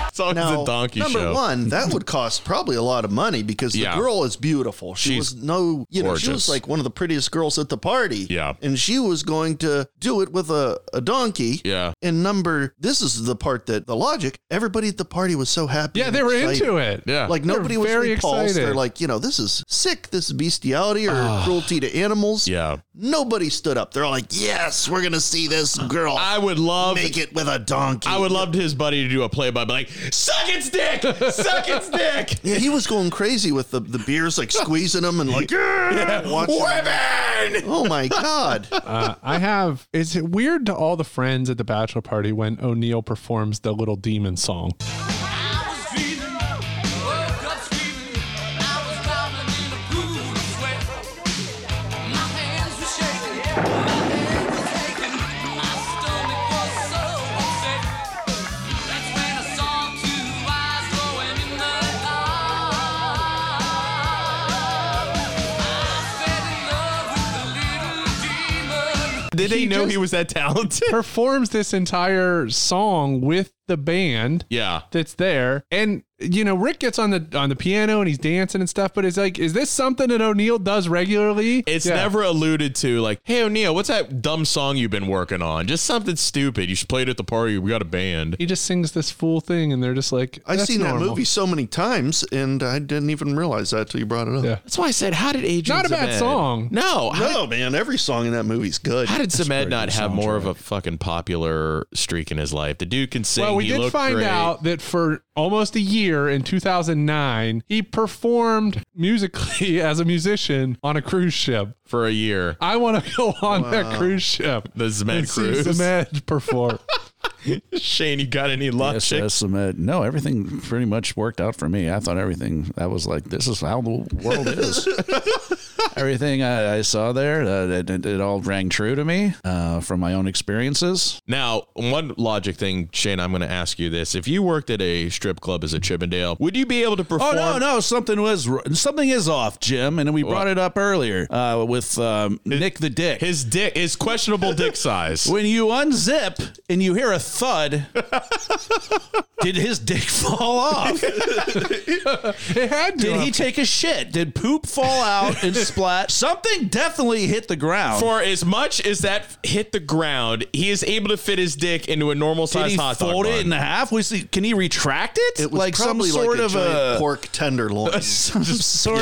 [SPEAKER 3] It's always a donkey
[SPEAKER 4] number
[SPEAKER 3] show.
[SPEAKER 4] one, that would cost probably a lot of money because the
[SPEAKER 3] Yeah.
[SPEAKER 4] girl is beautiful. She
[SPEAKER 3] She's
[SPEAKER 4] was no, you know,
[SPEAKER 3] gorgeous.
[SPEAKER 4] she was like one of the prettiest girls at the party.
[SPEAKER 3] Yeah.
[SPEAKER 4] and she was going to do it with a, a donkey.
[SPEAKER 3] Yeah.
[SPEAKER 4] and number this is the part that the logic. Everybody at the party was so happy.
[SPEAKER 2] Yeah,
[SPEAKER 4] and
[SPEAKER 2] they were
[SPEAKER 4] excited.
[SPEAKER 2] into it.
[SPEAKER 3] Yeah.
[SPEAKER 4] like
[SPEAKER 2] They were
[SPEAKER 4] nobody was
[SPEAKER 2] very
[SPEAKER 4] repulsed.
[SPEAKER 2] excited.
[SPEAKER 4] They're like, you know, this is sick. This is bestiality or
[SPEAKER 3] Ah.
[SPEAKER 4] cruelty to animals.
[SPEAKER 3] Yeah.
[SPEAKER 4] Nobody stood up. They're all like, yes, we're gonna see this girl.
[SPEAKER 3] I would love
[SPEAKER 4] make it with a donkey.
[SPEAKER 3] I would love his buddy to do a play by like, suck its dick, suck its dick.
[SPEAKER 4] Yeah, he was going crazy with the, the beers, like squeezing them and like, yeah, watching
[SPEAKER 3] 'em.
[SPEAKER 4] Oh my God.
[SPEAKER 2] uh, I have. Is it weird to all the friends at the bachelor party when O'Neill performs the little demon song?
[SPEAKER 3] Did they know he was that talented?
[SPEAKER 2] Performs this entire song with the band.
[SPEAKER 3] Yeah.
[SPEAKER 2] That's there. And you know, Rick gets on the on the piano and he's dancing and stuff, but it's like, is this something that O'Neill does regularly?
[SPEAKER 3] It's
[SPEAKER 2] Yeah.
[SPEAKER 3] never alluded to like, hey O'Neill, what's that dumb song you've been working on? Just something stupid. You should play it at the party. We got a band.
[SPEAKER 2] He just sings this fool thing, and they're just like,
[SPEAKER 4] I've
[SPEAKER 2] "That's
[SPEAKER 4] seen that
[SPEAKER 2] normal."
[SPEAKER 4] movie so many times, and I didn't even realize that till you brought it up.
[SPEAKER 2] Yeah.
[SPEAKER 3] That's why I said, how did Adrian
[SPEAKER 2] Not a bad
[SPEAKER 3] Zemed-
[SPEAKER 2] song.
[SPEAKER 3] No, how
[SPEAKER 4] no, man. Every song in that movie's good.
[SPEAKER 3] How did Zemed not have more of a fucking popular streak in his life? The dude can sing.
[SPEAKER 2] Well, we
[SPEAKER 3] he
[SPEAKER 2] did
[SPEAKER 3] looked
[SPEAKER 2] find
[SPEAKER 3] great.
[SPEAKER 2] out that for almost a year in 2009, he performed musically as a musician on a cruise ship.
[SPEAKER 3] for a year.
[SPEAKER 2] I want to go on that cruise ship.
[SPEAKER 3] The
[SPEAKER 2] and
[SPEAKER 3] Zemed
[SPEAKER 2] see
[SPEAKER 3] cruise.
[SPEAKER 2] Zemed perform.
[SPEAKER 3] Shane, you got any luck?
[SPEAKER 5] Yes,
[SPEAKER 3] Chick?
[SPEAKER 5] yes, um, uh, no, everything pretty much worked out for me. I thought everything I was like, this is how the world is. everything I, I saw there, uh, it, it- it all rang true to me uh, from my own experiences.
[SPEAKER 3] Now, one logic thing, Shane, I'm going to ask you this: If you worked at a strip club as a Chippendale, would you be able to perform?
[SPEAKER 5] Oh no, no, something was r- something is off, Jim, and we brought it up earlier uh, with um, Nick the Dick.
[SPEAKER 3] His dick, his questionable dick size.
[SPEAKER 5] When you unzip and you hear a thud, did his dick fall off?
[SPEAKER 2] It had to.
[SPEAKER 5] Did he take a shit? Did poop fall out and splat? Something definitely hit the ground.
[SPEAKER 3] For as much as that hit the ground, he is able to fit his dick into a normal
[SPEAKER 5] did
[SPEAKER 3] size
[SPEAKER 5] he
[SPEAKER 3] hot dog.
[SPEAKER 5] fold
[SPEAKER 3] bun.
[SPEAKER 5] it in half? Was he, can he retract it?
[SPEAKER 4] It was
[SPEAKER 5] like some
[SPEAKER 4] probably
[SPEAKER 5] sort
[SPEAKER 4] like a
[SPEAKER 5] of
[SPEAKER 4] giant
[SPEAKER 5] a
[SPEAKER 4] pork tenderloin.
[SPEAKER 5] some sort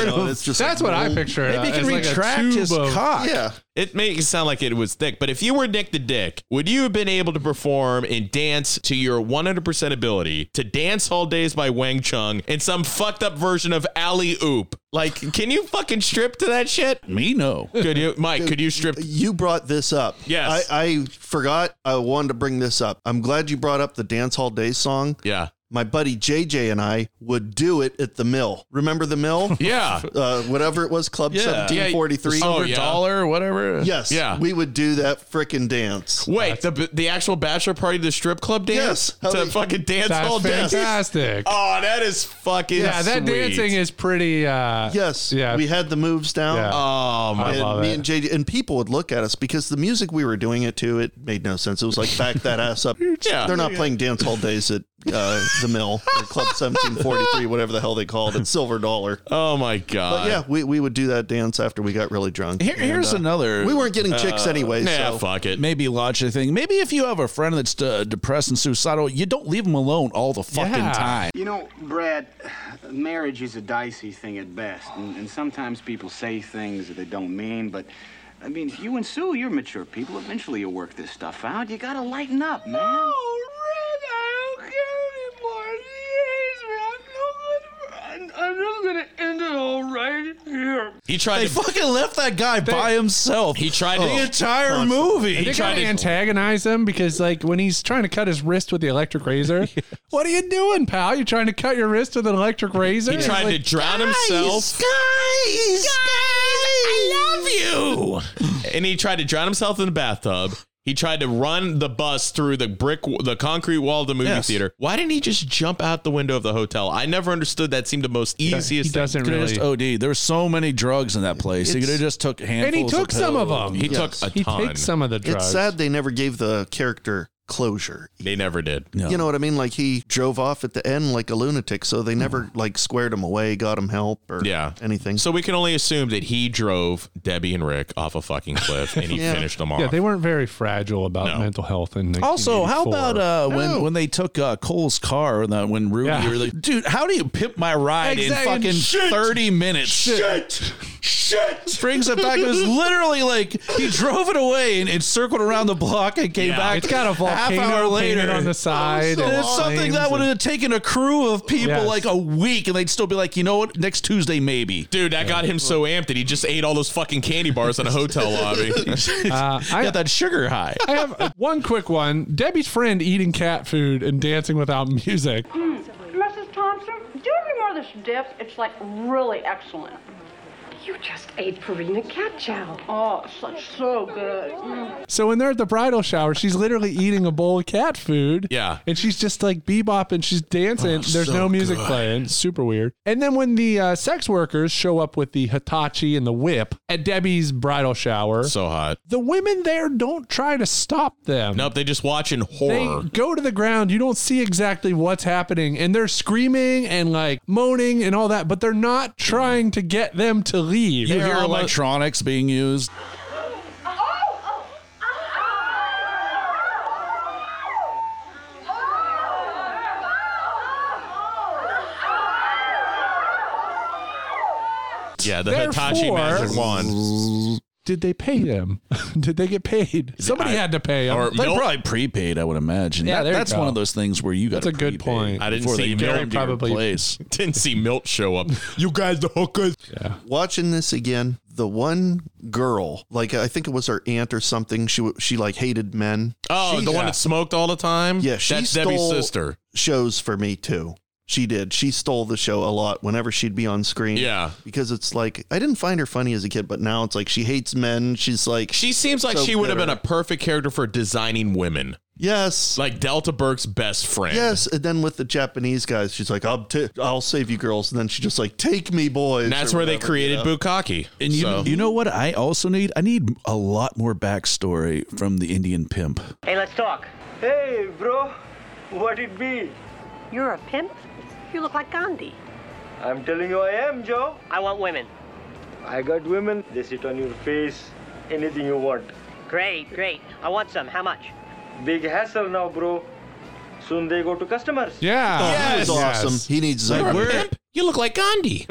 [SPEAKER 4] You know,
[SPEAKER 5] of.
[SPEAKER 4] it's just
[SPEAKER 2] That's
[SPEAKER 4] like
[SPEAKER 2] what I
[SPEAKER 4] rolled-
[SPEAKER 2] picture. it
[SPEAKER 5] Maybe he
[SPEAKER 2] as,
[SPEAKER 5] can
[SPEAKER 2] like a
[SPEAKER 5] retract his
[SPEAKER 2] tube of-
[SPEAKER 5] cock.
[SPEAKER 4] Yeah,
[SPEAKER 3] It makes it sound like it was thick, but if you were Nick the Dick, would you have been able to perform and dance to your 100% ability to Dance Hall Days by Wang Chung and some fucked up version of Alley Oop? Like, can you fucking strip to that shit?
[SPEAKER 5] Me no.
[SPEAKER 3] Could you, Mike, could you strip?
[SPEAKER 4] You brought this up.
[SPEAKER 3] Yes.
[SPEAKER 4] I, I forgot I wanted to bring this up. I'm glad you brought up the Dance Hall Day song.
[SPEAKER 3] Yeah.
[SPEAKER 4] My buddy JJ and I would do it at the mill. Remember the mill?
[SPEAKER 3] Yeah.
[SPEAKER 4] Uh, whatever it was, Club
[SPEAKER 5] Yeah.
[SPEAKER 4] 1743.
[SPEAKER 3] Yeah. Oh,
[SPEAKER 5] Silver dollar, whatever.
[SPEAKER 4] Yes.
[SPEAKER 3] Yeah.
[SPEAKER 4] We would do that freaking dance.
[SPEAKER 3] Wait, the the actual bachelor party, the strip club dance
[SPEAKER 4] Yes. How
[SPEAKER 3] to
[SPEAKER 4] they-
[SPEAKER 3] fucking dance
[SPEAKER 2] That's
[SPEAKER 3] all day.
[SPEAKER 2] fantastic.
[SPEAKER 3] Oh, that is fucking
[SPEAKER 2] yeah, that
[SPEAKER 3] sweet.
[SPEAKER 2] dancing is pretty. Uh,
[SPEAKER 4] Yes.
[SPEAKER 2] Yeah.
[SPEAKER 4] We had the moves down.
[SPEAKER 2] Yeah.
[SPEAKER 3] Oh my
[SPEAKER 2] I love
[SPEAKER 4] and me
[SPEAKER 2] it.
[SPEAKER 4] and JJ and people would look at us because the music we were doing it to it made no sense. It was like back that ass up.
[SPEAKER 3] Yeah.
[SPEAKER 4] They're not playing dance hall days at uh, the mill or Club 1743, whatever the hell they called it, Silver Dollar.
[SPEAKER 5] Uh,
[SPEAKER 3] Oh my god.
[SPEAKER 4] But yeah, we, we would do that dance after we got really drunk.
[SPEAKER 5] Here, here's
[SPEAKER 4] And, uh,
[SPEAKER 5] another. uh,
[SPEAKER 4] We weren't getting chicks anyway.
[SPEAKER 3] Nah,
[SPEAKER 4] so
[SPEAKER 3] fuck it.
[SPEAKER 5] maybe logic thing. Maybe if you have a friend that's uh, depressed and suicidal, you don't leave them alone all the fucking
[SPEAKER 2] Yeah.
[SPEAKER 5] time.
[SPEAKER 6] You know, Brad, marriage is a dicey thing at best, and, and sometimes people say things that they don't mean, but. I mean, you and Sue, you're mature people. Eventually, you'll work this stuff out. You gotta lighten up, man.
[SPEAKER 9] I don't care anymore. He hates me. I'm no good friend. I'm just gonna end it all right here.
[SPEAKER 3] He tried
[SPEAKER 5] They
[SPEAKER 3] to
[SPEAKER 5] fucking left that guy by himself.
[SPEAKER 3] he tried
[SPEAKER 5] the
[SPEAKER 3] to
[SPEAKER 5] entire movie.
[SPEAKER 2] They
[SPEAKER 3] tried
[SPEAKER 2] kind of
[SPEAKER 3] to-
[SPEAKER 2] antagonize him because, like, when he's trying to cut his wrist with the electric razor, what are you doing, pal? You trying to cut your wrist with an electric razor?
[SPEAKER 3] He
[SPEAKER 2] It's
[SPEAKER 3] tried to
[SPEAKER 2] like,
[SPEAKER 3] drown himself.
[SPEAKER 5] Guys,
[SPEAKER 3] I love you. and he tried to drown himself in the bathtub. He tried to run the bus through the brick, the concrete wall of the movie
[SPEAKER 5] Yes.
[SPEAKER 3] theater. Why didn't he just jump out the window of the hotel? I never understood. That seemed the most
[SPEAKER 2] He
[SPEAKER 3] easiest. thing.
[SPEAKER 2] doesn't
[SPEAKER 5] Could have
[SPEAKER 2] really.
[SPEAKER 5] just OD. There were so many drugs in that place. He could have just took handfuls.
[SPEAKER 2] And he took
[SPEAKER 5] of
[SPEAKER 2] some of
[SPEAKER 5] pills.
[SPEAKER 2] them.
[SPEAKER 3] He took a
[SPEAKER 2] He
[SPEAKER 3] ton.
[SPEAKER 2] takes some of the drugs.
[SPEAKER 4] it's sad they never gave the character closure.
[SPEAKER 3] They never did.
[SPEAKER 5] No.
[SPEAKER 4] You know what I mean? Like he drove off at the end like a lunatic, so they never like squared him away, got him help or
[SPEAKER 3] Yeah.
[SPEAKER 4] anything.
[SPEAKER 3] So we can only assume that he drove Debbie and Rick off a fucking cliff and he
[SPEAKER 4] Yeah.
[SPEAKER 3] finished them off.
[SPEAKER 2] Yeah, they weren't very fragile about
[SPEAKER 3] No.
[SPEAKER 2] mental health. And
[SPEAKER 5] Also, how about uh, when when they took uh, Cole's car and that when Rudy
[SPEAKER 2] Yeah.
[SPEAKER 5] were like, dude, how do you pimp my ride
[SPEAKER 2] Exactly.
[SPEAKER 5] in fucking
[SPEAKER 2] Shit.
[SPEAKER 5] thirty minutes? Shit, shit. Brings it back. It was literally like he drove it away and, and circled around the block and came
[SPEAKER 3] Yeah.
[SPEAKER 5] back.
[SPEAKER 2] it's got a
[SPEAKER 5] half
[SPEAKER 2] volcano
[SPEAKER 5] hour
[SPEAKER 2] painted
[SPEAKER 5] later
[SPEAKER 2] on the side?
[SPEAKER 5] And
[SPEAKER 2] and
[SPEAKER 5] it's something
[SPEAKER 2] flames
[SPEAKER 5] that would
[SPEAKER 2] and-
[SPEAKER 5] have taken a crew of people
[SPEAKER 2] Yes.
[SPEAKER 5] like a week, and they'd still be like, you know what, next Tuesday maybe.
[SPEAKER 3] Dude, that got him so amped that he just ate all those fucking candy bars in a hotel lobby.
[SPEAKER 2] Uh, I,
[SPEAKER 5] Got that sugar high.
[SPEAKER 2] I have one quick one. Debbie's friend eating cat food and dancing without music.
[SPEAKER 11] Mrs. Thompson, do you remember this dip? It's like really excellent. You just ate Purina cat chow. Oh, so, so good.
[SPEAKER 2] So when they're at the bridal shower, she's literally eating a bowl of cat food.
[SPEAKER 3] Yeah.
[SPEAKER 2] And she's just like bebop and she's dancing.
[SPEAKER 3] Oh,
[SPEAKER 2] There's
[SPEAKER 3] so
[SPEAKER 2] no music
[SPEAKER 3] good.
[SPEAKER 2] playing. Super weird. And then when the uh, sex workers show up with the Hitachi and the whip at Debbie's bridal shower,
[SPEAKER 3] So hot.
[SPEAKER 2] the women there don't try to stop them.
[SPEAKER 3] Nope, they just watching horror.
[SPEAKER 2] They go to the ground. You don't see exactly what's happening. And they're screaming and like moaning and all that, but they're not trying to get them to leave.
[SPEAKER 5] You hear electronics being used.
[SPEAKER 3] yeah, the Hitachi
[SPEAKER 2] Therefore-
[SPEAKER 3] magic wand.
[SPEAKER 2] Did they pay them? Did they get paid? Somebody had to pay them.
[SPEAKER 5] Or they probably prepaid, I would imagine.
[SPEAKER 2] Yeah,
[SPEAKER 5] Yeah,
[SPEAKER 2] there you
[SPEAKER 5] that's
[SPEAKER 2] go.
[SPEAKER 5] one of those things where you got.
[SPEAKER 2] That's a good point.
[SPEAKER 3] I didn't
[SPEAKER 5] Before
[SPEAKER 3] see
[SPEAKER 5] they mailed
[SPEAKER 3] Milt
[SPEAKER 5] you your
[SPEAKER 3] probably-
[SPEAKER 5] place.
[SPEAKER 3] Didn't see Milt show up. You guys, the hookers.
[SPEAKER 4] Watching this again, the one girl, like I think it was her aunt or something, she w- she like hated men.
[SPEAKER 3] Oh,
[SPEAKER 4] She-
[SPEAKER 3] the one that smoked all the time.
[SPEAKER 4] Yeah, she
[SPEAKER 3] that's
[SPEAKER 4] stole
[SPEAKER 3] Debbie's sister.
[SPEAKER 4] Shows for me too. She did. She stole the show a lot whenever she'd be on screen.
[SPEAKER 3] Yeah.
[SPEAKER 4] Because it's like I didn't find her funny as a kid, but now it's like she hates men. She's like
[SPEAKER 3] She seems like
[SPEAKER 4] so
[SPEAKER 3] she would have
[SPEAKER 4] bitter.
[SPEAKER 3] been a perfect character for designing women.
[SPEAKER 4] Yes.
[SPEAKER 3] Like Delta Burke's best friend.
[SPEAKER 4] Yes, and then with the Japanese guys, she's like, "I'll t- I'll save you girls," and then she's just like, "Take me, boys."
[SPEAKER 3] And that's
[SPEAKER 4] or
[SPEAKER 3] where they
[SPEAKER 4] whatever,
[SPEAKER 3] created
[SPEAKER 4] you know?
[SPEAKER 3] Bukaki.
[SPEAKER 5] And you,
[SPEAKER 3] So-
[SPEAKER 5] you know what? I also need. I need a lot more backstory from the Indian pimp.
[SPEAKER 9] Hey, let's talk. Hey, bro. What it be?
[SPEAKER 11] You're a pimp? You look like Gandhi.
[SPEAKER 9] I'm telling you I am, Joe.
[SPEAKER 11] I want women.
[SPEAKER 9] I got women. They sit on your face. Anything you want.
[SPEAKER 11] Great, great. I want some. How much?
[SPEAKER 9] Big hassle now, bro. Soon they go to customers.
[SPEAKER 2] Yeah.
[SPEAKER 4] Oh, that was awesome. He needs his own
[SPEAKER 5] Where
[SPEAKER 3] You look like Gandhi.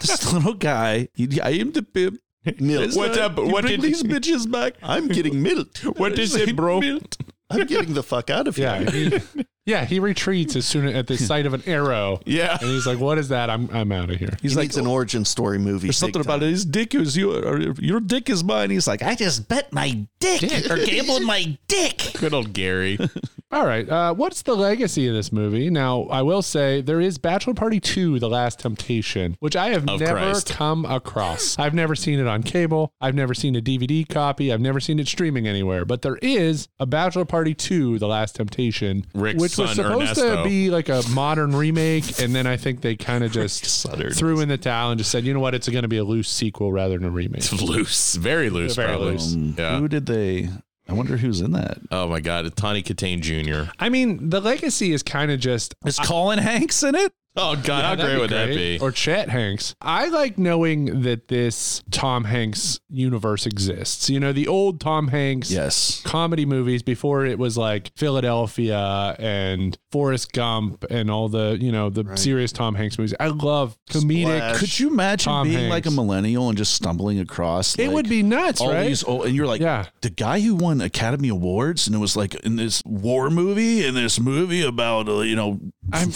[SPEAKER 5] this little guy? he- I am the pimp.
[SPEAKER 4] Milk.
[SPEAKER 3] What's up?
[SPEAKER 5] You
[SPEAKER 3] What
[SPEAKER 5] bring
[SPEAKER 3] did-
[SPEAKER 5] these bitches back?
[SPEAKER 4] I'm getting milked.
[SPEAKER 3] What is it, bro?
[SPEAKER 4] I'm getting the fuck out of here.
[SPEAKER 2] Yeah, he, yeah, he retreats as soon as at the sight of an arrow.
[SPEAKER 3] Yeah.
[SPEAKER 2] and he's like, "What is that? I'm I'm out of here."
[SPEAKER 4] He needs an origin story movie.
[SPEAKER 5] "Oh, There's something about it. His dick is your, or your dick is mine. He's like, I just bet my dick or gambled my dick.
[SPEAKER 3] Good old Gary.
[SPEAKER 2] All right, uh, what's the legacy of this movie? Now, I will say there is Bachelor Party Two: The Last Temptation, which I have
[SPEAKER 3] Of
[SPEAKER 2] never
[SPEAKER 3] Christ.
[SPEAKER 2] come across. I've never seen it on cable. I've never seen a DVD copy. I've never seen it streaming anywhere. But there is a Bachelor Party Two: The Last Temptation,
[SPEAKER 3] Rick's
[SPEAKER 2] which was
[SPEAKER 3] son,
[SPEAKER 2] supposed to
[SPEAKER 3] Ernesto.
[SPEAKER 2] be like a modern remake, and then I think they kind of just threw in the towel and just said, "You know what? It's going to be a loose sequel rather than a remake."
[SPEAKER 3] loose. Very loose,
[SPEAKER 2] Very
[SPEAKER 3] probably.
[SPEAKER 2] loose.
[SPEAKER 4] Um,
[SPEAKER 3] Yeah.
[SPEAKER 5] Who did they? I wonder who's in that.
[SPEAKER 3] Oh my God, Tawny Katane Jr.
[SPEAKER 2] I mean, the legacy is kind of just
[SPEAKER 5] Is Colin Hanks in it?
[SPEAKER 3] Oh God,
[SPEAKER 2] Yeah,
[SPEAKER 3] how
[SPEAKER 2] that'd
[SPEAKER 3] great would that
[SPEAKER 2] great.
[SPEAKER 3] be?
[SPEAKER 2] Or Chet Hanks. I like knowing that this Tom Hanks universe exists. You know, the old Tom Hanks
[SPEAKER 5] Yes.
[SPEAKER 2] comedy movies before it was like Philadelphia and Forrest Gump and all the, you know, the serious Tom Hanks movies. I love comedic.
[SPEAKER 4] Splash.
[SPEAKER 5] Could you imagine
[SPEAKER 2] Tom
[SPEAKER 5] being
[SPEAKER 2] Hanks.
[SPEAKER 5] like a millennial and just stumbling across?
[SPEAKER 2] It
[SPEAKER 5] like,
[SPEAKER 2] would be nuts,
[SPEAKER 5] all
[SPEAKER 2] right?
[SPEAKER 5] these old, and you're like,
[SPEAKER 2] Yeah.
[SPEAKER 5] the guy who won Academy Awards, and it was like in this war movie, in this movie about uh, you know, I'm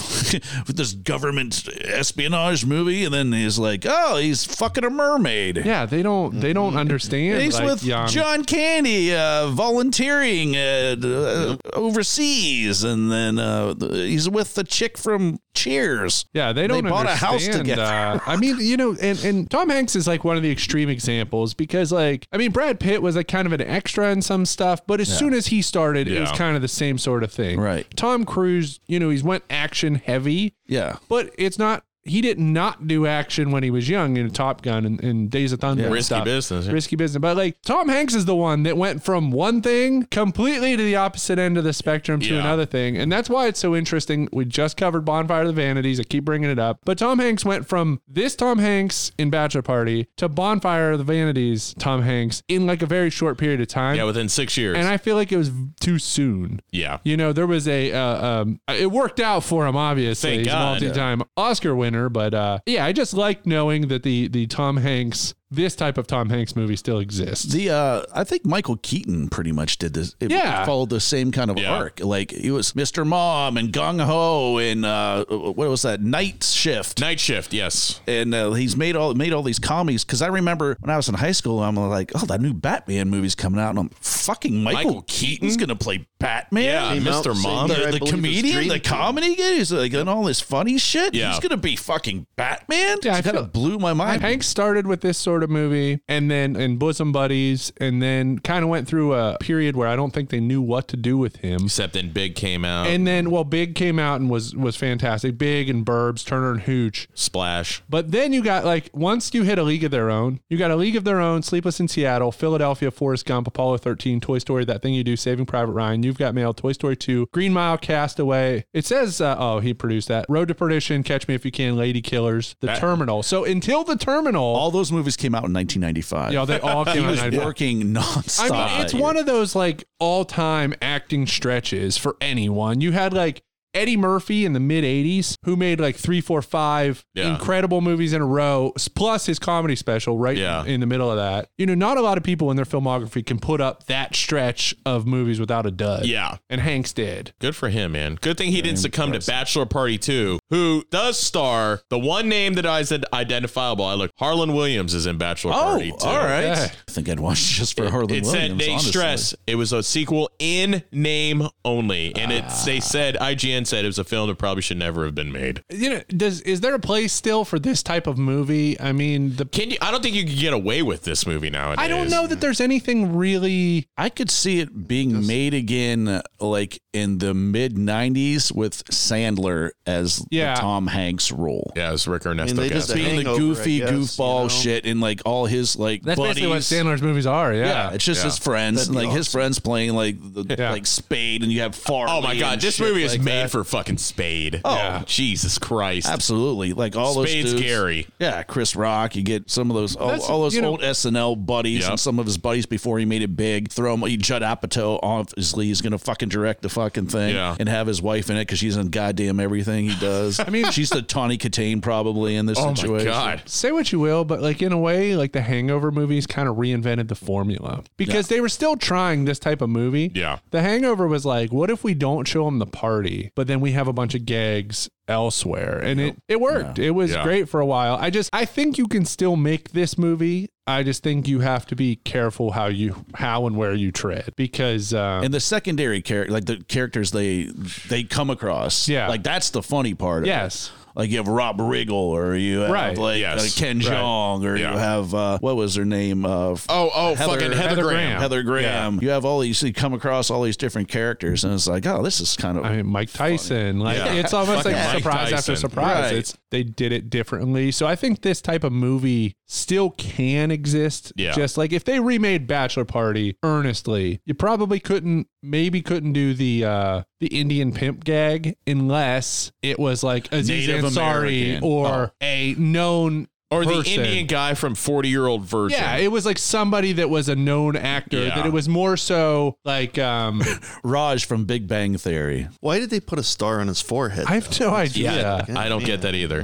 [SPEAKER 5] this government espionage movie, and then he's like, oh, he's fucking a mermaid.
[SPEAKER 2] yeah, they don't they don't understand.
[SPEAKER 5] Mm-hmm. He's
[SPEAKER 2] like,
[SPEAKER 5] with
[SPEAKER 2] young-
[SPEAKER 5] John Candy uh, volunteering uh, d- uh, overseas, and then uh, th- he's with the chick from Cheers.
[SPEAKER 2] Yeah, they don't.
[SPEAKER 5] They bought a house
[SPEAKER 2] understand,
[SPEAKER 5] together.
[SPEAKER 2] uh, I mean, you know, and and Tom Hanks is like one of the extreme examples because, like, I mean, Brad Pitt was like kind of an extra in some stuff, but as soon as he started, it was
[SPEAKER 3] Yeah.
[SPEAKER 2] kind of the same sort of thing.
[SPEAKER 5] Right.
[SPEAKER 2] Tom Cruise, you know, he's went action heavy,
[SPEAKER 5] Yeah.
[SPEAKER 2] but it's not. He did not do action when he was young in Top Gun and, and Days of Thunder. and
[SPEAKER 3] Risky
[SPEAKER 2] stuff.
[SPEAKER 3] business, yeah.
[SPEAKER 2] Risky business. But like Tom Hanks is the one that went from one thing completely to the opposite end of the spectrum to
[SPEAKER 3] Yeah.
[SPEAKER 2] another thing. And that's why it's so interesting. We just covered Bonfire of the Vanities. I keep bringing it up. But Tom Hanks went from this Tom Hanks in Bachelor Party to Bonfire of the Vanities Tom Hanks in like a very short period of time.
[SPEAKER 3] Yeah, within six years.
[SPEAKER 2] and I feel like it was too soon.
[SPEAKER 3] yeah.
[SPEAKER 2] You know, there was a uh, um, it worked out for him. Obviously,
[SPEAKER 3] Thank
[SPEAKER 2] he's a
[SPEAKER 3] God.
[SPEAKER 2] multi-time Oscar winner. But uh, yeah, I just like knowing that the the Tom Hanks this type of Tom Hanks movie still exists.
[SPEAKER 5] The uh, I think Michael Keaton pretty much did this. It
[SPEAKER 2] Yeah.
[SPEAKER 5] followed the same kind of
[SPEAKER 3] Yeah.
[SPEAKER 5] arc. Like it was Mr. Mom and Gung Ho and uh, what was that Night Shift.
[SPEAKER 3] Night shift. Yes.
[SPEAKER 5] and uh, he's made all made all these comedies because I remember when I was in high school, I'm like, oh, that new Batman movie's coming out, and I'm fucking Michael,
[SPEAKER 3] Michael
[SPEAKER 5] Keaton's
[SPEAKER 3] Keaton?
[SPEAKER 5] going to play Batman.
[SPEAKER 3] Yeah, Came out Mr. same Mom. year, I
[SPEAKER 5] the, the
[SPEAKER 3] believe, as
[SPEAKER 5] comedian,
[SPEAKER 3] Dream
[SPEAKER 5] the
[SPEAKER 3] Team.
[SPEAKER 5] comedy guy, he's like and all this funny shit.
[SPEAKER 3] Yeah.
[SPEAKER 5] he's going to be fucking Batman.
[SPEAKER 2] Yeah, I
[SPEAKER 5] it kind
[SPEAKER 2] feel-
[SPEAKER 5] of blew my mind.
[SPEAKER 2] Hank started with this sort of movie and then in Bosom Buddies and then kind of went through a period where I don't think they knew what to do with him.
[SPEAKER 3] Except then Big came out.
[SPEAKER 2] And then well Big came out and was was fantastic. Big and Burbs, Turner and Hooch.
[SPEAKER 3] Splash.
[SPEAKER 2] But then you got like once you hit a League of Their Own, you got a League of Their Own, Sleepless in Seattle, Philadelphia, Forrest Gump, Apollo 13, Toy Story, that thing you do, Saving Private Ryan. You've got Mail, Toy Story 2, Green Mile, Castaway. It says, uh, oh, he produced that. Road to Perdition, Catch Me If You Can, Lady Killers, The
[SPEAKER 5] That-
[SPEAKER 2] Terminal. So until The Terminal,
[SPEAKER 5] all those movies came out in 1995.
[SPEAKER 2] Yeah, they all came
[SPEAKER 5] he
[SPEAKER 2] out in
[SPEAKER 5] was
[SPEAKER 2] 95.
[SPEAKER 5] working nonstop.
[SPEAKER 2] I mean, it's one of those like all time acting stretches for anyone. You had like Eddie Murphy in the mid 80s, who made like three, four, five
[SPEAKER 3] Yeah.
[SPEAKER 2] incredible movies in a row, s- plus his comedy special right
[SPEAKER 3] Yeah.
[SPEAKER 2] in the middle of that. You know, not a lot of people in their filmography can put up that stretch of movies without a dud.
[SPEAKER 3] Yeah.
[SPEAKER 2] And Hanks did.
[SPEAKER 3] Good for him, man. Good thing he didn't succumb to Bachelor Party 2, who does star the one name that I said identifiable. I look, Harlan Williams is in Bachelor
[SPEAKER 2] oh,
[SPEAKER 3] Party 2.
[SPEAKER 5] Oh, all right. I think I'd watch just for Harlan
[SPEAKER 3] It
[SPEAKER 5] Williams.
[SPEAKER 3] said Nate
[SPEAKER 5] honestly.
[SPEAKER 3] Stress. It was a sequel in name only. And it's
[SPEAKER 5] Ah.
[SPEAKER 3] they said IGN said it was a film that probably should never have been made.
[SPEAKER 2] You know, does is there a place still for this type of movie? I mean, the
[SPEAKER 3] Can you I don't think you can get away with this movie nowadays.
[SPEAKER 2] I don't know that there's anything really
[SPEAKER 5] I could see it being made again, uh, like in the mid '90s, with Sandler as
[SPEAKER 2] Yeah.
[SPEAKER 5] the Tom Hanks role.
[SPEAKER 3] Yeah, it's Rick Ernesto.
[SPEAKER 5] And they just
[SPEAKER 3] Gaston.
[SPEAKER 5] being the goofy goofball shit and like all his like
[SPEAKER 2] that's
[SPEAKER 5] buddies.
[SPEAKER 2] basically what Sandler's movies are. Yeah,
[SPEAKER 5] yeah. it's just his friends, and, like his friends playing like the, like Spade, and you have Farley.
[SPEAKER 3] Oh my god,
[SPEAKER 5] and
[SPEAKER 3] this
[SPEAKER 5] shit
[SPEAKER 3] movie is
[SPEAKER 5] like
[SPEAKER 3] made
[SPEAKER 5] that.
[SPEAKER 3] for fucking Spade.
[SPEAKER 5] Oh.
[SPEAKER 3] Jesus Christ.
[SPEAKER 5] absolutely like all those
[SPEAKER 3] Spade's
[SPEAKER 5] dudes.
[SPEAKER 3] Gary.
[SPEAKER 5] Yeah, Chris Rock. You get some of those all,
[SPEAKER 3] That's-
[SPEAKER 5] all those
[SPEAKER 3] you know-
[SPEAKER 5] old SNL buddies
[SPEAKER 3] Yep.
[SPEAKER 5] and some of his buddies before he made it big. Throw him Judd Apatow. Obviously, he's gonna fucking direct the fucking thing
[SPEAKER 3] Yeah.
[SPEAKER 5] and have his wife in it because she's in goddamn everything he does. I mean, she's the Tawny Katane probably in this
[SPEAKER 3] Oh my
[SPEAKER 5] situation.
[SPEAKER 3] God.
[SPEAKER 2] Say what you will, but like in a way, like the Hangover movies kind of reinvented the formula because they were still trying this type of movie.
[SPEAKER 3] Yeah.
[SPEAKER 2] The Hangover was like, what if we don't show them the party, but then we have a bunch of gags elsewhere? And it, it worked. It was
[SPEAKER 3] Yeah.
[SPEAKER 2] great for a while. I just, I think you can still make this movie. I just think you have to be careful how you, how and where you tread because, um,
[SPEAKER 5] and the secondary character, like the characters they they come across,
[SPEAKER 2] Yeah.
[SPEAKER 5] like that's the funny part. Of
[SPEAKER 2] Yes.
[SPEAKER 5] it. like you have Rob Riggle, or you have
[SPEAKER 2] Right.
[SPEAKER 5] like uh,
[SPEAKER 3] Yes.
[SPEAKER 5] Ken
[SPEAKER 3] Right.
[SPEAKER 5] Jeong, or
[SPEAKER 3] Yeah.
[SPEAKER 5] you have uh, what was her name? Uh, f-
[SPEAKER 3] Oh, oh, fucking Heather,
[SPEAKER 2] Heather
[SPEAKER 3] Graham.
[SPEAKER 2] Graham.
[SPEAKER 5] Heather Graham. You have all these, you come across all these different characters, and it's like, oh, this is kind of.
[SPEAKER 2] I mean, Mike Tyson. Like
[SPEAKER 3] Yeah.
[SPEAKER 2] it's almost
[SPEAKER 3] Fucking
[SPEAKER 2] like
[SPEAKER 3] Mike
[SPEAKER 2] surprise
[SPEAKER 3] Tyson.
[SPEAKER 2] after surprise.
[SPEAKER 5] Right.
[SPEAKER 2] It's they did it differently. So I think this type of movie still can exist.
[SPEAKER 3] Yeah.
[SPEAKER 2] Just like if they remade Bachelor Party earnestly, you probably couldn't maybe couldn't do the uh the Indian pimp gag unless it was like Aziz
[SPEAKER 3] Native
[SPEAKER 2] Ansari
[SPEAKER 3] American.
[SPEAKER 2] or
[SPEAKER 3] Oh.
[SPEAKER 2] a known
[SPEAKER 3] Or the
[SPEAKER 2] person.
[SPEAKER 3] Indian guy from 40 year old virgin.
[SPEAKER 2] Yeah, it was like somebody that was a known actor.
[SPEAKER 3] Yeah.
[SPEAKER 2] That it was more so like um
[SPEAKER 5] Raj from Big Bang Theory.
[SPEAKER 4] Why did they put a star on his forehead?
[SPEAKER 2] I have no idea.
[SPEAKER 3] yeah, I don't get that either.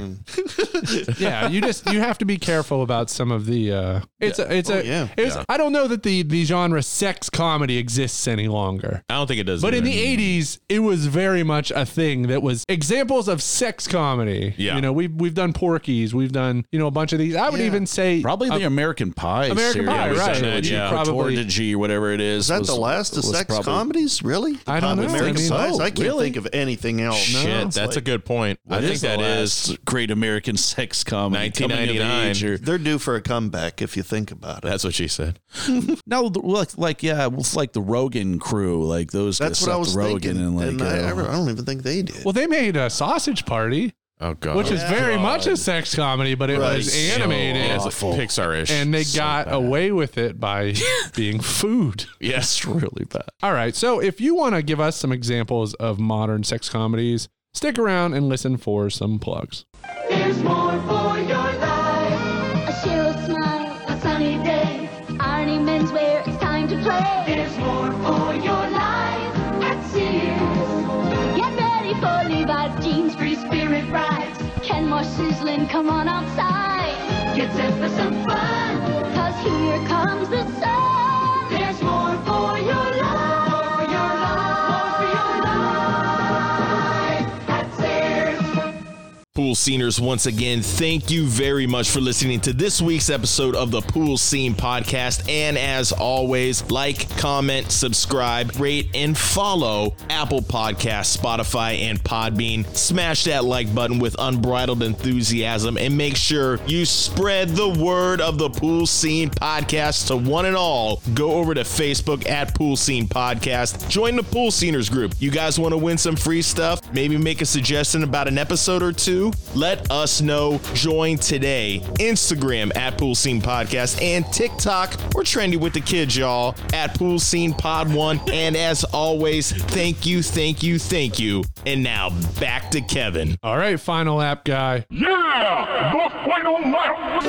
[SPEAKER 4] Mm-hmm.
[SPEAKER 2] yeah, you just you have to be careful about some of the. Uh, it's a, it's
[SPEAKER 4] Oh,
[SPEAKER 2] a.
[SPEAKER 4] yeah.
[SPEAKER 2] It's,
[SPEAKER 3] Yeah.
[SPEAKER 2] I don't know that the the genre sex comedy exists any longer.
[SPEAKER 3] I don't think it does.
[SPEAKER 2] But in
[SPEAKER 3] either.
[SPEAKER 2] the 80s, it was very much a thing that was examples of sex comedy.
[SPEAKER 3] Yeah.
[SPEAKER 2] You know, we've, we've done Porky's, we've done, you know, a bunch of these. I would
[SPEAKER 4] Yeah.
[SPEAKER 2] even say
[SPEAKER 5] Probably the American Pie.
[SPEAKER 2] uh, American
[SPEAKER 5] series,
[SPEAKER 2] Pie,
[SPEAKER 5] which
[SPEAKER 2] right.
[SPEAKER 5] is
[SPEAKER 3] Yeah,
[SPEAKER 5] what you-
[SPEAKER 3] yeah.
[SPEAKER 2] Probably-
[SPEAKER 5] Tortigy, whatever it is.
[SPEAKER 4] Is that
[SPEAKER 5] was-
[SPEAKER 4] the last of
[SPEAKER 5] was
[SPEAKER 4] sex
[SPEAKER 5] probably-
[SPEAKER 4] comedies? Really?
[SPEAKER 2] I don't know.
[SPEAKER 4] American
[SPEAKER 2] I mean,
[SPEAKER 4] Size?
[SPEAKER 2] oh,
[SPEAKER 4] I can't
[SPEAKER 2] really?
[SPEAKER 4] think of anything else.
[SPEAKER 3] Shit,
[SPEAKER 4] No, it's
[SPEAKER 3] that's a
[SPEAKER 4] like-
[SPEAKER 3] good point. I
[SPEAKER 5] What
[SPEAKER 3] think
[SPEAKER 5] is the
[SPEAKER 3] that is.
[SPEAKER 5] last Great American Sex Comedy. coming of
[SPEAKER 3] 1999.
[SPEAKER 5] age or-
[SPEAKER 4] They're due for a comeback if you think about it.
[SPEAKER 3] That's what she said.
[SPEAKER 5] No, the- like, like yeah, it's like the Rogan crew, like those.
[SPEAKER 4] That's
[SPEAKER 5] guys,
[SPEAKER 4] what I was
[SPEAKER 5] Seth Rogen
[SPEAKER 4] thinking.
[SPEAKER 5] And like,
[SPEAKER 4] and I, I
[SPEAKER 5] uh,
[SPEAKER 4] re- I don't even think they did.
[SPEAKER 2] Well, they made a sausage party,
[SPEAKER 3] Oh god,
[SPEAKER 2] which is very much a sex comedy, but it
[SPEAKER 4] Right.
[SPEAKER 2] was
[SPEAKER 4] So
[SPEAKER 2] animated.
[SPEAKER 3] it's Pixar ish.
[SPEAKER 2] and they got away with it by being food.
[SPEAKER 3] yes,
[SPEAKER 5] really bad.
[SPEAKER 2] All right. So if you want to give us some examples of modern sex comedies, stick around and listen for some plugs.
[SPEAKER 9] Here's more for your life.
[SPEAKER 13] A sheer smile, a sunny day. Arnie menswear, it's time to play.
[SPEAKER 9] Here's more for your life.
[SPEAKER 13] At Sears. Get ready for Levi's jeans, free spirit rides. Kenmore sizzling, come on outside.
[SPEAKER 9] Get set for some fun.
[SPEAKER 13] Cause here comes the sun.
[SPEAKER 9] There's more for your life. More for your life. More for your life. At Sears.
[SPEAKER 3] pool pool sceners once again thank you very much for listening to this week's episode of the pool scene podcast and as always like comment subscribe rate and follow apple Podcasts, spotify and podbean smash that like button with unbridled enthusiasm and make sure you spread the word of the pool scene podcast to one and all go over to facebook at pool scene podcast join the pool sceners group you guys want to win some free stuff maybe make a suggestion about an episode or two, let us know. Join today. Instagram at Pool Scene Podcast and TikTok. We're trendy with the kids, y'all, at Pool Scene Pod One. And as always, thank you, thank you, thank you. And now back to Kevin.
[SPEAKER 2] All right, final app guy.
[SPEAKER 9] Yeah! The final lap!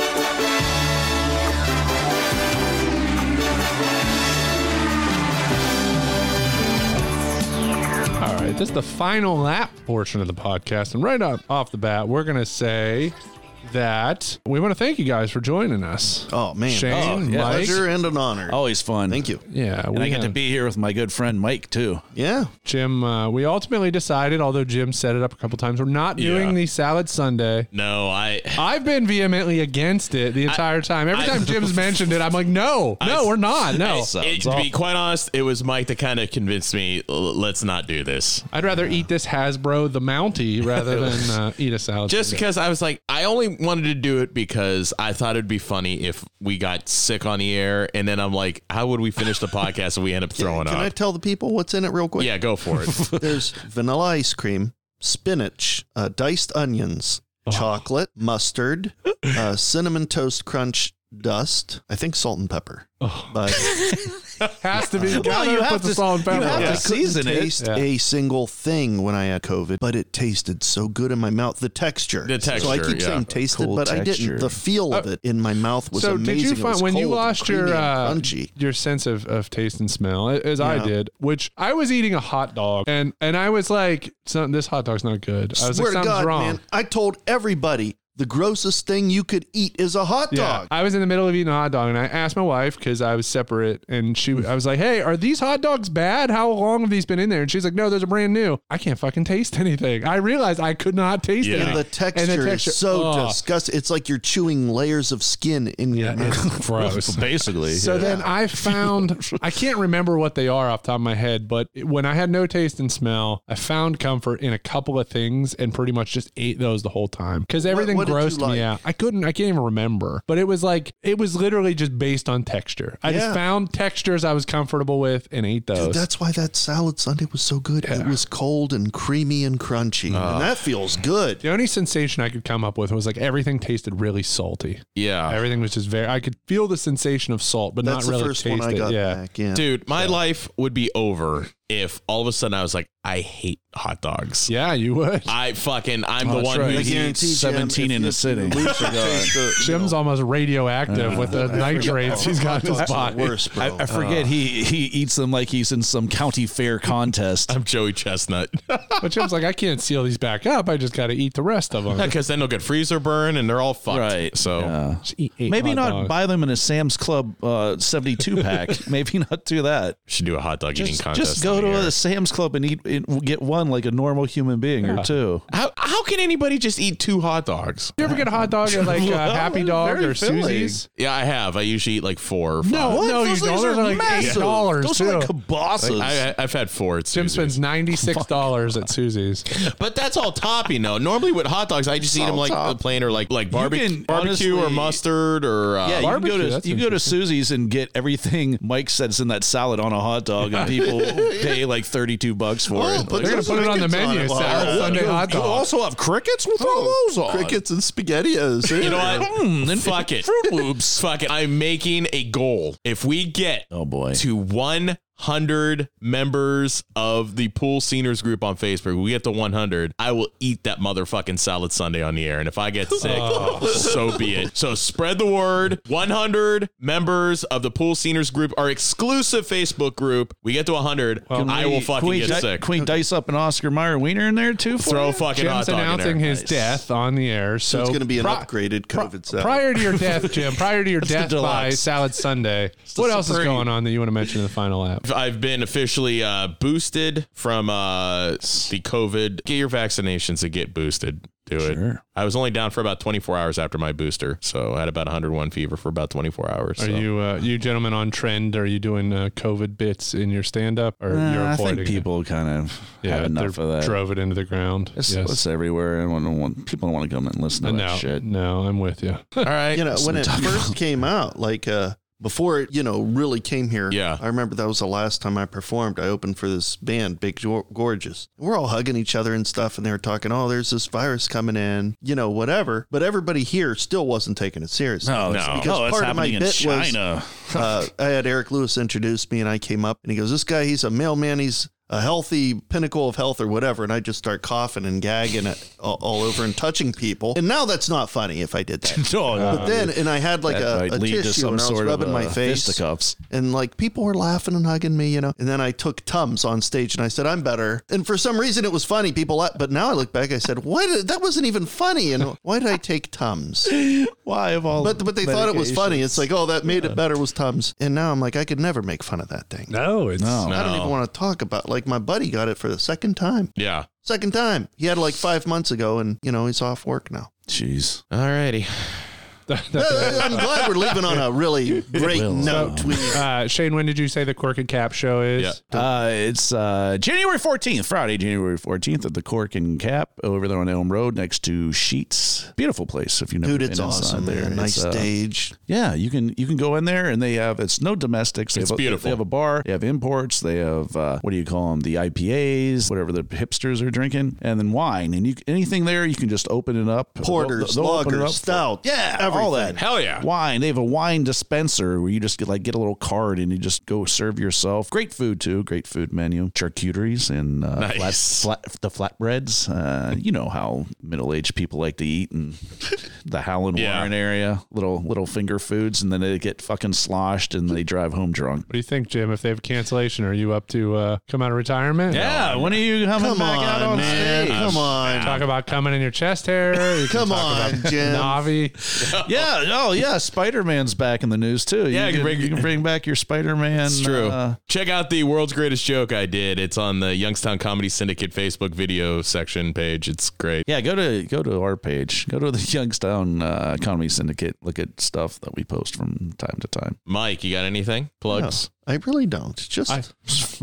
[SPEAKER 2] All right, this is the final lap portion of the podcast. And right up off the bat, we're going to say that we want to thank you guys for joining us.
[SPEAKER 4] Oh, man.
[SPEAKER 2] Shane,
[SPEAKER 4] Oh,
[SPEAKER 2] Mike.
[SPEAKER 4] yeah.
[SPEAKER 2] Oh,
[SPEAKER 4] Pleasure and an honor.
[SPEAKER 5] Always fun.
[SPEAKER 4] Thank you.
[SPEAKER 2] Yeah,
[SPEAKER 5] and
[SPEAKER 2] we
[SPEAKER 5] I get to
[SPEAKER 2] had-
[SPEAKER 5] be here with my good friend Mike too.
[SPEAKER 4] Yeah.
[SPEAKER 2] Jim, uh, we ultimately decided, although Jim set it up a couple times, we're not doing
[SPEAKER 3] Yeah.
[SPEAKER 2] the salad Sunday.
[SPEAKER 3] No, I.
[SPEAKER 2] I've been vehemently against it the entire time. Every
[SPEAKER 3] I-
[SPEAKER 2] time Jim's mentioned it, I'm like, no, no, we're not. No.
[SPEAKER 3] I- it- to be quite honest, it was Mike that kind of convinced me. "L- Let's not do this.
[SPEAKER 2] I'd rather eat this Hasbro the Mountie rather than uh, eat a salad.
[SPEAKER 3] Just
[SPEAKER 2] Sundae.
[SPEAKER 3] because I was like, I only wanted to do it because I thought it'd be funny if we got sick on the air, and then I'm like, how would we finish the podcast if we end up throwing
[SPEAKER 4] Can I
[SPEAKER 3] up?
[SPEAKER 4] tell the people what's in it real quick?
[SPEAKER 3] yeah, go for it.
[SPEAKER 4] There's vanilla ice cream, spinach, uh, diced onions, chocolate, mustard, uh, cinnamon toast crunch dust. I think salt and pepper. But
[SPEAKER 2] has to be.
[SPEAKER 5] Well,
[SPEAKER 2] gotta
[SPEAKER 5] you have
[SPEAKER 2] put the
[SPEAKER 5] to-
[SPEAKER 2] salt and
[SPEAKER 5] you
[SPEAKER 2] pepper.
[SPEAKER 5] have
[SPEAKER 2] on
[SPEAKER 5] to
[SPEAKER 2] it.
[SPEAKER 4] I couldn't
[SPEAKER 5] Season it.
[SPEAKER 4] taste
[SPEAKER 5] Yeah.
[SPEAKER 4] a single thing when I had COVID, but it tasted so good in my mouth. The texture.
[SPEAKER 3] The
[SPEAKER 4] So I
[SPEAKER 3] texture,
[SPEAKER 4] keep
[SPEAKER 3] yeah.
[SPEAKER 4] saying tasted,
[SPEAKER 5] Cool
[SPEAKER 4] but I
[SPEAKER 5] texture.
[SPEAKER 4] didn't. The feel of it in my mouth was
[SPEAKER 2] Uh, so
[SPEAKER 4] amazing.
[SPEAKER 2] did you
[SPEAKER 4] It was
[SPEAKER 2] find when you
[SPEAKER 4] cold and
[SPEAKER 2] lost
[SPEAKER 4] creamy
[SPEAKER 2] your
[SPEAKER 4] and
[SPEAKER 2] uh,
[SPEAKER 4] crunchy.
[SPEAKER 2] your sense of, of taste and smell a- as I
[SPEAKER 4] Yeah.
[SPEAKER 2] did which I was eating a hot dog and and I was like something this hot dog's not good I was
[SPEAKER 4] Swear
[SPEAKER 2] like something's
[SPEAKER 4] to God,
[SPEAKER 2] wrong
[SPEAKER 4] man! I told everybody the grossest thing you could eat is a hot
[SPEAKER 2] yeah,
[SPEAKER 4] dog.
[SPEAKER 2] I was in the middle of eating a hot dog and I asked my wife because I was separate and she I was like hey are these hot dogs bad how long have these been in there and she's like no those are brand new I can't fucking taste anything I realized I could not taste
[SPEAKER 3] Yeah.
[SPEAKER 2] it
[SPEAKER 4] And the texture, is so
[SPEAKER 2] oh.
[SPEAKER 4] disgusting. It's like you're chewing layers of skin in your mouth.
[SPEAKER 2] gross
[SPEAKER 5] Basically.
[SPEAKER 2] So then I found I can't remember what they are off the top of my head, but when I had no taste and smell, I found comfort in a couple of things and pretty much just ate those the whole time because everything
[SPEAKER 4] what did you
[SPEAKER 2] grossed
[SPEAKER 4] like?
[SPEAKER 2] me out. I couldn't, I can't even remember, but it was like it was literally just based on texture. I
[SPEAKER 4] Yeah.
[SPEAKER 2] just found textures I was comfortable with and ate those.
[SPEAKER 4] Dude, that's why that salad Sunday was so good. It was cold and creamy and crunchy,
[SPEAKER 2] Oh.
[SPEAKER 4] and that feels good.
[SPEAKER 2] the only sensation I could come up with was like everything tasted really salty.
[SPEAKER 3] Yeah.
[SPEAKER 2] Everything was just very. I could feel the sensation of salt, but not
[SPEAKER 4] That's the
[SPEAKER 2] really
[SPEAKER 4] first
[SPEAKER 2] taste
[SPEAKER 4] one I
[SPEAKER 2] it.
[SPEAKER 4] got
[SPEAKER 2] yeah.
[SPEAKER 4] back. Yeah,
[SPEAKER 3] Dude, my life would be over if all of a sudden I was like, I hate hot dogs.
[SPEAKER 2] Yeah, you would.
[SPEAKER 3] I fucking, I'm the
[SPEAKER 5] Oh, that's
[SPEAKER 3] one
[SPEAKER 5] right.
[SPEAKER 3] who
[SPEAKER 5] I
[SPEAKER 3] eats.
[SPEAKER 5] guarantee- 17 in a sitting.
[SPEAKER 2] Jim's almost radioactive with the nitrates he's got in his body.
[SPEAKER 4] Worse, bro.
[SPEAKER 5] I, I forget he he eats them like he's in some county fair contest.
[SPEAKER 3] I'm Joey Chestnut.
[SPEAKER 2] But Jim's like, I can't seal these back up. I just got to eat the rest of them.
[SPEAKER 3] Because then they'll get freezer burn and they're all fucked.
[SPEAKER 5] Right.
[SPEAKER 3] So,
[SPEAKER 5] Yeah.
[SPEAKER 2] eat eight
[SPEAKER 5] Maybe
[SPEAKER 2] hot
[SPEAKER 5] not
[SPEAKER 2] dogs.
[SPEAKER 5] buy them in a Sam's Club uh, 72 pack. Maybe not do that.
[SPEAKER 3] should do a hot dog eating
[SPEAKER 5] Just,
[SPEAKER 3] contest.
[SPEAKER 5] just go
[SPEAKER 3] on the
[SPEAKER 5] to
[SPEAKER 3] air.
[SPEAKER 5] a Sam's Club and eat and get one like a normal human being or two.
[SPEAKER 3] How, how can anybody just eat two hot dogs?
[SPEAKER 2] You ever get a hot dog at like uh,
[SPEAKER 5] Well,
[SPEAKER 2] Happy
[SPEAKER 5] it's
[SPEAKER 2] Dog
[SPEAKER 5] very
[SPEAKER 2] or
[SPEAKER 5] filling.
[SPEAKER 2] Susie's?
[SPEAKER 3] Yeah, I have. I usually eat like four or five.
[SPEAKER 2] No,
[SPEAKER 4] What?
[SPEAKER 2] no, you
[SPEAKER 4] Those
[SPEAKER 2] don't.
[SPEAKER 4] things
[SPEAKER 2] Those
[SPEAKER 4] are
[SPEAKER 2] are like eight
[SPEAKER 4] massive.
[SPEAKER 2] dollars
[SPEAKER 5] Those
[SPEAKER 2] too.
[SPEAKER 5] are like kibasas.
[SPEAKER 3] I, I- I've had four at
[SPEAKER 2] Jim
[SPEAKER 3] Susie's.
[SPEAKER 2] spends ninety six dollars at Susie's.
[SPEAKER 3] But that's all topping though. Normally with hot dogs, I just eat them
[SPEAKER 4] all
[SPEAKER 3] like
[SPEAKER 4] top.
[SPEAKER 3] plain or like like barbecue,
[SPEAKER 5] can
[SPEAKER 3] barbecue or
[SPEAKER 5] honestly-
[SPEAKER 3] mustard or uh,
[SPEAKER 5] yeah, you
[SPEAKER 2] Barbecue,
[SPEAKER 5] can go
[SPEAKER 2] that's
[SPEAKER 5] to you go to Susie's and get everything Mike says in that salad on a hot dog, and people pay like thirty two bucks for
[SPEAKER 4] Oh,
[SPEAKER 5] it.
[SPEAKER 2] They're
[SPEAKER 4] but
[SPEAKER 2] gonna
[SPEAKER 4] those
[SPEAKER 2] put it on the
[SPEAKER 4] crickets
[SPEAKER 2] menu.
[SPEAKER 4] it.
[SPEAKER 2] Wow.
[SPEAKER 4] Wow.
[SPEAKER 2] Salad Sunday hot
[SPEAKER 5] You
[SPEAKER 2] dog.
[SPEAKER 5] also have crickets. We'll throw
[SPEAKER 4] Oh,
[SPEAKER 5] those on.
[SPEAKER 4] Crickets and spaghettios.
[SPEAKER 3] You know what?
[SPEAKER 5] Mm, then
[SPEAKER 3] Fuck it.
[SPEAKER 5] Fruit Loops.
[SPEAKER 3] Fuck it. I'm making a goal. If we get
[SPEAKER 5] Oh boy.
[SPEAKER 3] to 100 members of the Pool Seniors group on Facebook, we get to 100, I will eat that motherfucking salad Sunday on the air. And if I get sick,
[SPEAKER 5] Oh.
[SPEAKER 3] so be it. So spread the word. 100 members of the Pool Seniors group, our exclusive Facebook group, we get to 100,
[SPEAKER 5] Can
[SPEAKER 3] I
[SPEAKER 5] we-
[SPEAKER 3] will fucking
[SPEAKER 5] can we
[SPEAKER 3] get
[SPEAKER 5] di-
[SPEAKER 3] sick.
[SPEAKER 5] Can we dice up an Oscar Mayer wiener in there too? for
[SPEAKER 3] Throw
[SPEAKER 5] you?
[SPEAKER 3] a fucking hot
[SPEAKER 2] Jim's
[SPEAKER 3] dog in
[SPEAKER 2] announcing
[SPEAKER 3] there.
[SPEAKER 2] his death on the air. So,
[SPEAKER 4] it's going to be an
[SPEAKER 2] pri-
[SPEAKER 4] upgraded
[SPEAKER 2] pri-
[SPEAKER 4] COVID salad.
[SPEAKER 2] Prior to your death, Jim. Prior to your death by
[SPEAKER 5] deluxe.
[SPEAKER 2] Salad Sunday. What else is
[SPEAKER 5] supreme.
[SPEAKER 2] going on that you want to mention in the final app?
[SPEAKER 3] I've been officially uh, boosted from uh, the COVID. Get your vaccinations and get boosted. do it. I was only down for about 24 hours after my booster, so I had about 101 fever for about 24 hours.
[SPEAKER 2] Are
[SPEAKER 3] so.
[SPEAKER 2] you uh, you gentlemen on trend? Are you doing uh, COVID bits in your stand up? Or
[SPEAKER 5] Nah,
[SPEAKER 2] you're
[SPEAKER 5] I think
[SPEAKER 2] avoiding it?
[SPEAKER 5] people kind of
[SPEAKER 2] Yeah,
[SPEAKER 5] have enough
[SPEAKER 2] they're-
[SPEAKER 5] of that.
[SPEAKER 2] drove it into the ground.
[SPEAKER 5] It's,
[SPEAKER 2] Yes.
[SPEAKER 5] it's everywhere. I don't want people don't want to come and listen to
[SPEAKER 2] No,
[SPEAKER 5] that shit.
[SPEAKER 2] No, I'm with you.
[SPEAKER 4] All right. You know,
[SPEAKER 5] So
[SPEAKER 4] when it
[SPEAKER 5] talk
[SPEAKER 4] first came out, like uh before it, you know, really came here. Yeah. I remember that was the last time I performed. I opened for this band, Big Gor- Gorgeous. We're all hugging each other and stuff, and they were talking, oh, there's this virus coming in, you know, whatever. But everybody here still wasn't taking it seriously.
[SPEAKER 5] No,
[SPEAKER 4] It's
[SPEAKER 5] no. Oh, it's happening in China.
[SPEAKER 4] uh, I had Eric Lewis introduce me, and I came up, and he goes, "This guy, he's a mailman. He's a healthy pinnacle of health, or whatever." And I just start coughing and gagging it all, all over and touching people. And now that's not funny if I did that.
[SPEAKER 5] no,
[SPEAKER 4] but then, and I had like
[SPEAKER 5] That
[SPEAKER 4] a,
[SPEAKER 5] might
[SPEAKER 4] a
[SPEAKER 5] Um, lead to
[SPEAKER 4] tissue,
[SPEAKER 5] some
[SPEAKER 4] and I was
[SPEAKER 5] sort of,
[SPEAKER 4] rubbing my
[SPEAKER 5] uh,
[SPEAKER 4] face,
[SPEAKER 5] fisticuffs.
[SPEAKER 4] and like people were laughing and hugging me, you know. And then I took tums on stage, and I said, "I'm better." And for some reason, it was funny. People, la- but now I look back, I said, "Why did that wasn't even funny?" And why did I take tums?
[SPEAKER 5] Why of all?
[SPEAKER 4] But but they thought it was funny.
[SPEAKER 5] medications.
[SPEAKER 4] It's like, oh, that made it better was Tums. And now I'm like, I could never make fun of that thing.
[SPEAKER 5] No, it's no.
[SPEAKER 4] I don't even want to talk about. Like my buddy got it for the second time.
[SPEAKER 3] Yeah.
[SPEAKER 4] Second time. He had it like five months ago, and you know he's off work now.
[SPEAKER 5] Jeez.
[SPEAKER 3] All righty.
[SPEAKER 4] I'm glad we're leaving on a really great note. We
[SPEAKER 2] uh, Shane, when did you say the Cork and Cap show is?
[SPEAKER 5] Uh, it's uh, January 14th, Friday, January 14th at the Cork and Cap over there on Elm Road next to Sheets. Beautiful place if you know.
[SPEAKER 4] Dude, it's uh, awesome, man. Nice stage.
[SPEAKER 5] uh, Yeah, you can you can go in there and they have it's no domestics. They
[SPEAKER 3] It's
[SPEAKER 5] have a,
[SPEAKER 3] beautiful.
[SPEAKER 5] They have a bar. They have imports. They have uh, what do you call them? The IPAs, whatever the hipsters are drinking, and then wine and you anything there you can just open it up.
[SPEAKER 4] Porters,
[SPEAKER 5] They'll- they'll open it
[SPEAKER 4] lagers,
[SPEAKER 5] up for-
[SPEAKER 4] stouts,
[SPEAKER 5] yeah, all
[SPEAKER 4] everything.
[SPEAKER 5] that.
[SPEAKER 3] Hell yeah.
[SPEAKER 5] Wine. They have a wine dispenser where you just get like get a little card and you just go serve yourself. Great food too. Great food menu. Charcuteries and uh, flat, flat, the flatbreads. Uh, you know how middle aged people like to eat and the Howland
[SPEAKER 3] Yeah.
[SPEAKER 5] Warren area. Little little finger foods and then they get fucking sloshed and they drive home drunk.
[SPEAKER 2] What do you think, Jim? If they have cancellation, are you up to uh, come out of retirement?
[SPEAKER 5] Yeah, Uh, when are you coming
[SPEAKER 4] Come
[SPEAKER 5] back out
[SPEAKER 4] on,
[SPEAKER 5] on
[SPEAKER 4] man.
[SPEAKER 5] stage?
[SPEAKER 4] Come on.
[SPEAKER 2] Talk about coming in your chest hair. You can
[SPEAKER 4] Come
[SPEAKER 2] talk
[SPEAKER 4] on,
[SPEAKER 2] about
[SPEAKER 4] Jim.
[SPEAKER 2] Navi.
[SPEAKER 5] yeah, oh yeah, Spider Man's back in the news too.
[SPEAKER 3] Yeah, I
[SPEAKER 5] you
[SPEAKER 3] can
[SPEAKER 5] can,
[SPEAKER 3] bring-
[SPEAKER 5] you can bring back your uh, Spider Man.
[SPEAKER 3] It's true.
[SPEAKER 2] uh,
[SPEAKER 3] Check out the world's greatest joke I did. It's on the Youngstown Comedy Syndicate Facebook video section page. It's great.
[SPEAKER 5] Yeah, go to go to our page. Go to the Youngstown uh, Comedy Syndicate. Look at stuff that we post from time to time.
[SPEAKER 3] Mike, you got anything? Plugs?
[SPEAKER 4] I really don't. Just
[SPEAKER 2] I,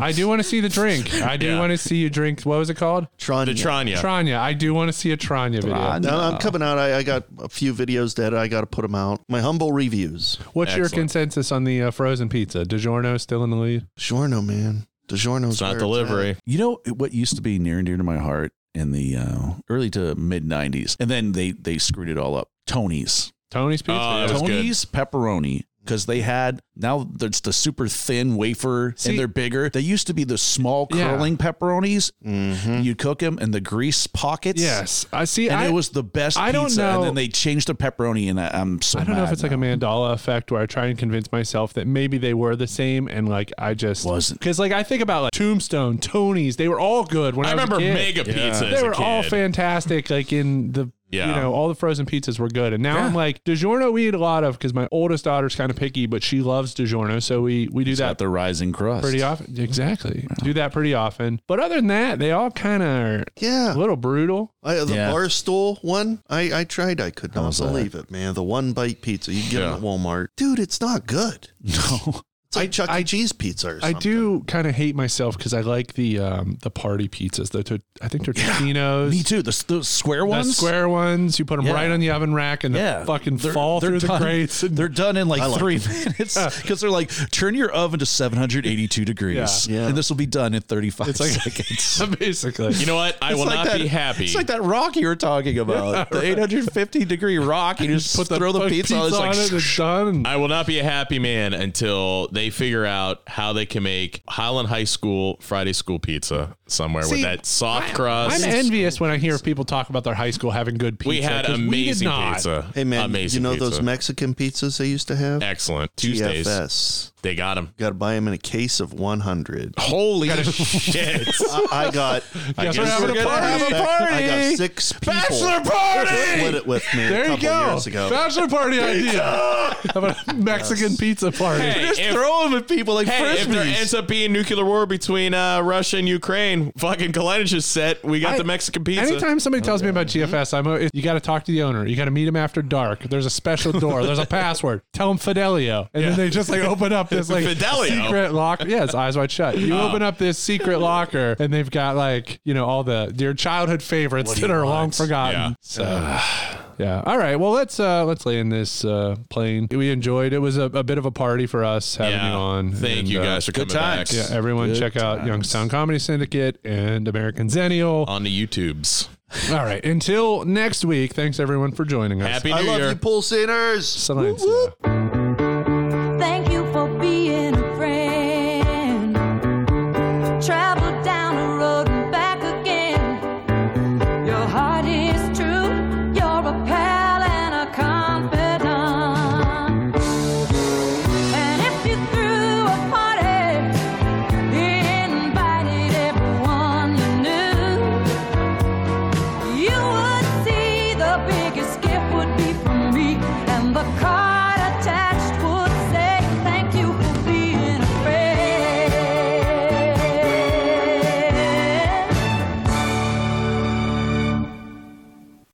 [SPEAKER 2] I do want to see the drink. I do
[SPEAKER 3] Yeah.
[SPEAKER 2] want to see you drink. What was it called?
[SPEAKER 4] Tranya.
[SPEAKER 3] The Tranya.
[SPEAKER 2] Tranya. I do want to see a Tranya video.
[SPEAKER 4] No, I'm coming out. I, I got a few videos that I got to put them out. My humble reviews.
[SPEAKER 2] What's your consensus on the uh, frozen pizza? DiGiorno still in the lead?
[SPEAKER 4] DiGiorno, man. DiGiorno's where at.
[SPEAKER 5] You know what used to be near and dear to my heart in the uh, early to mid '90s, and then they they screwed it all up. Tony's,
[SPEAKER 2] Tony's pizza.
[SPEAKER 3] Oh, that was good.
[SPEAKER 5] Tony's pepperoni. Because they had now it's the super thin wafer
[SPEAKER 2] See-
[SPEAKER 5] and they're bigger. They used to be the small
[SPEAKER 2] Yeah. Mm-hmm.
[SPEAKER 5] curling pepperonis. You cook them in the grease pockets.
[SPEAKER 2] Yes, I see.
[SPEAKER 5] and
[SPEAKER 2] I,
[SPEAKER 5] it was the best.
[SPEAKER 2] I don't
[SPEAKER 5] pizza, And
[SPEAKER 2] know-
[SPEAKER 5] then they changed the pepperoni, and I, I'm so.
[SPEAKER 2] I don't know if
[SPEAKER 5] mad
[SPEAKER 2] it's like a
[SPEAKER 5] now.
[SPEAKER 2] mandala effect where I try and convince myself that maybe they were the same and like I just wasn't because like I think about like Tombstone, Tony's, they were all good when I,
[SPEAKER 3] I
[SPEAKER 2] was a
[SPEAKER 3] remember
[SPEAKER 2] kid.
[SPEAKER 3] Mega Pizza as
[SPEAKER 2] They
[SPEAKER 3] a
[SPEAKER 2] were all
[SPEAKER 3] kid.
[SPEAKER 2] fantastic. Like in the you
[SPEAKER 3] Yeah.
[SPEAKER 2] know all the frozen pizzas were good, and now I'm like DiGiorno we eat a lot of because my oldest daughter's kind of picky, but she loves DiGiorno, so we we do
[SPEAKER 5] It's
[SPEAKER 2] that
[SPEAKER 5] got the rising crust.
[SPEAKER 2] pretty often. Exactly, do that pretty often. But other than that, they all kind of are yeah a little brutal.
[SPEAKER 4] I, the
[SPEAKER 5] Yeah.
[SPEAKER 4] bar stool one, I, I tried. I could not believe it, man. The one bite pizza you can get
[SPEAKER 3] Yeah.
[SPEAKER 4] them at Walmart, dude. It's not good.
[SPEAKER 5] No.
[SPEAKER 4] It's like Chuck E. Cheese pizza or
[SPEAKER 2] I
[SPEAKER 4] something.
[SPEAKER 2] do kind of hate myself because I like the um, the party pizzas. The to- I think tortinos.
[SPEAKER 5] Me too. The, the square
[SPEAKER 2] The
[SPEAKER 5] ones.
[SPEAKER 2] square ones, you put them
[SPEAKER 5] Yeah.
[SPEAKER 2] right on the oven rack and
[SPEAKER 5] Yeah.
[SPEAKER 2] they fucking fall through
[SPEAKER 5] done,
[SPEAKER 2] the grates.
[SPEAKER 5] They're done in like
[SPEAKER 4] I like
[SPEAKER 5] three minutes because they're like, turn your oven to 782 degrees,
[SPEAKER 4] Yeah. Yeah.
[SPEAKER 5] and this will be done in 35
[SPEAKER 2] It's like-
[SPEAKER 5] seconds.
[SPEAKER 2] Basically.
[SPEAKER 3] You know what? I
[SPEAKER 5] It's
[SPEAKER 3] will
[SPEAKER 5] like
[SPEAKER 3] not
[SPEAKER 5] that-
[SPEAKER 3] be happy.
[SPEAKER 5] It's like that rock you were talking about, the 850 degree rock. You just put throw the
[SPEAKER 2] fucking
[SPEAKER 5] pizza, on. It's like,
[SPEAKER 2] on it, it's done.
[SPEAKER 3] I will not be a happy man until they figure out how they can make Highland High School Friday school pizza somewhere with
[SPEAKER 2] See,
[SPEAKER 3] that soft crust.
[SPEAKER 2] I'm envious when I hear people talk about their high school having good pizza.
[SPEAKER 3] we had
[SPEAKER 2] 'cause did
[SPEAKER 3] amazing
[SPEAKER 2] not.
[SPEAKER 3] pizza.
[SPEAKER 4] Hey man,
[SPEAKER 3] amazing
[SPEAKER 4] you know
[SPEAKER 3] pizza.
[SPEAKER 4] those Mexican pizzas they used to have? E
[SPEAKER 3] excellent Tuesdays.
[SPEAKER 4] GFS.
[SPEAKER 3] They got them.
[SPEAKER 4] Got to buy them in a case of 100.
[SPEAKER 3] Holy shit!
[SPEAKER 4] I, I got. I
[SPEAKER 2] Guess
[SPEAKER 4] guess
[SPEAKER 2] we're having a
[SPEAKER 4] I
[SPEAKER 2] party.
[SPEAKER 4] got six- I got six people.
[SPEAKER 2] Bachelor party!
[SPEAKER 4] Split it with me.
[SPEAKER 2] There
[SPEAKER 4] a
[SPEAKER 2] you
[SPEAKER 4] couple
[SPEAKER 2] go.
[SPEAKER 4] Years ago.
[SPEAKER 2] Bachelor party idea. How about a Mexican pizza party?
[SPEAKER 3] Hey, if,
[SPEAKER 24] going with people like
[SPEAKER 3] Hey, if there
[SPEAKER 24] frisbees.
[SPEAKER 3] ends up being nuclear war between uh, Russia and Ukraine, fucking Kalenic is set. We got
[SPEAKER 2] I-
[SPEAKER 3] the Mexican pizza.
[SPEAKER 2] Anytime somebody tells me about GFS, I'm a, you got to talk to the owner. You got to meet him after dark. There's a special door. There's a password. Tell him Fidelio, and
[SPEAKER 3] Yeah.
[SPEAKER 2] then they just like open up this like
[SPEAKER 3] Fidelio.
[SPEAKER 2] secret locker. Yeah, it's eyes wide shut. You
[SPEAKER 3] Oh.
[SPEAKER 2] open up this secret locker, and they've got like you know all the your childhood favorites
[SPEAKER 3] What do
[SPEAKER 2] that
[SPEAKER 3] you
[SPEAKER 2] are
[SPEAKER 3] want?
[SPEAKER 2] long forgotten.
[SPEAKER 3] Yeah.
[SPEAKER 2] So. Yeah. All right. Well, let's uh let's lay in this uh plane. We enjoyed. It was a, a bit of a party for us having
[SPEAKER 3] Yeah.
[SPEAKER 2] you on. uh,
[SPEAKER 3] Thank you guys for
[SPEAKER 2] good
[SPEAKER 3] coming back.
[SPEAKER 2] times. Yeah. Everyone,
[SPEAKER 3] Good
[SPEAKER 2] check out Youngstown Comedy Syndicate and American Zenial.
[SPEAKER 3] on the YouTubes.
[SPEAKER 2] All right. Until next week, thanks everyone for joining us.
[SPEAKER 3] Happy
[SPEAKER 5] I love you, pool sceners.
[SPEAKER 2] Silence.
[SPEAKER 7] Thank you for being a friend. Travel down the road and back again. Your heart is true. You're a pal and a confidant. And if you threw a party, you invited everyone you knew. You would see the biggest gift would be from me and the car.